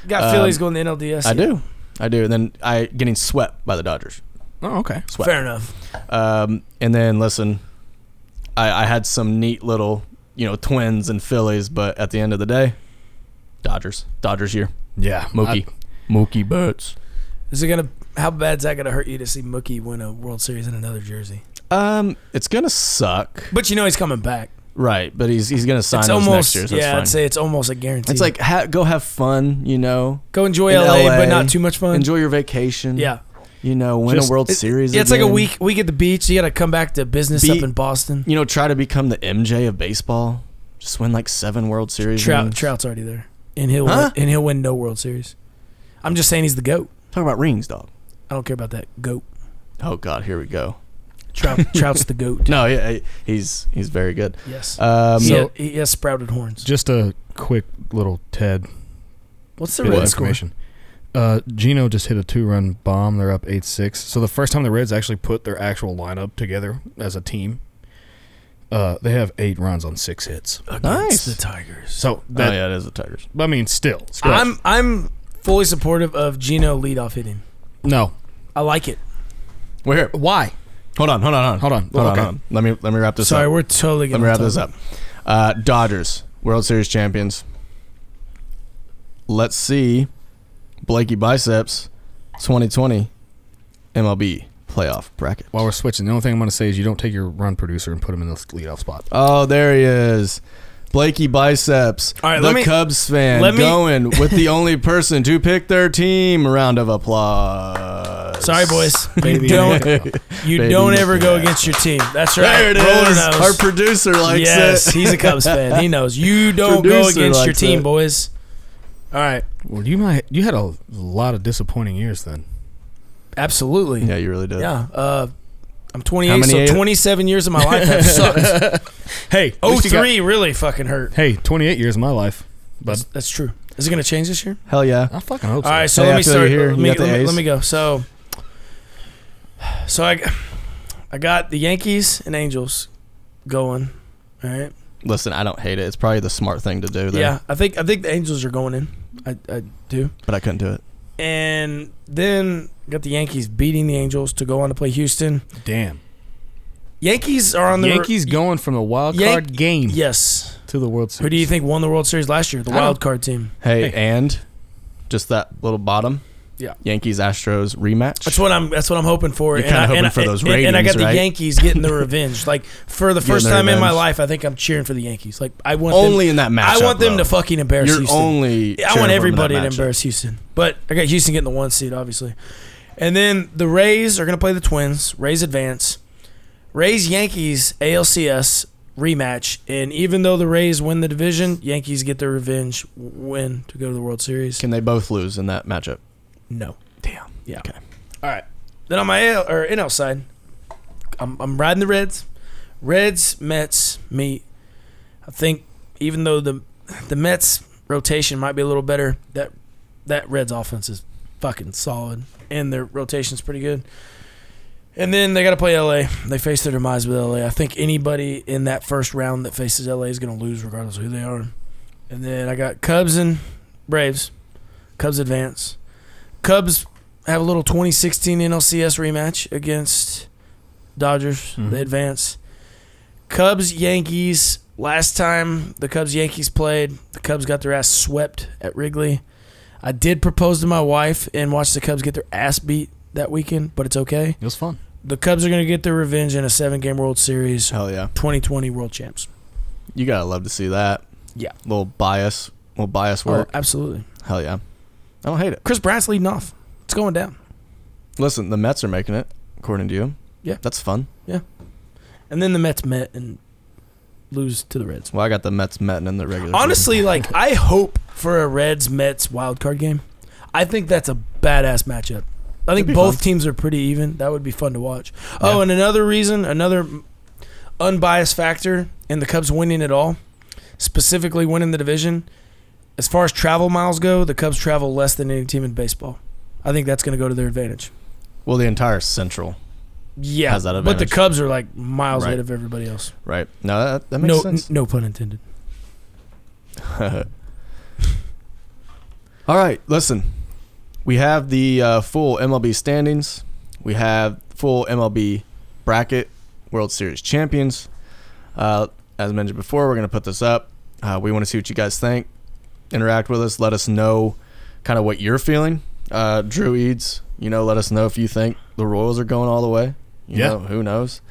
Speaker 2: got
Speaker 1: um,
Speaker 2: Phillies going to NLDS.
Speaker 1: I
Speaker 2: yeah.
Speaker 1: do, I do. And then I getting swept by the Dodgers.
Speaker 3: Oh, okay.
Speaker 1: Swept.
Speaker 2: Fair enough.
Speaker 1: Um, and then listen, I, I had some neat little, you know, twins and Phillies, but at the end of the day, Dodgers, Dodgers year,
Speaker 3: Yeah,
Speaker 1: Mookie, Mookie Betts.
Speaker 2: Is it gonna? How bad's that gonna hurt you to see Mookie win a World Series in another jersey?
Speaker 1: Um, it's gonna suck.
Speaker 2: But you know he's coming back.
Speaker 1: Right, but he's he's gonna sign
Speaker 2: it's
Speaker 1: those
Speaker 2: almost
Speaker 1: next year. So
Speaker 2: yeah. I'd
Speaker 1: it's fine.
Speaker 2: say it's almost a guarantee.
Speaker 1: It's like ha- go have fun, you know,
Speaker 2: go enjoy
Speaker 1: in
Speaker 2: LA,
Speaker 1: LA,
Speaker 2: but not too much fun.
Speaker 1: enjoy your vacation.
Speaker 2: yeah,
Speaker 1: you know, win
Speaker 3: Just-
Speaker 1: a World
Speaker 2: it-
Speaker 1: Series.
Speaker 2: yeah. It's like a
Speaker 1: again.
Speaker 2: week week at the beach. You got to come back to business
Speaker 1: Be-
Speaker 2: up in Boston.
Speaker 1: You know, try to become the MJ of baseball. Just win like seven World Series.
Speaker 2: Trout
Speaker 1: rings.
Speaker 2: Trout's already there, and he'll win-
Speaker 1: Huh?
Speaker 2: and he'll win no World Series. I'm just saying he's the goat.
Speaker 1: Talk about rings, dog.
Speaker 2: I don't care about that goat.
Speaker 1: Oh God, here we go.
Speaker 2: Trout Trout's the goat.
Speaker 1: No, yeah, he- he's he's very good.
Speaker 2: Yes.
Speaker 1: Um,
Speaker 2: he,
Speaker 3: So-
Speaker 2: ha- he has sprouted horns.
Speaker 3: Just a quick little Ted
Speaker 2: What's the
Speaker 3: bit of
Speaker 2: red score?
Speaker 3: information. Uh, Gino just hit a two-run bomb. They're up eight-six. So the first time the Reds actually put their actual lineup together as a team, uh, they have eight runs on six hits.
Speaker 2: Against
Speaker 1: Nice.
Speaker 2: the Tigers.
Speaker 3: So that,
Speaker 1: oh yeah, it is the Tigers.
Speaker 3: I mean, still,
Speaker 2: I'm I'm fully supportive of Gino leadoff hitting.
Speaker 3: no.
Speaker 2: I like it.
Speaker 1: We're here.
Speaker 3: Why?
Speaker 1: Hold on, hold on,
Speaker 3: Hold on,
Speaker 1: hold on,
Speaker 3: okay.
Speaker 1: hold on. Let me let me wrap this
Speaker 2: Sorry,
Speaker 1: up.
Speaker 2: we're totally
Speaker 1: Let
Speaker 2: gonna
Speaker 1: me wrap this up. Uh, Dodgers, World Series champions. Let's see Blakey Biceps 2020 MLB playoff bracket.
Speaker 3: While we're switching, the only thing I'm going to say is you don't take your run producer and put him in the leadoff spot.
Speaker 1: Oh, there he is. Blakey Biceps,
Speaker 2: All right,
Speaker 1: the
Speaker 2: let me-
Speaker 1: Cubs fan,
Speaker 2: let me-
Speaker 1: going with the only person to pick their team. Round of applause.
Speaker 2: Sorry, boys. You
Speaker 3: Baby.
Speaker 2: don't you
Speaker 1: Baby.
Speaker 2: don't ever go against your team. That's right.
Speaker 1: There it
Speaker 2: Roller
Speaker 1: is.
Speaker 2: knows.
Speaker 1: Our producer likes
Speaker 2: yes,
Speaker 1: it.
Speaker 2: he's a Cubs fan. He knows you don't go
Speaker 1: Producer
Speaker 2: against your
Speaker 1: likes
Speaker 2: team,
Speaker 1: it.
Speaker 2: boys. All right,
Speaker 3: Well, you might you had a lot of disappointing years then.
Speaker 2: absolutely.
Speaker 1: Yeah, you really did.
Speaker 2: Yeah, Uh, I'm
Speaker 1: How
Speaker 2: 28,
Speaker 1: many
Speaker 2: so
Speaker 1: eight-
Speaker 2: 27 years of my life have sucked.
Speaker 3: Hey, at
Speaker 2: Oh
Speaker 3: least you got-
Speaker 2: three really fucking hurt.
Speaker 3: hey, 28 years of my life, but
Speaker 2: That's, that's true. Is it going to change this year?
Speaker 1: Hell yeah.
Speaker 3: I fucking hope so.
Speaker 2: All right, so
Speaker 1: Hey,
Speaker 2: let
Speaker 1: I
Speaker 2: me
Speaker 1: feel
Speaker 2: start.
Speaker 1: you here.
Speaker 2: Let,
Speaker 1: You
Speaker 2: me,
Speaker 1: got the
Speaker 2: let, me,
Speaker 1: A's?
Speaker 2: let me go. So, so I, I got the Yankees and Angels going. All right.
Speaker 1: Listen, I don't hate it. It's probably the smart thing to do there.
Speaker 2: Yeah, I think I think the Angels are going in. I, I do.
Speaker 1: But I couldn't do it.
Speaker 2: And then got the Yankees beating the Angels to go on to play Houston.
Speaker 3: Damn.
Speaker 2: Yankees are on the
Speaker 3: Yankees going from the wild card
Speaker 2: Yank-
Speaker 3: game
Speaker 2: Yes.
Speaker 3: to the World Series.
Speaker 2: Who do you think won the World Series last year? The
Speaker 3: I don't-
Speaker 2: wild card team.
Speaker 1: Hey,
Speaker 3: Hey.
Speaker 1: and just that little bottom.
Speaker 2: Yeah.
Speaker 1: Yankees Astros rematch.
Speaker 2: That's what I'm. That's what I'm hoping for.
Speaker 1: You're
Speaker 2: And
Speaker 1: kinda
Speaker 2: I- and
Speaker 1: hoping
Speaker 2: I-
Speaker 1: for those
Speaker 2: and- And I got
Speaker 1: ratings,
Speaker 2: the
Speaker 1: right?
Speaker 2: Yankees getting the revenge. Like for the
Speaker 1: Getting
Speaker 2: first
Speaker 1: the
Speaker 2: time in my
Speaker 1: revenge.
Speaker 2: life, I think I'm cheering for the Yankees. Like I want them-
Speaker 1: only in that matchup.
Speaker 2: I want them
Speaker 1: though.
Speaker 2: to fucking embarrass
Speaker 1: You're
Speaker 2: Houston.
Speaker 1: only.
Speaker 2: I
Speaker 1: cheering for them
Speaker 2: want
Speaker 1: in
Speaker 2: everybody
Speaker 1: that
Speaker 2: to
Speaker 1: matchup.
Speaker 2: embarrass Houston. But I got Houston getting the one seed, obviously. And then the Rays are going to play the Twins. Rays advance. Rays Yankees ALCS rematch. And even though the Rays win the division, Yankees get their revenge w- win to go to the World Series.
Speaker 1: Can they both lose in that matchup?
Speaker 2: No.
Speaker 1: Damn.
Speaker 2: Yeah.
Speaker 1: Okay.
Speaker 2: All right. Then on my AL, or NL side, I'm, I'm riding the Reds. Reds, Mets, meet. I think even though the the Mets rotation might be a little better, that that Reds offense is fucking solid, and their rotation's pretty good. And then they got to play LA. They face their demise with LA. I think anybody in that first round that faces LA is going to lose, regardless of who they are. And then I got Cubs and Braves. Cubs advance. Cubs have a little 2016 NLCS rematch against Dodgers. They advance. Cubs Yankees. Last time the Cubs Yankees played, the Cubs got their ass swept at Wrigley. I did propose to my wife and watch the Cubs get their ass beat that weekend, but it's okay.
Speaker 3: It was fun.
Speaker 2: The Cubs are going to get their revenge in a seven game World Series,
Speaker 1: Hell yeah.
Speaker 2: 2020 World Champs.
Speaker 1: You gotta love to see that.
Speaker 2: Yeah.
Speaker 1: Little bias, little bias
Speaker 2: Oh,
Speaker 1: work.
Speaker 2: absolutely.
Speaker 1: Hell yeah. I don't hate it.
Speaker 2: Chris Bryant's leading off. It's going down.
Speaker 1: Listen, the Mets are making it, according to you.
Speaker 2: Yeah.
Speaker 1: That's fun.
Speaker 2: And then the Mets met and lose to the Reds.
Speaker 1: Well, I got the Mets metting in the regular.
Speaker 2: Honestly, like I hope for a Reds Mets wild card game. I think that's a badass matchup. I
Speaker 1: That'd
Speaker 2: think
Speaker 1: be
Speaker 2: both
Speaker 1: fun.
Speaker 2: teams are pretty even. That would be fun to watch. Oh,
Speaker 1: Yeah.
Speaker 2: and another reason, another unbiased factor in the Cubs winning it all, specifically winning the division. As far as travel miles go, the Cubs travel less than any team in baseball. I think that's going to go to their advantage.
Speaker 1: Division. well, the entire Central,
Speaker 2: Yeah,
Speaker 1: Has that
Speaker 2: but the
Speaker 1: advantage.
Speaker 2: Cubs are like miles
Speaker 1: Right.
Speaker 2: ahead of everybody else.
Speaker 1: right? No, that, that makes
Speaker 2: no,
Speaker 1: sense.
Speaker 2: n- no pun intended.
Speaker 1: All right, listen. We have the uh, full MLB standings. We have full MLB bracket, World Series champions. Uh, as mentioned before, we're going to put this up. Uh, we want to see what you guys think. Interact with us. Let us know kind of what you're feeling. Uh, Drew Eads, you know, let us know if you think the Royals are going all the way. You
Speaker 3: Yeah.
Speaker 1: Know, who knows?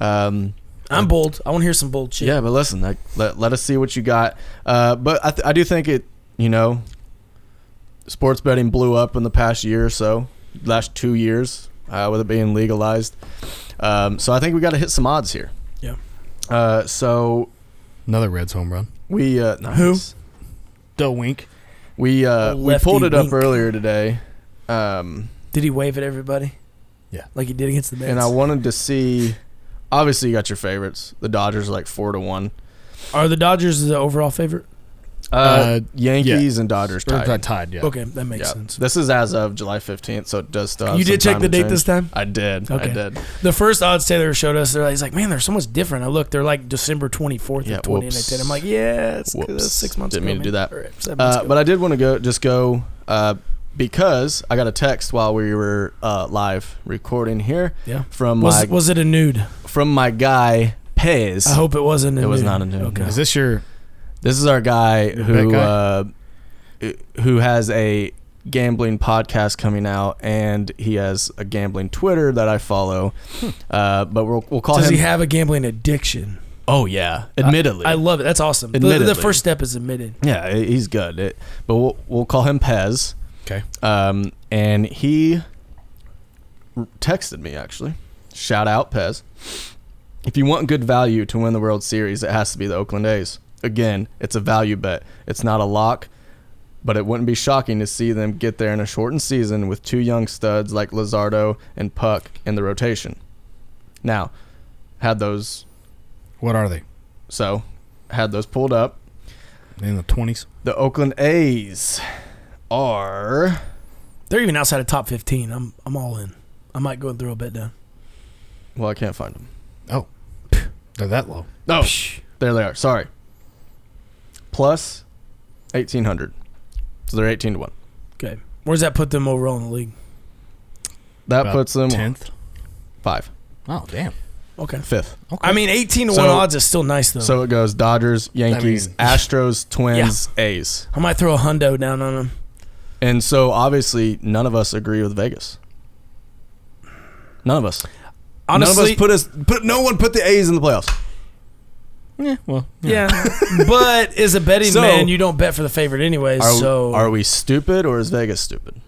Speaker 1: Um,
Speaker 2: I'm bold. I want to hear some bold shit.
Speaker 1: yeah, but listen, like, let, let us see what you got. Uh, but I, th- I do think it, you know, sports betting blew up in the past year or so, last two years, uh, with it being legalized. Um, so I think we got to hit some odds here.
Speaker 2: Yeah.
Speaker 1: Uh, so
Speaker 3: Another Reds home run.
Speaker 1: we uh, nice.
Speaker 2: Who?
Speaker 3: The wink.
Speaker 1: we uh,
Speaker 2: A
Speaker 1: we
Speaker 2: lefty
Speaker 1: pulled it up
Speaker 2: wink.
Speaker 1: earlier today, um,
Speaker 2: Did he wave at everybody?
Speaker 3: Yeah.
Speaker 2: Like he did against the Mets.
Speaker 1: and I wanted to see. Obviously, you got your favorites. The Dodgers are like four to one.
Speaker 2: Are the Dodgers the overall favorite?
Speaker 1: Uh,
Speaker 3: Uh,
Speaker 1: Yankees and Dodgers
Speaker 3: Or
Speaker 1: tied.
Speaker 3: Tied, yeah.
Speaker 2: Okay, that makes
Speaker 1: Yeah.
Speaker 2: sense.
Speaker 1: This is as of July 15th, so it does still. have
Speaker 2: you
Speaker 1: some
Speaker 2: did check
Speaker 1: time
Speaker 2: the
Speaker 1: to
Speaker 2: date
Speaker 1: change.
Speaker 2: this time.
Speaker 1: I did. I
Speaker 2: Okay.
Speaker 1: did.
Speaker 2: The first odds Taylor showed us, they're like, he's like, man, they're so much different. I look, they're like December twenty fourth
Speaker 1: Yeah,
Speaker 2: of twenty
Speaker 1: whoops.
Speaker 2: eighteen. I'm like, yeah, it's good.
Speaker 1: Whoops.
Speaker 2: That's six months.
Speaker 1: Didn't
Speaker 2: ago,
Speaker 1: mean to do
Speaker 2: man.
Speaker 1: that.
Speaker 2: Or seven months
Speaker 1: Uh,
Speaker 2: ago.
Speaker 1: but I did want to go, just go, uh, because I got a text while we were uh, live recording here
Speaker 2: yeah.
Speaker 1: from
Speaker 2: Was
Speaker 1: my
Speaker 2: was it a nude?
Speaker 1: from my guy Pez.
Speaker 2: I hope it wasn't. A
Speaker 1: It was
Speaker 2: nude.
Speaker 1: not a nude,
Speaker 2: Okay.
Speaker 1: no.
Speaker 3: Is this your
Speaker 1: This is our guy who
Speaker 3: guy?
Speaker 1: Uh, who has a gambling podcast coming out, and he has a gambling Twitter that I follow. Uh, but we'll, we'll call
Speaker 2: Hmm. Does
Speaker 1: him.
Speaker 2: he have a gambling addiction?
Speaker 1: oh yeah, admittedly,
Speaker 2: I love it. That's awesome. The, the
Speaker 1: Admittedly.
Speaker 2: first step is admitted.
Speaker 1: Yeah, he- he's good. It, but we'll, we'll call him Pez.
Speaker 3: Okay.
Speaker 1: Um, and he r- texted me actually. Shout out Pez. If you want good value to win the World Series, it has to be the Oakland A's. Again, it's a value bet. It's not a lock, but it wouldn't be shocking to see them get there in a shortened season with two young studs like Lazardo and Puck in the rotation. Now, had those
Speaker 3: what are they?
Speaker 1: so had those pulled up.
Speaker 3: They In the twenties.
Speaker 1: The Oakland A's are
Speaker 2: They're even outside of top fifteen. I'm I'm all in. I might go and throw a bet down.
Speaker 1: well, I can't find them.
Speaker 3: They're that low.
Speaker 1: Oh,
Speaker 2: Psh.
Speaker 1: there they are. Sorry. Plus eighteen hundred, so they're eighteen to one.
Speaker 2: Where does that put them overall in the league?
Speaker 1: That
Speaker 3: About
Speaker 1: puts them
Speaker 3: tenth.
Speaker 1: five,
Speaker 3: Oh damn.
Speaker 2: Okay.
Speaker 1: fifth.
Speaker 3: Okay.
Speaker 2: I mean, 18 to
Speaker 1: So-
Speaker 2: 1 odds is still nice, though.
Speaker 1: So it goes Dodgers, Yankees,
Speaker 3: mean-
Speaker 1: Astros, Twins, A's,
Speaker 2: I might throw a hundo down on them.
Speaker 1: and so obviously none of us agree with Vegas. None of us. none of
Speaker 2: Honestly,
Speaker 1: us put us. Put no one put the A's in the playoffs.
Speaker 3: yeah. Well.
Speaker 2: yeah. but as a betting
Speaker 1: So-
Speaker 2: man, you don't bet for the favorite anyways.
Speaker 1: Are,
Speaker 2: so
Speaker 1: are we stupid or is Vegas stupid?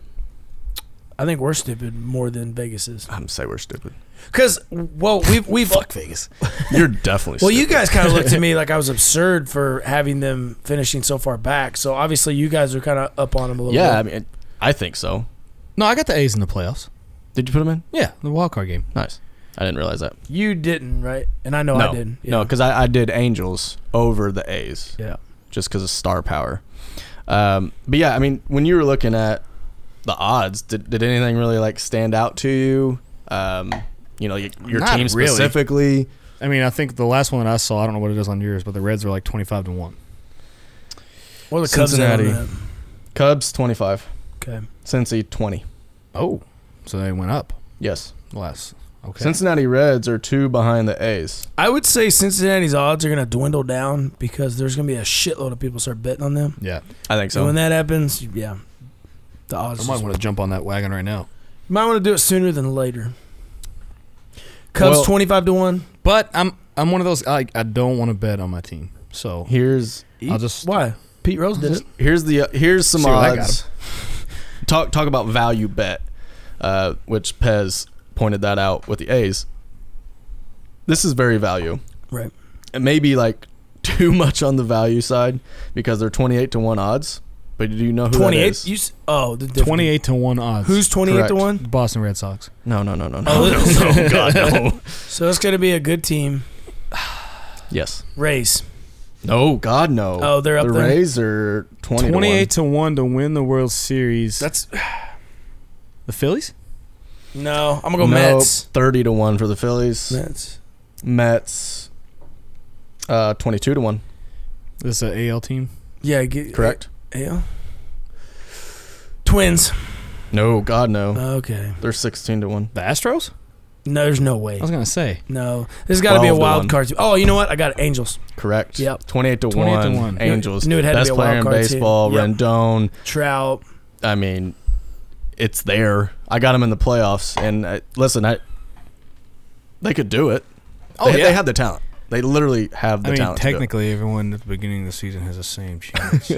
Speaker 2: I think we're stupid more than Vegas is.
Speaker 1: I'm gonna say we're stupid.
Speaker 2: Because well, we've we've
Speaker 3: Vegas.
Speaker 1: You're definitely.
Speaker 2: well,
Speaker 1: stupid.
Speaker 2: you guys kind of looked at me like I was absurd for having them finishing so far back. So obviously, you guys are kind of up on them a little.
Speaker 1: Yeah, I
Speaker 2: bit.
Speaker 1: mean, I think so.
Speaker 3: No, I got the A's in the playoffs.
Speaker 1: Did you put them in?
Speaker 3: Yeah, the wild card game.
Speaker 1: Nice. I didn't realize that.
Speaker 2: you didn't, right? And I know Oh, I didn't. Yeah.
Speaker 1: No, because I, I did Angels over the A's.
Speaker 2: Yeah.
Speaker 1: Just because of star power. Um, but yeah, I mean, when you were looking at the odds, did, did anything really like stand out to you? Um, you know, y- your
Speaker 3: Not
Speaker 1: team
Speaker 3: really.
Speaker 1: specifically.
Speaker 3: I mean, I think the last one that I saw, I don't know what it is on yours, but the Reds are like twenty-five to one.
Speaker 2: Well, the Cubs are on
Speaker 1: Cincinnati.
Speaker 2: that.
Speaker 1: Cubs twenty five.
Speaker 2: Okay.
Speaker 1: Cincy 20.
Speaker 3: Oh, so they went up
Speaker 1: Yes.
Speaker 3: less. Okay.
Speaker 1: Cincinnati Reds are two behind the A's.
Speaker 2: I would say Cincinnati's odds are going to dwindle down because there's going to be a shitload of people start betting on them.
Speaker 3: yeah,
Speaker 1: I think
Speaker 2: So when that happens, yeah, the odds.
Speaker 3: I
Speaker 2: just-
Speaker 3: might want to jump on that wagon right now.
Speaker 2: might want to do it sooner than later. Cubs
Speaker 1: Well-
Speaker 2: twenty-five to one.
Speaker 3: But I'm I'm one of those I I don't want to bet on my team. So
Speaker 1: Here's
Speaker 3: I'll just
Speaker 2: Why? Pete Rose did it.
Speaker 1: here's the uh, here's some
Speaker 3: See what I got
Speaker 1: odds. Talk talk about value bet, uh, which Pez pointed that out with the A's. This is very value.
Speaker 2: Right.
Speaker 1: It may be like too much on the value side because they're twenty eight to one odds. But do you know who that
Speaker 2: Twenty-eight.
Speaker 1: is?
Speaker 2: You s- oh the different-
Speaker 3: twenty eight to one odds.
Speaker 2: Who's twenty-eight
Speaker 1: Correct.
Speaker 2: to one?
Speaker 3: the Boston Red Sox?
Speaker 1: No, no, no, no, no.
Speaker 2: Oh,
Speaker 1: no, no, God, no.
Speaker 2: So it's going to be a good team
Speaker 1: Yes.
Speaker 2: race.
Speaker 1: No, God, no.
Speaker 2: Oh, they're up
Speaker 1: the
Speaker 2: there.
Speaker 1: Rays are twenty.
Speaker 3: Twenty
Speaker 1: 28.
Speaker 3: eight to one to win the World Series.
Speaker 2: That's
Speaker 3: the Phillies.
Speaker 2: no. I'm gonna go
Speaker 1: no,
Speaker 2: Mets.
Speaker 1: Thirty to one for the Phillies.
Speaker 2: Mets.
Speaker 1: Mets. Uh, twenty-two to one.
Speaker 3: This is an AL team.
Speaker 2: Yeah. Get,
Speaker 1: Correct.
Speaker 2: Yeah. Twins.
Speaker 1: No, God, no.
Speaker 2: Okay.
Speaker 1: They're sixteen to one.
Speaker 3: The Astros.
Speaker 2: No, there's no way.
Speaker 3: I was gonna say
Speaker 2: No, there's got to be a
Speaker 1: 12 to
Speaker 2: wild
Speaker 1: one.
Speaker 2: card. Team. Oh, you know what? I got it. Angels.
Speaker 1: Correct.
Speaker 2: Yep.
Speaker 1: Twenty-eight to
Speaker 3: 28 to
Speaker 1: one.
Speaker 3: one.
Speaker 1: Angels.
Speaker 2: Knew it had to
Speaker 1: Best
Speaker 2: be a wild
Speaker 1: player in
Speaker 2: card team.
Speaker 1: baseball.
Speaker 2: Yep.
Speaker 1: Rendon.
Speaker 2: Trout.
Speaker 1: I mean, it's there. I got him in the playoffs. And I, listen, I they could do it.
Speaker 3: Oh,
Speaker 1: they,
Speaker 3: yeah.
Speaker 1: they have the talent. They literally have the
Speaker 3: I mean,
Speaker 1: talent. to do it.
Speaker 3: technically, everyone at the beginning of the season has the same chance.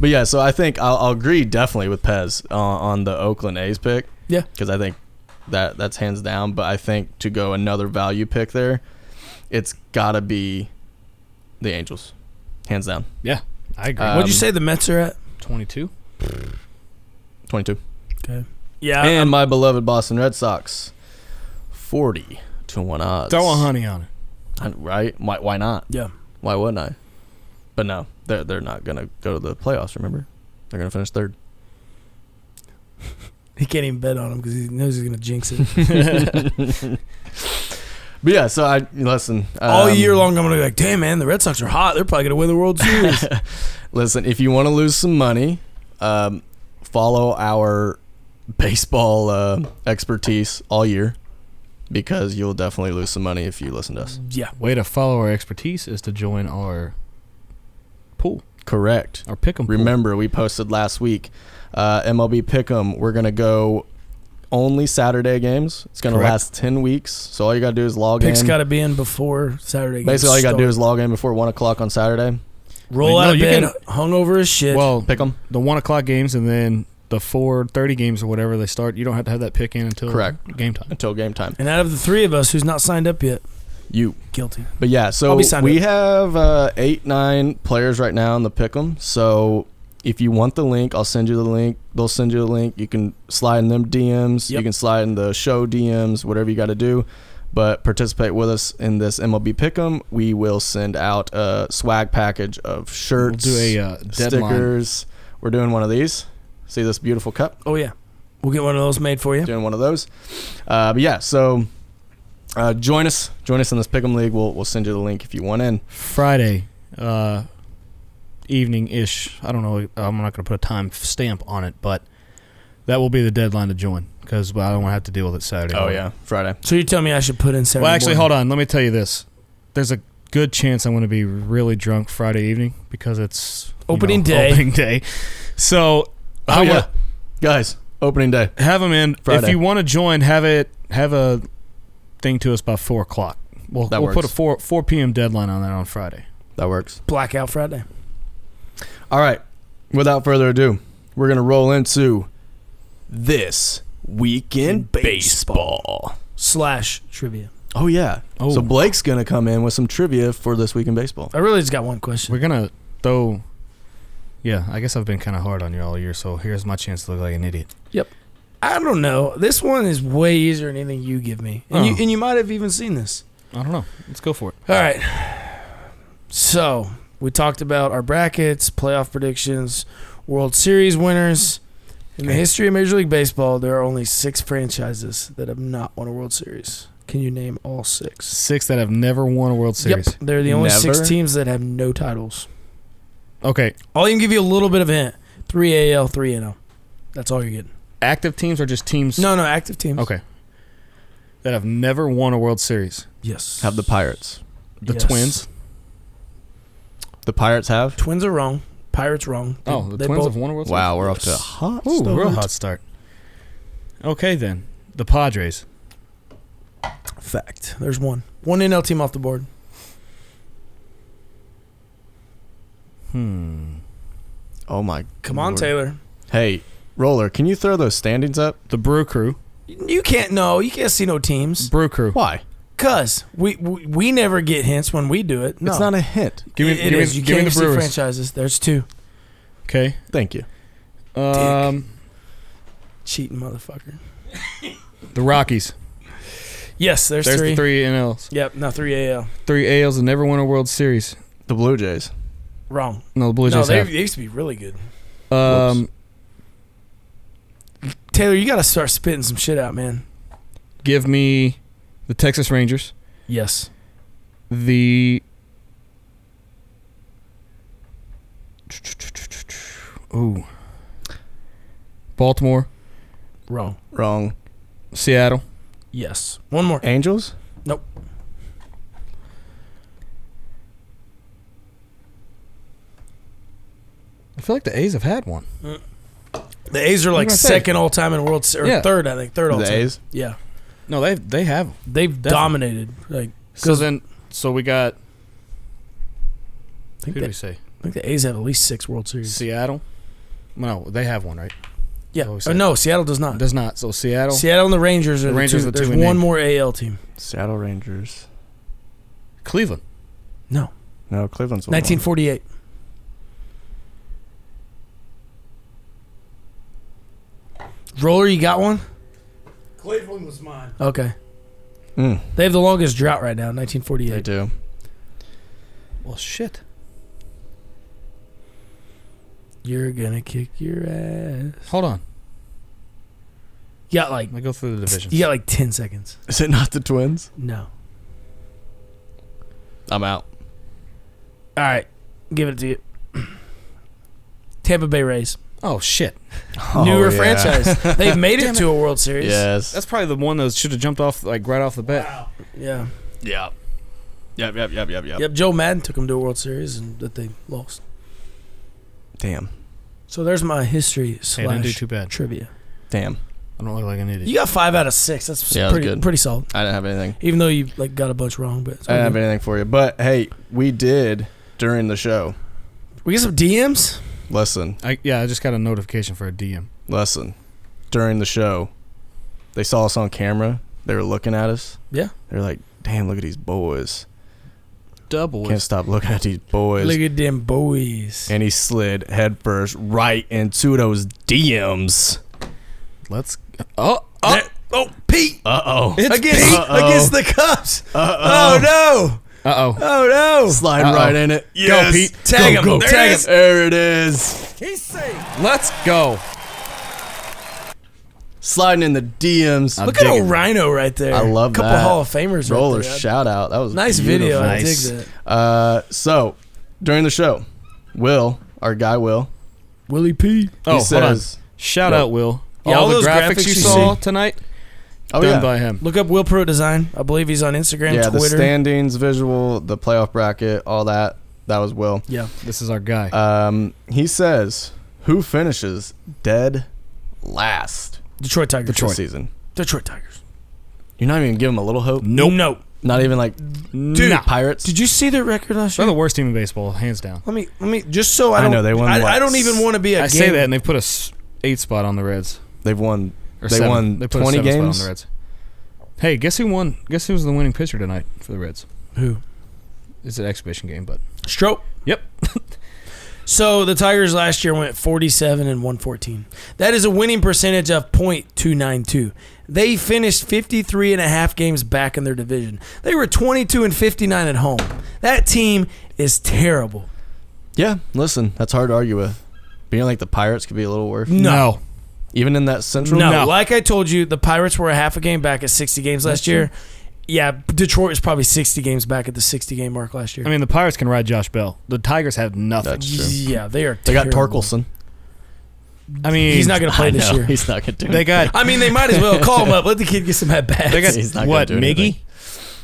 Speaker 1: But yeah, so I think I'll, I'll agree definitely with Pez uh, on the Oakland A's pick.
Speaker 2: Yeah.
Speaker 1: because I think that that's hands down. But I think to go another value pick there, it's gotta be the Angels, hands down.
Speaker 3: yeah, I agree.
Speaker 1: Uh,
Speaker 2: What'd you
Speaker 1: Um,
Speaker 2: say the Mets are at?
Speaker 3: Twenty-two.
Speaker 1: Twenty-two,
Speaker 2: Yeah.
Speaker 1: and my beloved Boston Red Sox, forty to one odds.
Speaker 3: Throw a honey on it.
Speaker 1: I- Right? Why? Why not?
Speaker 2: yeah.
Speaker 1: Why wouldn't I? But no, they're they're not gonna go to the playoffs. Remember, they're gonna finish third.
Speaker 2: He can't even bet on him because he knows he's gonna jinx it.
Speaker 1: But yeah, so I listen
Speaker 2: All
Speaker 1: um,
Speaker 2: year long, I'm gonna be like, damn man, the Red Sox are hot. They're probably gonna win the World Series.
Speaker 1: Listen, if you want to lose some money, um, follow our baseball uh, expertise all year because you'll definitely lose some money if you listen to us.
Speaker 2: yeah.
Speaker 3: Way to follow our expertise is to join our pool,
Speaker 1: Correct.
Speaker 3: our pick'em. pool.
Speaker 1: Remember, we posted last week uh, MLB Pick'em. We're going to go only Saturday games. It's going to
Speaker 3: Correct.
Speaker 1: last 10 weeks. So all you got to do is log
Speaker 2: Picks
Speaker 1: in.
Speaker 2: got to be in before Saturday. gets
Speaker 1: Basically, all you got to do
Speaker 2: started.
Speaker 1: is log in before 1 o'clock on Saturday.
Speaker 2: roll
Speaker 3: No,
Speaker 2: out of
Speaker 3: you
Speaker 2: bed,
Speaker 3: can-
Speaker 2: hungover as shit.
Speaker 3: Well,
Speaker 1: Pick'em.
Speaker 3: the one o'clock games and then the four thirty games or whatever they start. You don't have to have that pick in until
Speaker 1: Correct.
Speaker 3: game time.
Speaker 1: until game time.
Speaker 2: and out of the three of us who's not signed up yet,
Speaker 1: You
Speaker 2: guilty.
Speaker 1: But yeah, so
Speaker 2: I'll be signed
Speaker 1: we have uh, eight, nine players right now in the pick'em. So if you want the link, I'll send you the link. They'll send you the link. You can slide in them DMs. You
Speaker 2: Yep.
Speaker 1: can slide in the show DMs. Whatever you got to do, but participate with us in this MLB pick'em. We will send out a swag package of
Speaker 3: We'll
Speaker 1: shirts,
Speaker 3: do a uh, deadline.
Speaker 1: stickers. We're doing one of these. See this beautiful cup?
Speaker 2: Oh yeah, we'll get one of those made for you.
Speaker 1: doing one of those. Uh, but yeah, so uh, join us. Join us in this pick'em league. We'll we'll send you the link if you want in.
Speaker 3: Friday uh, evening ish. I don't know. I'm not going to put a time stamp on it, but that will be the deadline to join because I don't want to have to deal with it Saturday.
Speaker 1: Oh
Speaker 3: morning.
Speaker 1: yeah, Friday.
Speaker 2: So you tell me I should put in Saturday.
Speaker 3: Well, actually,
Speaker 2: morning.
Speaker 3: hold on. Let me tell you this. There's a good chance I'm going to be really drunk Friday evening because it's you
Speaker 2: Opening
Speaker 3: know,
Speaker 2: day.
Speaker 3: Opening day. So I
Speaker 1: Oh, yeah.
Speaker 3: want
Speaker 1: guys, opening day.
Speaker 3: to have them in.
Speaker 1: Friday.
Speaker 3: If you want to join, have it. Have a thing to us by four o'clock. We'll,
Speaker 1: That
Speaker 3: we'll put a
Speaker 1: works.
Speaker 3: four four p.m. deadline on that on Friday.
Speaker 1: That works.
Speaker 2: Blackout Friday.
Speaker 1: All right. Without further ado, we're gonna roll into this weekend baseball.
Speaker 2: slash trivia.
Speaker 1: Oh yeah.
Speaker 3: Oh.
Speaker 1: So Blake's gonna come in with some trivia for this week in baseball.
Speaker 2: I really just got one question.
Speaker 3: We're gonna throw. Yeah, I guess I've been kind of hard on you all year, so here's my chance to look like an idiot.
Speaker 2: I don't know. This one is way easier than anything you give me, and
Speaker 3: Oh.
Speaker 2: you and you might have even seen this.
Speaker 3: I don't know. Let's go for it.
Speaker 2: All right. So we talked about our brackets, playoff predictions, World Series winners. In the history of Major League Baseball, there are only six franchises that have not won a World Series. Can you name all six?
Speaker 3: Six that have never won a World Series.
Speaker 2: Yep, they're the only
Speaker 1: Never?
Speaker 2: six teams that have no titles.
Speaker 3: Okay,
Speaker 2: I'll even give you a little bit of a hint: three AL, three NL. That's all you're getting.
Speaker 3: Active teams are just teams.
Speaker 2: No, no, active teams.
Speaker 3: Okay. That have never won a World Series.
Speaker 2: Yes.
Speaker 1: Have the Pirates.
Speaker 3: The
Speaker 2: Yes.
Speaker 3: Twins.
Speaker 1: The Pirates have.
Speaker 2: Twins are wrong. Pirates wrong. They-
Speaker 3: Oh, the
Speaker 2: they
Speaker 3: Twins
Speaker 2: both-
Speaker 3: have won a World
Speaker 1: Wow,
Speaker 3: Series.
Speaker 1: we're off to a hot
Speaker 3: Ooh,
Speaker 1: start.
Speaker 3: real hot start. Okay then, the Padres.
Speaker 2: Fact. There's one. One NL team off the board.
Speaker 3: Hmm.
Speaker 1: Oh my.
Speaker 2: Come on,
Speaker 1: lord.
Speaker 2: Taylor.
Speaker 1: Hey, Roller, can you throw those standings up?
Speaker 3: The Brew Crew.
Speaker 2: You can't know. You can't see no teams.
Speaker 3: Brew Crew.
Speaker 1: Why?
Speaker 2: Cause we we, we never get hints when we do it. No.
Speaker 1: It's not a hint.
Speaker 3: Give me,
Speaker 2: It- it
Speaker 3: give me,
Speaker 2: is. You
Speaker 3: give me
Speaker 2: can't
Speaker 3: the
Speaker 2: see
Speaker 3: Brewers.
Speaker 2: franchises. There's two.
Speaker 3: Okay.
Speaker 1: Thank you.
Speaker 3: Um,
Speaker 2: Cheating motherfucker.
Speaker 3: the Rockies.
Speaker 2: Yes, there's,
Speaker 3: There's
Speaker 2: three.
Speaker 3: the three NLs.
Speaker 2: Yep, no three AL.
Speaker 3: Three ALs that never won a World Series.
Speaker 1: The Blue Jays.
Speaker 2: Wrong.
Speaker 3: No, the Blue
Speaker 2: no,
Speaker 3: Jays
Speaker 2: they,
Speaker 3: have.
Speaker 2: they used to be really good.
Speaker 3: Um,
Speaker 2: Taylor, you got to start spitting some shit out, man.
Speaker 3: give me the Texas Rangers.
Speaker 2: Yes.
Speaker 3: The ooh, Baltimore,
Speaker 2: Wrong.
Speaker 1: Wrong.
Speaker 3: Seattle,
Speaker 2: Yes. One more.
Speaker 1: Angels.
Speaker 3: I feel like the A's have had one.
Speaker 2: The A's are
Speaker 3: What
Speaker 2: like
Speaker 3: did I say?
Speaker 2: second all time in World Series. Or
Speaker 3: Yeah.
Speaker 2: third, I think. Third all
Speaker 1: The
Speaker 2: time.
Speaker 1: A's.
Speaker 2: Yeah.
Speaker 3: No, they they have.
Speaker 2: They've
Speaker 3: Definitely.
Speaker 2: dominated. Like
Speaker 3: So then, so we got.
Speaker 2: I think,
Speaker 3: Who do
Speaker 2: they,
Speaker 3: we say?
Speaker 2: I think the A's have at least six World Series.
Speaker 3: Seattle. No, they have one, right?
Speaker 2: Yeah.
Speaker 3: what we
Speaker 2: Or
Speaker 3: said.
Speaker 2: no, Seattle does not.
Speaker 3: Does not. So Seattle.
Speaker 2: Seattle and the Rangers are
Speaker 3: The
Speaker 2: the,
Speaker 3: Rangers
Speaker 2: two.
Speaker 3: are the
Speaker 2: There's
Speaker 3: two Oh, we
Speaker 2: one
Speaker 3: named.
Speaker 2: more AL team.
Speaker 1: Seattle Rangers.
Speaker 3: Cleveland.
Speaker 2: No.
Speaker 1: No, Cleveland's. the one.
Speaker 2: 1948. Roller, you got one?
Speaker 4: Cleveland was mine.
Speaker 2: Okay.
Speaker 1: Mm,
Speaker 2: They have the longest drought right now,
Speaker 1: they
Speaker 2: 1948.
Speaker 1: do.
Speaker 3: Well, shit.
Speaker 2: You're gonna kick your ass.
Speaker 3: Hold on.
Speaker 2: You got like
Speaker 3: Let me go through the divisions.
Speaker 2: you got like 10 seconds.
Speaker 1: Is it not the Twins?
Speaker 2: No.
Speaker 1: I'm out.
Speaker 2: All right, give it to you. Tampa Bay Rays,
Speaker 3: Oh shit.
Speaker 2: newer
Speaker 1: yeah.
Speaker 2: franchise. They've made
Speaker 3: Damn
Speaker 2: it to a World Series.
Speaker 1: Yes.
Speaker 3: That's probably the one that should have jumped off like right off the bat.
Speaker 4: Wow.
Speaker 2: Yeah.
Speaker 1: yeah. Yep. Yep. Yep. Yep. Yep.
Speaker 2: Yep. Joe Madden took them to a World Series, and that they lost.
Speaker 1: Damn.
Speaker 2: So there's my history
Speaker 3: Hey, I didn't do
Speaker 2: slash
Speaker 3: too bad.
Speaker 2: trivia.
Speaker 1: Damn.
Speaker 3: I don't look like an idiot.
Speaker 2: You got five out of six. That's
Speaker 1: Yeah, that's
Speaker 2: pretty
Speaker 1: good.
Speaker 2: pretty solid.
Speaker 1: I didn't have anything.
Speaker 2: Even though you like got a bunch wrong, but it's
Speaker 1: I didn't
Speaker 2: all
Speaker 1: have
Speaker 2: good.
Speaker 1: anything for you. But hey, we did during the show.
Speaker 2: we get some DMs.
Speaker 1: Listen.
Speaker 3: I, yeah, I just got a notification for a DM.
Speaker 1: Listen. During the show, they saw us on camera. They were looking at us.
Speaker 2: Yeah.
Speaker 1: They're like, "Damn, look at these boys.
Speaker 3: Double.
Speaker 1: Can't stop looking at these boys."
Speaker 2: Look at them boys.
Speaker 1: and he slid headfirst right into those DMs.
Speaker 3: Let's. Oh, oh.
Speaker 2: There- oh, Pete
Speaker 1: Uh oh.
Speaker 3: It's
Speaker 2: against
Speaker 3: Pete.
Speaker 1: Uh-oh.
Speaker 2: against the Cubs.
Speaker 1: Uh
Speaker 2: oh
Speaker 3: Uh oh.
Speaker 2: no! Oh no!
Speaker 1: Slide
Speaker 3: Uh-oh.
Speaker 1: right in it.
Speaker 3: Go, Pete.
Speaker 2: Tag him.
Speaker 1: Go, go.
Speaker 2: There
Speaker 1: Tag him.
Speaker 2: it is.
Speaker 1: There it is.
Speaker 2: He's safe.
Speaker 3: Let's go.
Speaker 1: Sliding in the DMs.
Speaker 3: I
Speaker 2: Look at
Speaker 3: dig
Speaker 2: old
Speaker 3: it.
Speaker 2: Rhino right there.
Speaker 1: I love
Speaker 2: couple
Speaker 1: that.
Speaker 2: Hall of Famers
Speaker 1: Roller
Speaker 2: right there.
Speaker 1: shout out. That was
Speaker 2: nice
Speaker 1: beautiful.
Speaker 2: video. I
Speaker 3: Nice.
Speaker 2: dig that.
Speaker 1: Uh, so during the show, Will, our guy Will,
Speaker 2: Willie P.
Speaker 1: he
Speaker 3: Oh, hold on.
Speaker 1: says,
Speaker 3: Shout
Speaker 1: Yep.
Speaker 3: out, Will.
Speaker 2: Yeah,
Speaker 3: all,
Speaker 2: all
Speaker 3: the
Speaker 2: those
Speaker 3: graphics,
Speaker 2: graphics
Speaker 3: you
Speaker 2: you
Speaker 3: saw
Speaker 2: see.
Speaker 3: tonight,
Speaker 1: "Oh
Speaker 3: done
Speaker 1: yeah,
Speaker 3: by him.
Speaker 2: Look up Will Pro Design. I believe he's on Instagram,
Speaker 1: yeah, the
Speaker 2: Twitter.
Speaker 1: standings, visual, the playoff bracket, all that. That was Will.
Speaker 2: yeah.
Speaker 3: This is our guy.
Speaker 1: Um, he says, who finishes dead last
Speaker 2: Detroit Tigers.
Speaker 1: this season?
Speaker 2: Detroit Tigers.
Speaker 1: You're not even giving him a little hope.
Speaker 2: No.
Speaker 1: Not even like
Speaker 3: Dude,
Speaker 1: Pirates.
Speaker 2: Did you see their record last
Speaker 3: they're
Speaker 2: year?
Speaker 3: the worst team in baseball, hands down.
Speaker 2: Let me let me just so I
Speaker 1: I
Speaker 2: don't
Speaker 1: know, they won,
Speaker 2: I,
Speaker 1: what,
Speaker 2: I don't even want to be a
Speaker 3: I
Speaker 2: game.
Speaker 3: say that, and they put a s- eight spot on the Reds.
Speaker 1: They've won.
Speaker 3: Or
Speaker 1: They
Speaker 3: seven.
Speaker 1: won
Speaker 3: They put
Speaker 1: 20
Speaker 3: a seven spot on
Speaker 1: games?
Speaker 3: the Reds. Hey, guess who won? Guess who was the winning pitcher tonight for the Reds?
Speaker 2: Who?
Speaker 3: It's an exhibition game, but
Speaker 2: Strope.
Speaker 3: Yep.
Speaker 2: so the Tigers last year went 47 and 114. That is a winning percentage of .292. They finished 53 and a half games back in their division. They were 22 and 59 at home. That team is terrible.
Speaker 1: Yeah, listen, that's hard to argue with. Being like the Pirates could be a little worse.
Speaker 2: No.
Speaker 1: Even in that Central.
Speaker 2: No,
Speaker 3: No.
Speaker 2: like I told you, the Pirates were a half a game back at 60 games last year. Yeah, Detroit was probably 60 games back at the 60 game mark last year.
Speaker 3: I mean, the Pirates can ride Josh Bell. The Tigers have nothing.
Speaker 1: That's true.
Speaker 2: yeah, they are.
Speaker 1: They got
Speaker 2: terrible.
Speaker 1: Torkelson.
Speaker 3: I mean,
Speaker 2: He's not going to play
Speaker 5: I
Speaker 2: this
Speaker 5: know,
Speaker 2: year.
Speaker 5: He's not going to do
Speaker 3: They
Speaker 5: it.
Speaker 3: got
Speaker 2: I mean, they might as well call him up. Let the kid get some at bats.
Speaker 3: they got
Speaker 5: He's not gonna
Speaker 3: what
Speaker 5: do
Speaker 3: Miggy,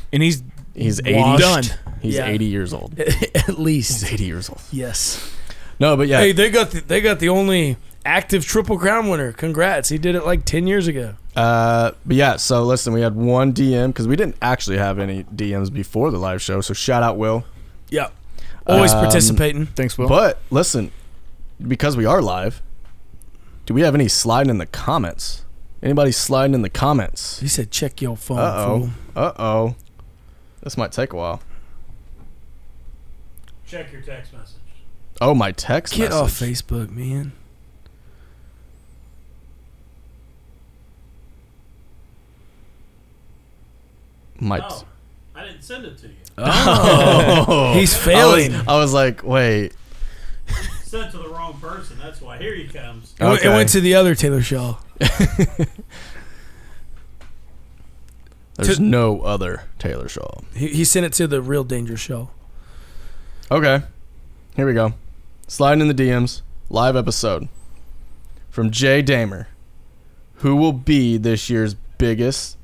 Speaker 5: anything.
Speaker 3: and he's
Speaker 5: He's 80.
Speaker 3: Washed. Done.
Speaker 5: He's
Speaker 2: Yeah.
Speaker 5: 80 years old.
Speaker 2: at least.
Speaker 5: He's 80 years old.
Speaker 2: Yes.
Speaker 1: No, but yeah,
Speaker 2: Hey, they got the, they got the only active triple crown winner. Congrats. He did it like 10 years ago.
Speaker 1: Uh, but yeah, so listen, we had one DM because we didn't actually have any DMs before the live show. So shout out Will.
Speaker 2: Yeah. Always
Speaker 1: Um,
Speaker 2: participating.
Speaker 3: thanks Will.
Speaker 1: But listen, because we are live, do we have any sliding in the comments? Anybody sliding in the comments?
Speaker 2: He said, check your phone.
Speaker 1: Uh
Speaker 2: fool."
Speaker 1: oh. Uh oh. This might take a while.
Speaker 4: Check your text message.
Speaker 1: Oh, my text.
Speaker 2: Get
Speaker 1: message.
Speaker 2: off Facebook, man.
Speaker 1: My t-
Speaker 4: Oh, I didn't send it to you.
Speaker 1: oh.
Speaker 2: He's
Speaker 1: I
Speaker 2: failing.
Speaker 1: was, I was like, wait.
Speaker 4: Sent to the wrong person. That's why. Here he comes.
Speaker 2: It went- It
Speaker 1: Okay.
Speaker 2: went to the other Taylor Shaw.
Speaker 1: There's
Speaker 2: To-
Speaker 1: no other Taylor Shaw.
Speaker 2: He, he sent it to the real Danger Shaw.
Speaker 1: Okay. Here we go. Sliding in the DMs. Live episode. From Jay Damer. Who will be this year's biggest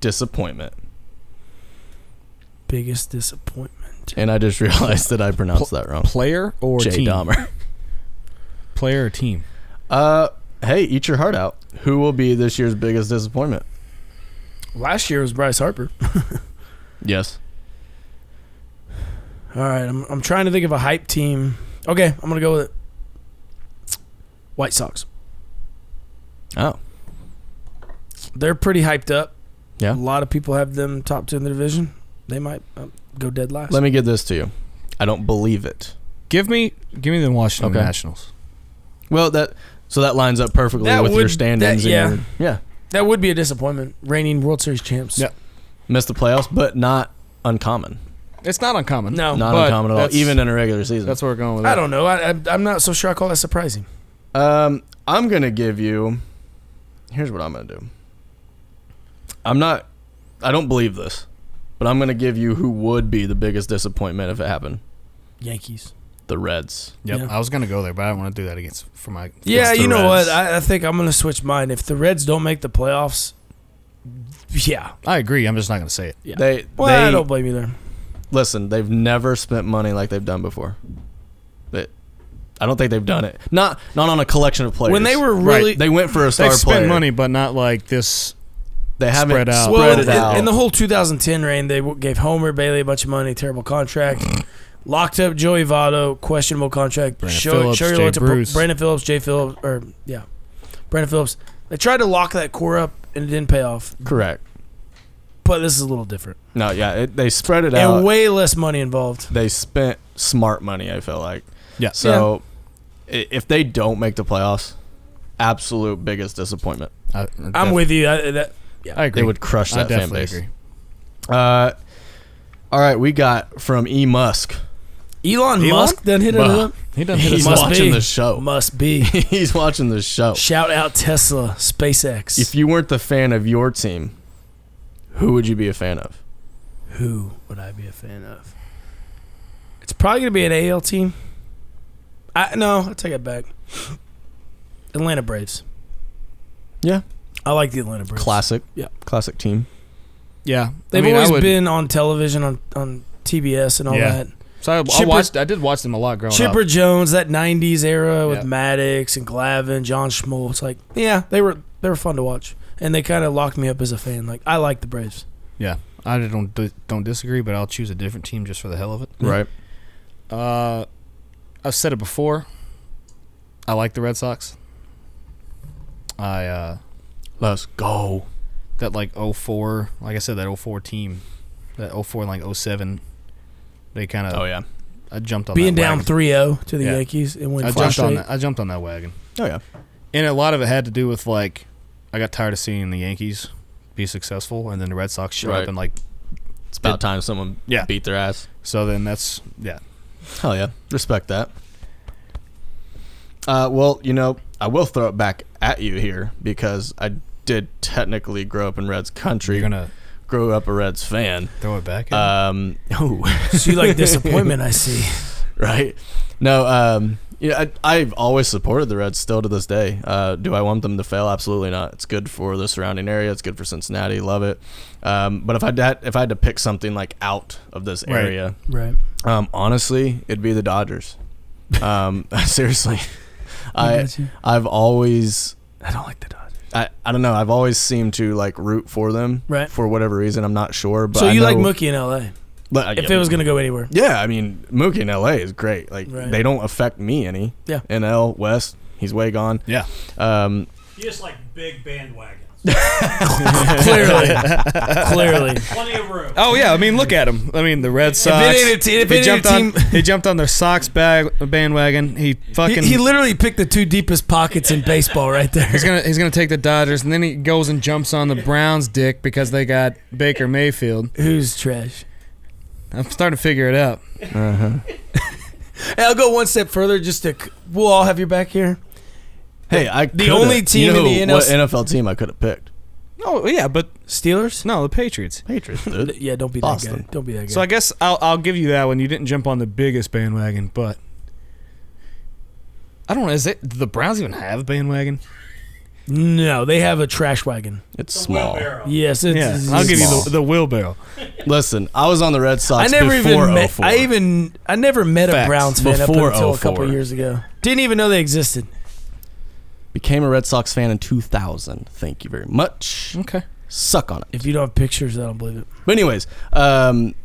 Speaker 1: disappointment?
Speaker 2: Biggest disappointment.
Speaker 1: And I just realized that I pronounced that wrong.
Speaker 3: player or
Speaker 1: Jay
Speaker 3: team?
Speaker 1: Dahmer.
Speaker 3: Player or team?
Speaker 1: Uh, hey, eat your heart out. Who will be this year's biggest disappointment?
Speaker 2: Last year was Bryce Harper.
Speaker 1: Yes.
Speaker 2: All right, I'm, I'm trying to think of a hype team. Okay, I'm gonna go with it. White Sox.
Speaker 1: Oh.
Speaker 2: They're pretty hyped up.
Speaker 1: Yeah.
Speaker 2: A lot of people have them top two in the division. They might um, go dead last.
Speaker 1: Let me give this to you. I don't believe it.
Speaker 3: Give me give me the Washington
Speaker 1: Okay.
Speaker 3: Nationals.
Speaker 1: Well, that so that lines up perfectly
Speaker 2: That
Speaker 1: with
Speaker 2: would-
Speaker 1: your
Speaker 2: that-
Speaker 1: standings. and
Speaker 2: yeah.
Speaker 1: your- yeah.
Speaker 2: that would be a disappointment. Reigning World Series champs.
Speaker 3: Yeah.
Speaker 1: Missed the playoffs, but not uncommon.
Speaker 3: It's not uncommon.
Speaker 2: No.
Speaker 1: Not
Speaker 3: But
Speaker 1: uncommon at all,
Speaker 3: that's-
Speaker 1: even in a regular season.
Speaker 3: that's where we're going with that.
Speaker 2: I don't know. I, I, I'm not so sure I call that surprising.
Speaker 1: Um, I'm gonna give you. Here's what I'm gonna do. I'm not. I don't believe this, but I'm gonna give you who would be the biggest disappointment if it happened.
Speaker 2: Yankees.
Speaker 1: The Reds.
Speaker 3: Yep,
Speaker 2: Yeah.
Speaker 3: I was gonna go there, but I don't want to do that against for my.
Speaker 2: Yeah,
Speaker 3: against the
Speaker 2: you know
Speaker 3: Reds.
Speaker 2: what? I, I think I'm gonna switch mine. If the Reds don't make the playoffs, yeah.
Speaker 3: I agree. I'm just not gonna say it.
Speaker 2: Yeah.
Speaker 1: They.
Speaker 2: Well,
Speaker 1: they
Speaker 2: I don't blame you there.
Speaker 1: listen. They've never spent money like they've done before. They, I don't think they've done it. Not not on a collection of players.
Speaker 2: When they were
Speaker 3: Right.
Speaker 2: really
Speaker 1: they went for a
Speaker 3: They
Speaker 1: star
Speaker 3: spent
Speaker 1: player.
Speaker 3: money, but not like this.
Speaker 1: They haven't
Speaker 3: spread out.
Speaker 1: Spread
Speaker 2: Well,
Speaker 1: it
Speaker 2: in,
Speaker 1: out.
Speaker 2: in the whole 2010 reign, they w- gave Homer Bailey a bunch of money, terrible contract, locked up Joey Votto, questionable contract.
Speaker 3: Brandon Phillips,
Speaker 2: your
Speaker 3: Jay
Speaker 2: loyalty-
Speaker 3: Bruce.
Speaker 2: Brandon Phillips, Jay Phillips, or yeah, Brandon Phillips. They tried to lock that core up and it didn't pay off.
Speaker 1: Correct.
Speaker 2: But this is a little different
Speaker 1: No. Yeah. It, they spread it out.
Speaker 2: and way less money involved.
Speaker 1: they spent smart money. I feel like.
Speaker 3: Yeah.
Speaker 1: So, i if they don't make the playoffs, absolute biggest disappointment.
Speaker 3: I,
Speaker 2: I'm with you. I, that,
Speaker 3: I agree.
Speaker 1: They would crush
Speaker 3: I
Speaker 1: that fan
Speaker 3: definitely
Speaker 1: base.
Speaker 3: agree.
Speaker 1: Uh, all right, we got from E Musk.
Speaker 2: Elon,
Speaker 3: Elon?
Speaker 2: Musk done hit it
Speaker 1: Bruh.
Speaker 2: up.
Speaker 3: He doesn't hit
Speaker 1: He's
Speaker 3: us.
Speaker 2: must
Speaker 1: watching
Speaker 2: be.
Speaker 1: the show.
Speaker 2: Must be.
Speaker 1: He's watching the show.
Speaker 2: Shout out Tesla, SpaceX.
Speaker 1: If you weren't the fan of your team, who would you be a fan of?
Speaker 2: Who would I be a fan of? It's probably gonna be an AL team. I no, I take it back. Atlanta Braves.
Speaker 1: Yeah.
Speaker 2: I like the Atlanta Braves.
Speaker 1: Classic.
Speaker 2: Yeah.
Speaker 1: Classic team.
Speaker 3: Yeah,
Speaker 2: They've
Speaker 3: I mean, I
Speaker 2: always
Speaker 3: would-
Speaker 2: been on television on on TBS and all
Speaker 3: Yeah.
Speaker 2: that.
Speaker 3: So I, I
Speaker 2: Chipper-
Speaker 3: watched. I did watch them a lot growing
Speaker 2: Chipper
Speaker 3: up.
Speaker 2: Jones, that '90s era with
Speaker 3: Yeah.
Speaker 2: Maddox and Glavin, John Schmoll. It's like, yeah, they were they were fun to watch, and they kind of locked me up as a fan. Like, I like the Braves.
Speaker 3: Yeah, I don't di- don't disagree, but I'll choose a different team just for the hell of it.
Speaker 1: Right.
Speaker 3: Uh, I've said it before. I like the Red Sox. I uh,
Speaker 1: Let's go.
Speaker 3: that like 04, like I said, that 04 team, that 04 and like 07, they kind of
Speaker 1: Oh yeah.
Speaker 3: I jumped on
Speaker 2: Being
Speaker 3: that
Speaker 2: down
Speaker 3: wagon.
Speaker 2: 3-0 to the
Speaker 3: Yeah.
Speaker 2: Yankees and
Speaker 3: I
Speaker 2: winning four
Speaker 3: jumped on
Speaker 2: straight.
Speaker 3: that. I jumped on that wagon,
Speaker 1: Oh yeah.
Speaker 3: and a lot of it had to do with like I got tired of seeing the Yankees be successful, and then the Red Sox showed
Speaker 1: Right.
Speaker 3: up and like
Speaker 1: It's about time someone
Speaker 3: Yeah.
Speaker 1: beat their ass.
Speaker 3: so then that's yeah
Speaker 1: Hell yeah. Respect that. Uh, well, you know, I will throw it back at you here because I did technically grow up in Reds country.
Speaker 3: you're gonna
Speaker 1: grew up a Reds fan.
Speaker 3: throw it back. at me?
Speaker 1: Um, oh,
Speaker 2: So you like disappointment? I see.
Speaker 1: right. No, um, Yeah, I, I've always supported the Reds still to this day. Uh, do I want them to fail? Absolutely not. It's good for the surrounding area. It's good for Cincinnati. Love it. Um, but if I had, if I had to pick something like out of this
Speaker 3: Right.
Speaker 1: area,
Speaker 2: Right.
Speaker 1: um, honestly, it'd be the Dodgers. Um, seriously,
Speaker 2: I,
Speaker 1: I
Speaker 2: got you.
Speaker 1: I've always
Speaker 2: I don't like the Dodgers.
Speaker 1: I, I don't know I've always seemed to like root for them
Speaker 2: Right.
Speaker 1: for whatever reason. I'm not sure, but
Speaker 2: so
Speaker 1: I
Speaker 2: you like
Speaker 1: know-
Speaker 2: Mookie in L.A.
Speaker 1: but, uh,
Speaker 2: If
Speaker 1: yeah,
Speaker 2: it was gonna go anywhere,
Speaker 1: Yeah, I mean Mookie in LA is great. Like
Speaker 2: Right.
Speaker 1: they don't affect me any.
Speaker 2: Yeah.
Speaker 1: NL West, he's way gone.
Speaker 3: Yeah.
Speaker 1: Um,
Speaker 4: You just like big bandwagons.
Speaker 2: clearly, clearly,
Speaker 4: Plenty of room.
Speaker 3: Oh yeah, I mean, look at him. I mean, the Red Sox.
Speaker 2: ain't a te- if it
Speaker 3: he
Speaker 2: ain't a
Speaker 3: jumped
Speaker 2: team-
Speaker 3: on. He jumped on their Sox bag bandwagon. He
Speaker 2: he,
Speaker 3: fucking.
Speaker 2: he literally picked the two deepest pockets in baseball right there.
Speaker 3: he's gonna he's gonna take the Dodgers, and then he goes and jumps on the Browns' dick because they got Baker Mayfield.
Speaker 2: Who's trash?
Speaker 3: I'm starting to figure it out.
Speaker 1: uh-huh.
Speaker 2: Hey, I'll go one step further. Just to, c- we'll all have your back here.
Speaker 1: hey, I
Speaker 2: The
Speaker 1: coulda-
Speaker 2: only team
Speaker 1: you know
Speaker 2: in the NL
Speaker 1: what NFL team I could have picked
Speaker 3: Oh yeah, but
Speaker 2: Steelers?
Speaker 3: no, the Patriots.
Speaker 1: Patriots, dude.
Speaker 2: Yeah, don't be that
Speaker 1: Boston.
Speaker 2: guy. Don't be that guy.
Speaker 3: So I guess I'll I'll give you that one. You didn't jump on the biggest bandwagon, but I don't know. Is it do the Browns even have a bandwagon?
Speaker 2: no, they have a trash wagon.
Speaker 1: It's
Speaker 4: The
Speaker 1: small.
Speaker 4: wheelbarrow.
Speaker 2: Yes, it's,
Speaker 3: Yeah,
Speaker 2: it's
Speaker 3: I'll give you
Speaker 1: small.
Speaker 3: the, the wheelbarrow.
Speaker 1: Listen, I was on the Red Sox
Speaker 2: I never
Speaker 1: before
Speaker 2: even met,
Speaker 1: 04.
Speaker 2: I even I never met
Speaker 3: Facts.
Speaker 2: a Browns fan up
Speaker 1: Before
Speaker 2: until a
Speaker 1: 04.
Speaker 2: couple of years ago. Didn't even know they existed.
Speaker 1: became a Red Sox fan in 2000. Thank you very
Speaker 2: Hmm?
Speaker 1: much.
Speaker 3: Okay.
Speaker 1: Suck on it.
Speaker 2: If you don't have pictures, I don't believe it.
Speaker 1: But anyways, um,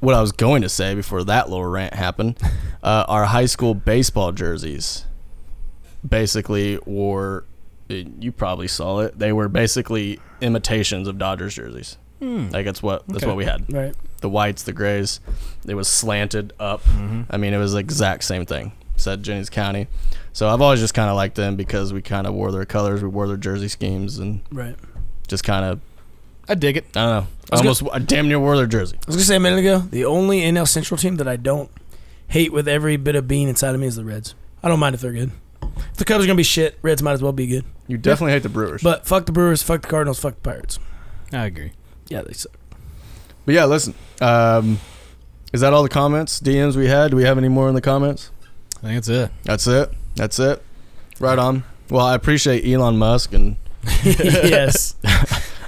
Speaker 1: what I was going to say before that little rant happened, uh, our high school baseball jerseys basically were. You probably saw it. They were basically imitations of Dodgers jerseys.
Speaker 3: Hmm.
Speaker 1: Like that's what that's
Speaker 3: Okay.
Speaker 1: what we had.
Speaker 2: Right.
Speaker 1: The whites, the grays. It was slanted up.
Speaker 3: Mm-hmm.
Speaker 1: I mean, it was the exact same thing. Said Jennings County. So I've always just kind of liked them because we kind of wore their colors, we wore their jersey schemes, and
Speaker 2: Right.
Speaker 1: just kind of
Speaker 3: I dig it.
Speaker 1: I don't know. I
Speaker 2: was
Speaker 1: almost I damn near wore their jersey.
Speaker 2: I was gonna say a minute ago, the only NL Central team that I don't hate with every bit of bean inside of me is the Reds. I don't mind if they're good. If the Cubs are gonna be shit, Reds might as well be good.
Speaker 1: You definitely hate the Brewers. But,
Speaker 2: But fuck the Brewers, fuck the Cardinals, fuck the Pirates.
Speaker 3: I agree.
Speaker 2: Yeah, they suck.
Speaker 1: but yeah, listen. Um, is that all the comments, DMs we had? Do we have any more in the comments?
Speaker 3: I think that's it.
Speaker 1: That's it. That's it. Right on. Well, I appreciate Elon Musk, and
Speaker 2: yes.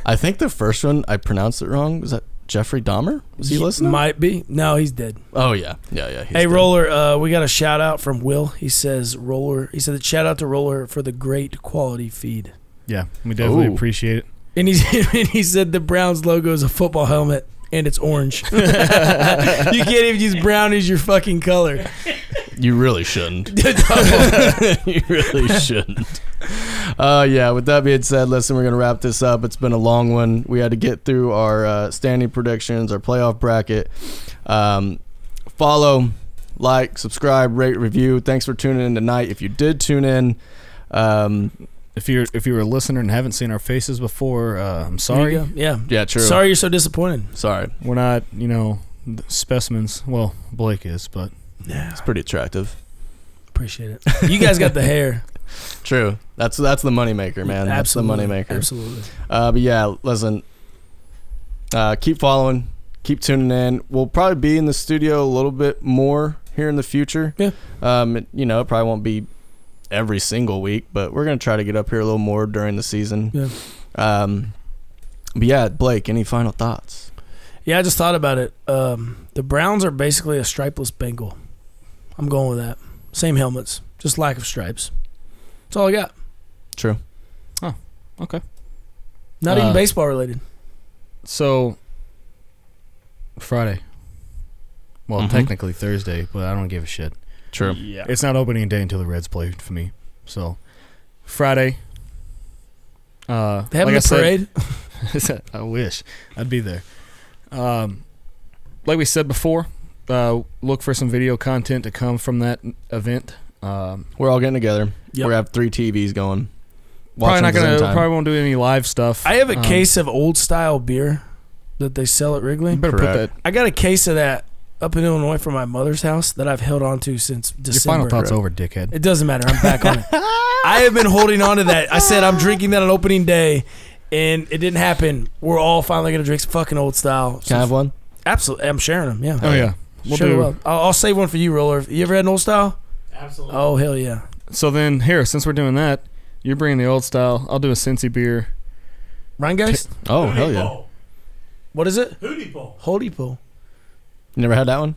Speaker 1: I think the first one I pronounced it wrong. Was that Jeffrey Dahmer? Was he listening?
Speaker 2: Might be. No, he's dead.
Speaker 1: oh yeah, yeah, yeah. he's
Speaker 2: hey,
Speaker 1: dead.
Speaker 2: Roller, uh, we got a shout out from Will. He says, Roller, he said, shout out to Roller for the great quality feed.
Speaker 3: Yeah, we definitely
Speaker 1: Ooh.
Speaker 3: appreciate it.
Speaker 2: And, he's, and he said, the Browns logo is a football helmet and it's orange. you can't even use brown as your fucking color.
Speaker 1: You really shouldn't. you really shouldn't. Uh, yeah, with that being said, listen, we're going to wrap this up. It's been a long one. We had to get through our uh, standing predictions, our playoff bracket. Um, follow, like, subscribe, rate, review. Thanks for tuning in tonight. If you did tune in, um,
Speaker 3: If you're if you're a listener and haven't seen our faces before, uh, I'm
Speaker 2: There
Speaker 3: sorry.
Speaker 2: you go. Yeah.
Speaker 1: yeah, true.
Speaker 2: Sorry you're so disappointed.
Speaker 1: Sorry.
Speaker 3: We're not, you know, th- specimens. Well, Blake is, but
Speaker 2: Yeah.
Speaker 1: It's pretty attractive.
Speaker 2: Appreciate it. You guys got the hair.
Speaker 1: True. That's that's the moneymaker, man. That's the moneymaker.
Speaker 2: Absolutely.
Speaker 1: Uh, but yeah, listen, uh, keep following, keep tuning in. We'll probably be in the studio a little bit more here in the future.
Speaker 2: Yeah.
Speaker 1: Um, it- you know, it probably won't be every single week, but we're gonna try to get up here a little more during the season.
Speaker 2: Yeah.
Speaker 1: Um, but yeah, Blake, any final thoughts?
Speaker 2: Yeah, I just thought about it. Um, the Browns are basically a stripeless Bengal. I'm going with that. Same helmets, just lack of stripes. That's all I got.
Speaker 1: True.
Speaker 3: okay.
Speaker 2: Not
Speaker 3: Uh,
Speaker 2: even baseball related.
Speaker 3: So Friday. Well,
Speaker 1: Mhm.
Speaker 3: technically Thursday, but I don't give a shit.
Speaker 1: True.
Speaker 2: Yeah.
Speaker 3: It's not opening day until the Reds play for me. So Friday. Uh,
Speaker 2: They having
Speaker 3: like I
Speaker 2: a
Speaker 3: said-
Speaker 2: parade.
Speaker 3: I wish I'd be there. Um, like we said before, uh, look for some video content to come from that event. Um,
Speaker 1: We're all getting together. We're
Speaker 2: Yep.
Speaker 1: gonna have three TVs going. Watch
Speaker 3: probably not
Speaker 1: them at the
Speaker 3: gonna.
Speaker 1: same time.
Speaker 3: Probably won't do any live stuff.
Speaker 2: I have a
Speaker 3: Um,
Speaker 2: case of old style beer that they sell at
Speaker 3: You
Speaker 2: Wrigley.
Speaker 3: better
Speaker 1: Correct.
Speaker 3: put
Speaker 2: I got a case of that up in Illinois from my mother's house that I've held on to since
Speaker 3: that.
Speaker 2: December.
Speaker 3: Your final thoughts over, dickhead.
Speaker 2: It doesn't matter. I'm back on it. I have been holding on to that. I said I'm drinking that on opening day, and it didn't happen. We're all finally gonna drink some fucking old style.
Speaker 1: Can I have one?
Speaker 2: Absolutely, I'm sharing them. Yeah.
Speaker 3: Oh yeah, we'll
Speaker 2: Sure
Speaker 3: do.
Speaker 2: will. I'll, I'll save one for you, Roller. You ever had an old style?
Speaker 4: Absolutely.
Speaker 2: Oh hell yeah!
Speaker 3: So then here, since we're doing that, you're bringing the old style. I'll do a Cincy beer.
Speaker 2: Rheingeist?
Speaker 1: Oh,
Speaker 4: Hootie
Speaker 1: hell yeah.
Speaker 4: Pole.
Speaker 2: What is it?
Speaker 4: Hootie Pole.
Speaker 2: Holy pool.
Speaker 1: You never had that one?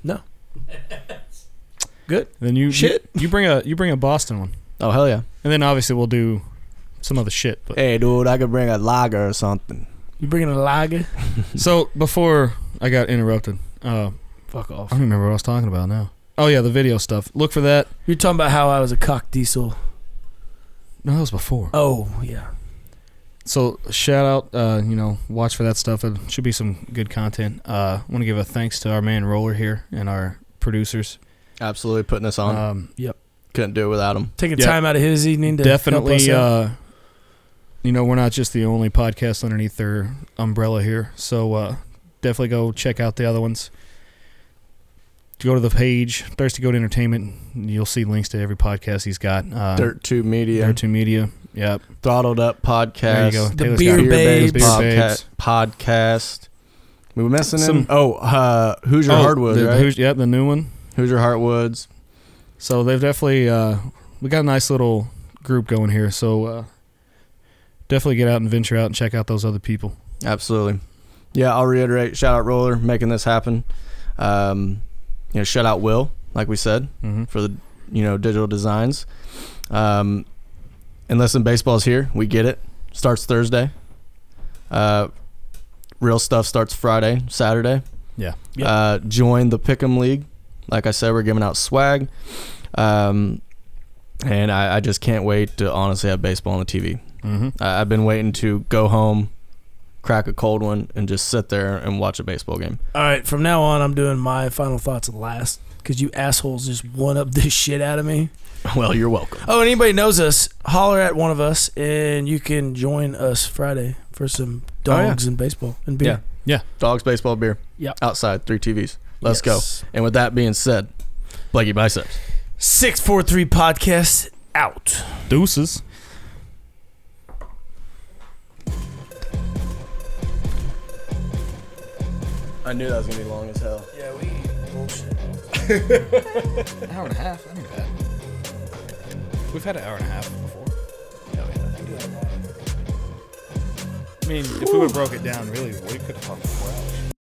Speaker 2: Good.
Speaker 3: Then you
Speaker 2: Shit.
Speaker 3: You, you bring a you bring a Boston one,
Speaker 1: Oh, hell yeah.
Speaker 3: and then obviously we'll do some other shit. But
Speaker 1: Hey, dude, I could bring a lager or something.
Speaker 2: You bringing a lager?
Speaker 3: so before I got interrupted, uh,
Speaker 2: Fuck
Speaker 3: I
Speaker 2: off.
Speaker 3: don't remember what I was talking about now. Oh yeah, the video stuff. Look for that.
Speaker 2: You're talking about how I was a cock diesel.
Speaker 3: No, that was before.
Speaker 2: Oh yeah.
Speaker 3: So shout out, uh, you know, watch for that stuff. It should be some good content. Uh, want to give a thanks to our man Roller here and our producers.
Speaker 1: Absolutely putting us on.
Speaker 3: Um,
Speaker 1: Couldn't do it without him.
Speaker 2: Taking
Speaker 3: Yeah.
Speaker 2: time out of his evening to help us
Speaker 3: definitely,
Speaker 2: out.
Speaker 3: uh, you know, we're not just the only podcast underneath their umbrella here. So uh, definitely go check out the other ones. Go to the page Thirsty Goat Entertainment. and You'll see links to every podcast he's got. Uh,
Speaker 1: Dirt 2 Media,
Speaker 3: Dirt Two Media. Yep.
Speaker 1: Throttled Up Podcast,
Speaker 3: There you go.
Speaker 2: The
Speaker 3: Taylor's
Speaker 2: beer
Speaker 3: got
Speaker 1: Beer
Speaker 3: it.
Speaker 1: Babes,
Speaker 2: Babes.
Speaker 1: podca-
Speaker 3: Beer Babes.
Speaker 1: Podcast. We were missing
Speaker 3: Some-
Speaker 1: him. Oh, uh, Hoosier
Speaker 3: Oh,
Speaker 1: Hardwoods,
Speaker 3: the-
Speaker 1: right?
Speaker 3: who's- Yep, the new one.
Speaker 1: Hoosier Hardwoods.
Speaker 3: So they've definitely uh, we got a nice little group going here. So uh, definitely get out and venture out and check out those other people.
Speaker 1: Absolutely. Yeah, I'll reiterate. Shout out Roller making this happen. Um, you know, shout out Will, like we said,
Speaker 3: Mm-hmm.
Speaker 1: for the you know digital designs. Um, and listen, baseball's here. We get it. Starts Thursday. Uh, real stuff starts Friday, Saturday.
Speaker 3: Yeah.
Speaker 2: Yeah.
Speaker 1: Uh, join the Pick'em League. Like I said, we're giving out swag. Um, and I, I just can't wait to honestly have baseball on the TV.
Speaker 3: Mm-hmm.
Speaker 1: I I've been waiting to go home, crack a cold one, and just sit there and watch a baseball game.
Speaker 2: All right, from now on, I'm doing my final thoughts last because you assholes just one up this shit out of me.
Speaker 1: Well, you're welcome.
Speaker 2: Oh, and anybody knows us, holler at one of us, and you can join us Friday for some
Speaker 1: Oh, yeah.
Speaker 2: dogs and baseball and beer.
Speaker 1: Dogs, baseball, beer.
Speaker 2: Yep.
Speaker 1: Outside, three TVs. Let's go. And with that being said, Blakey biceps.
Speaker 2: Six four three podcast out.
Speaker 3: Deuces.
Speaker 1: I knew that was gonna be long as hell.
Speaker 2: Yeah, we bullshit.
Speaker 3: An hour and a half. That ain't bad. We've had an hour and a half before. I mean, if we would have broke it down, really, we could have talked for hours.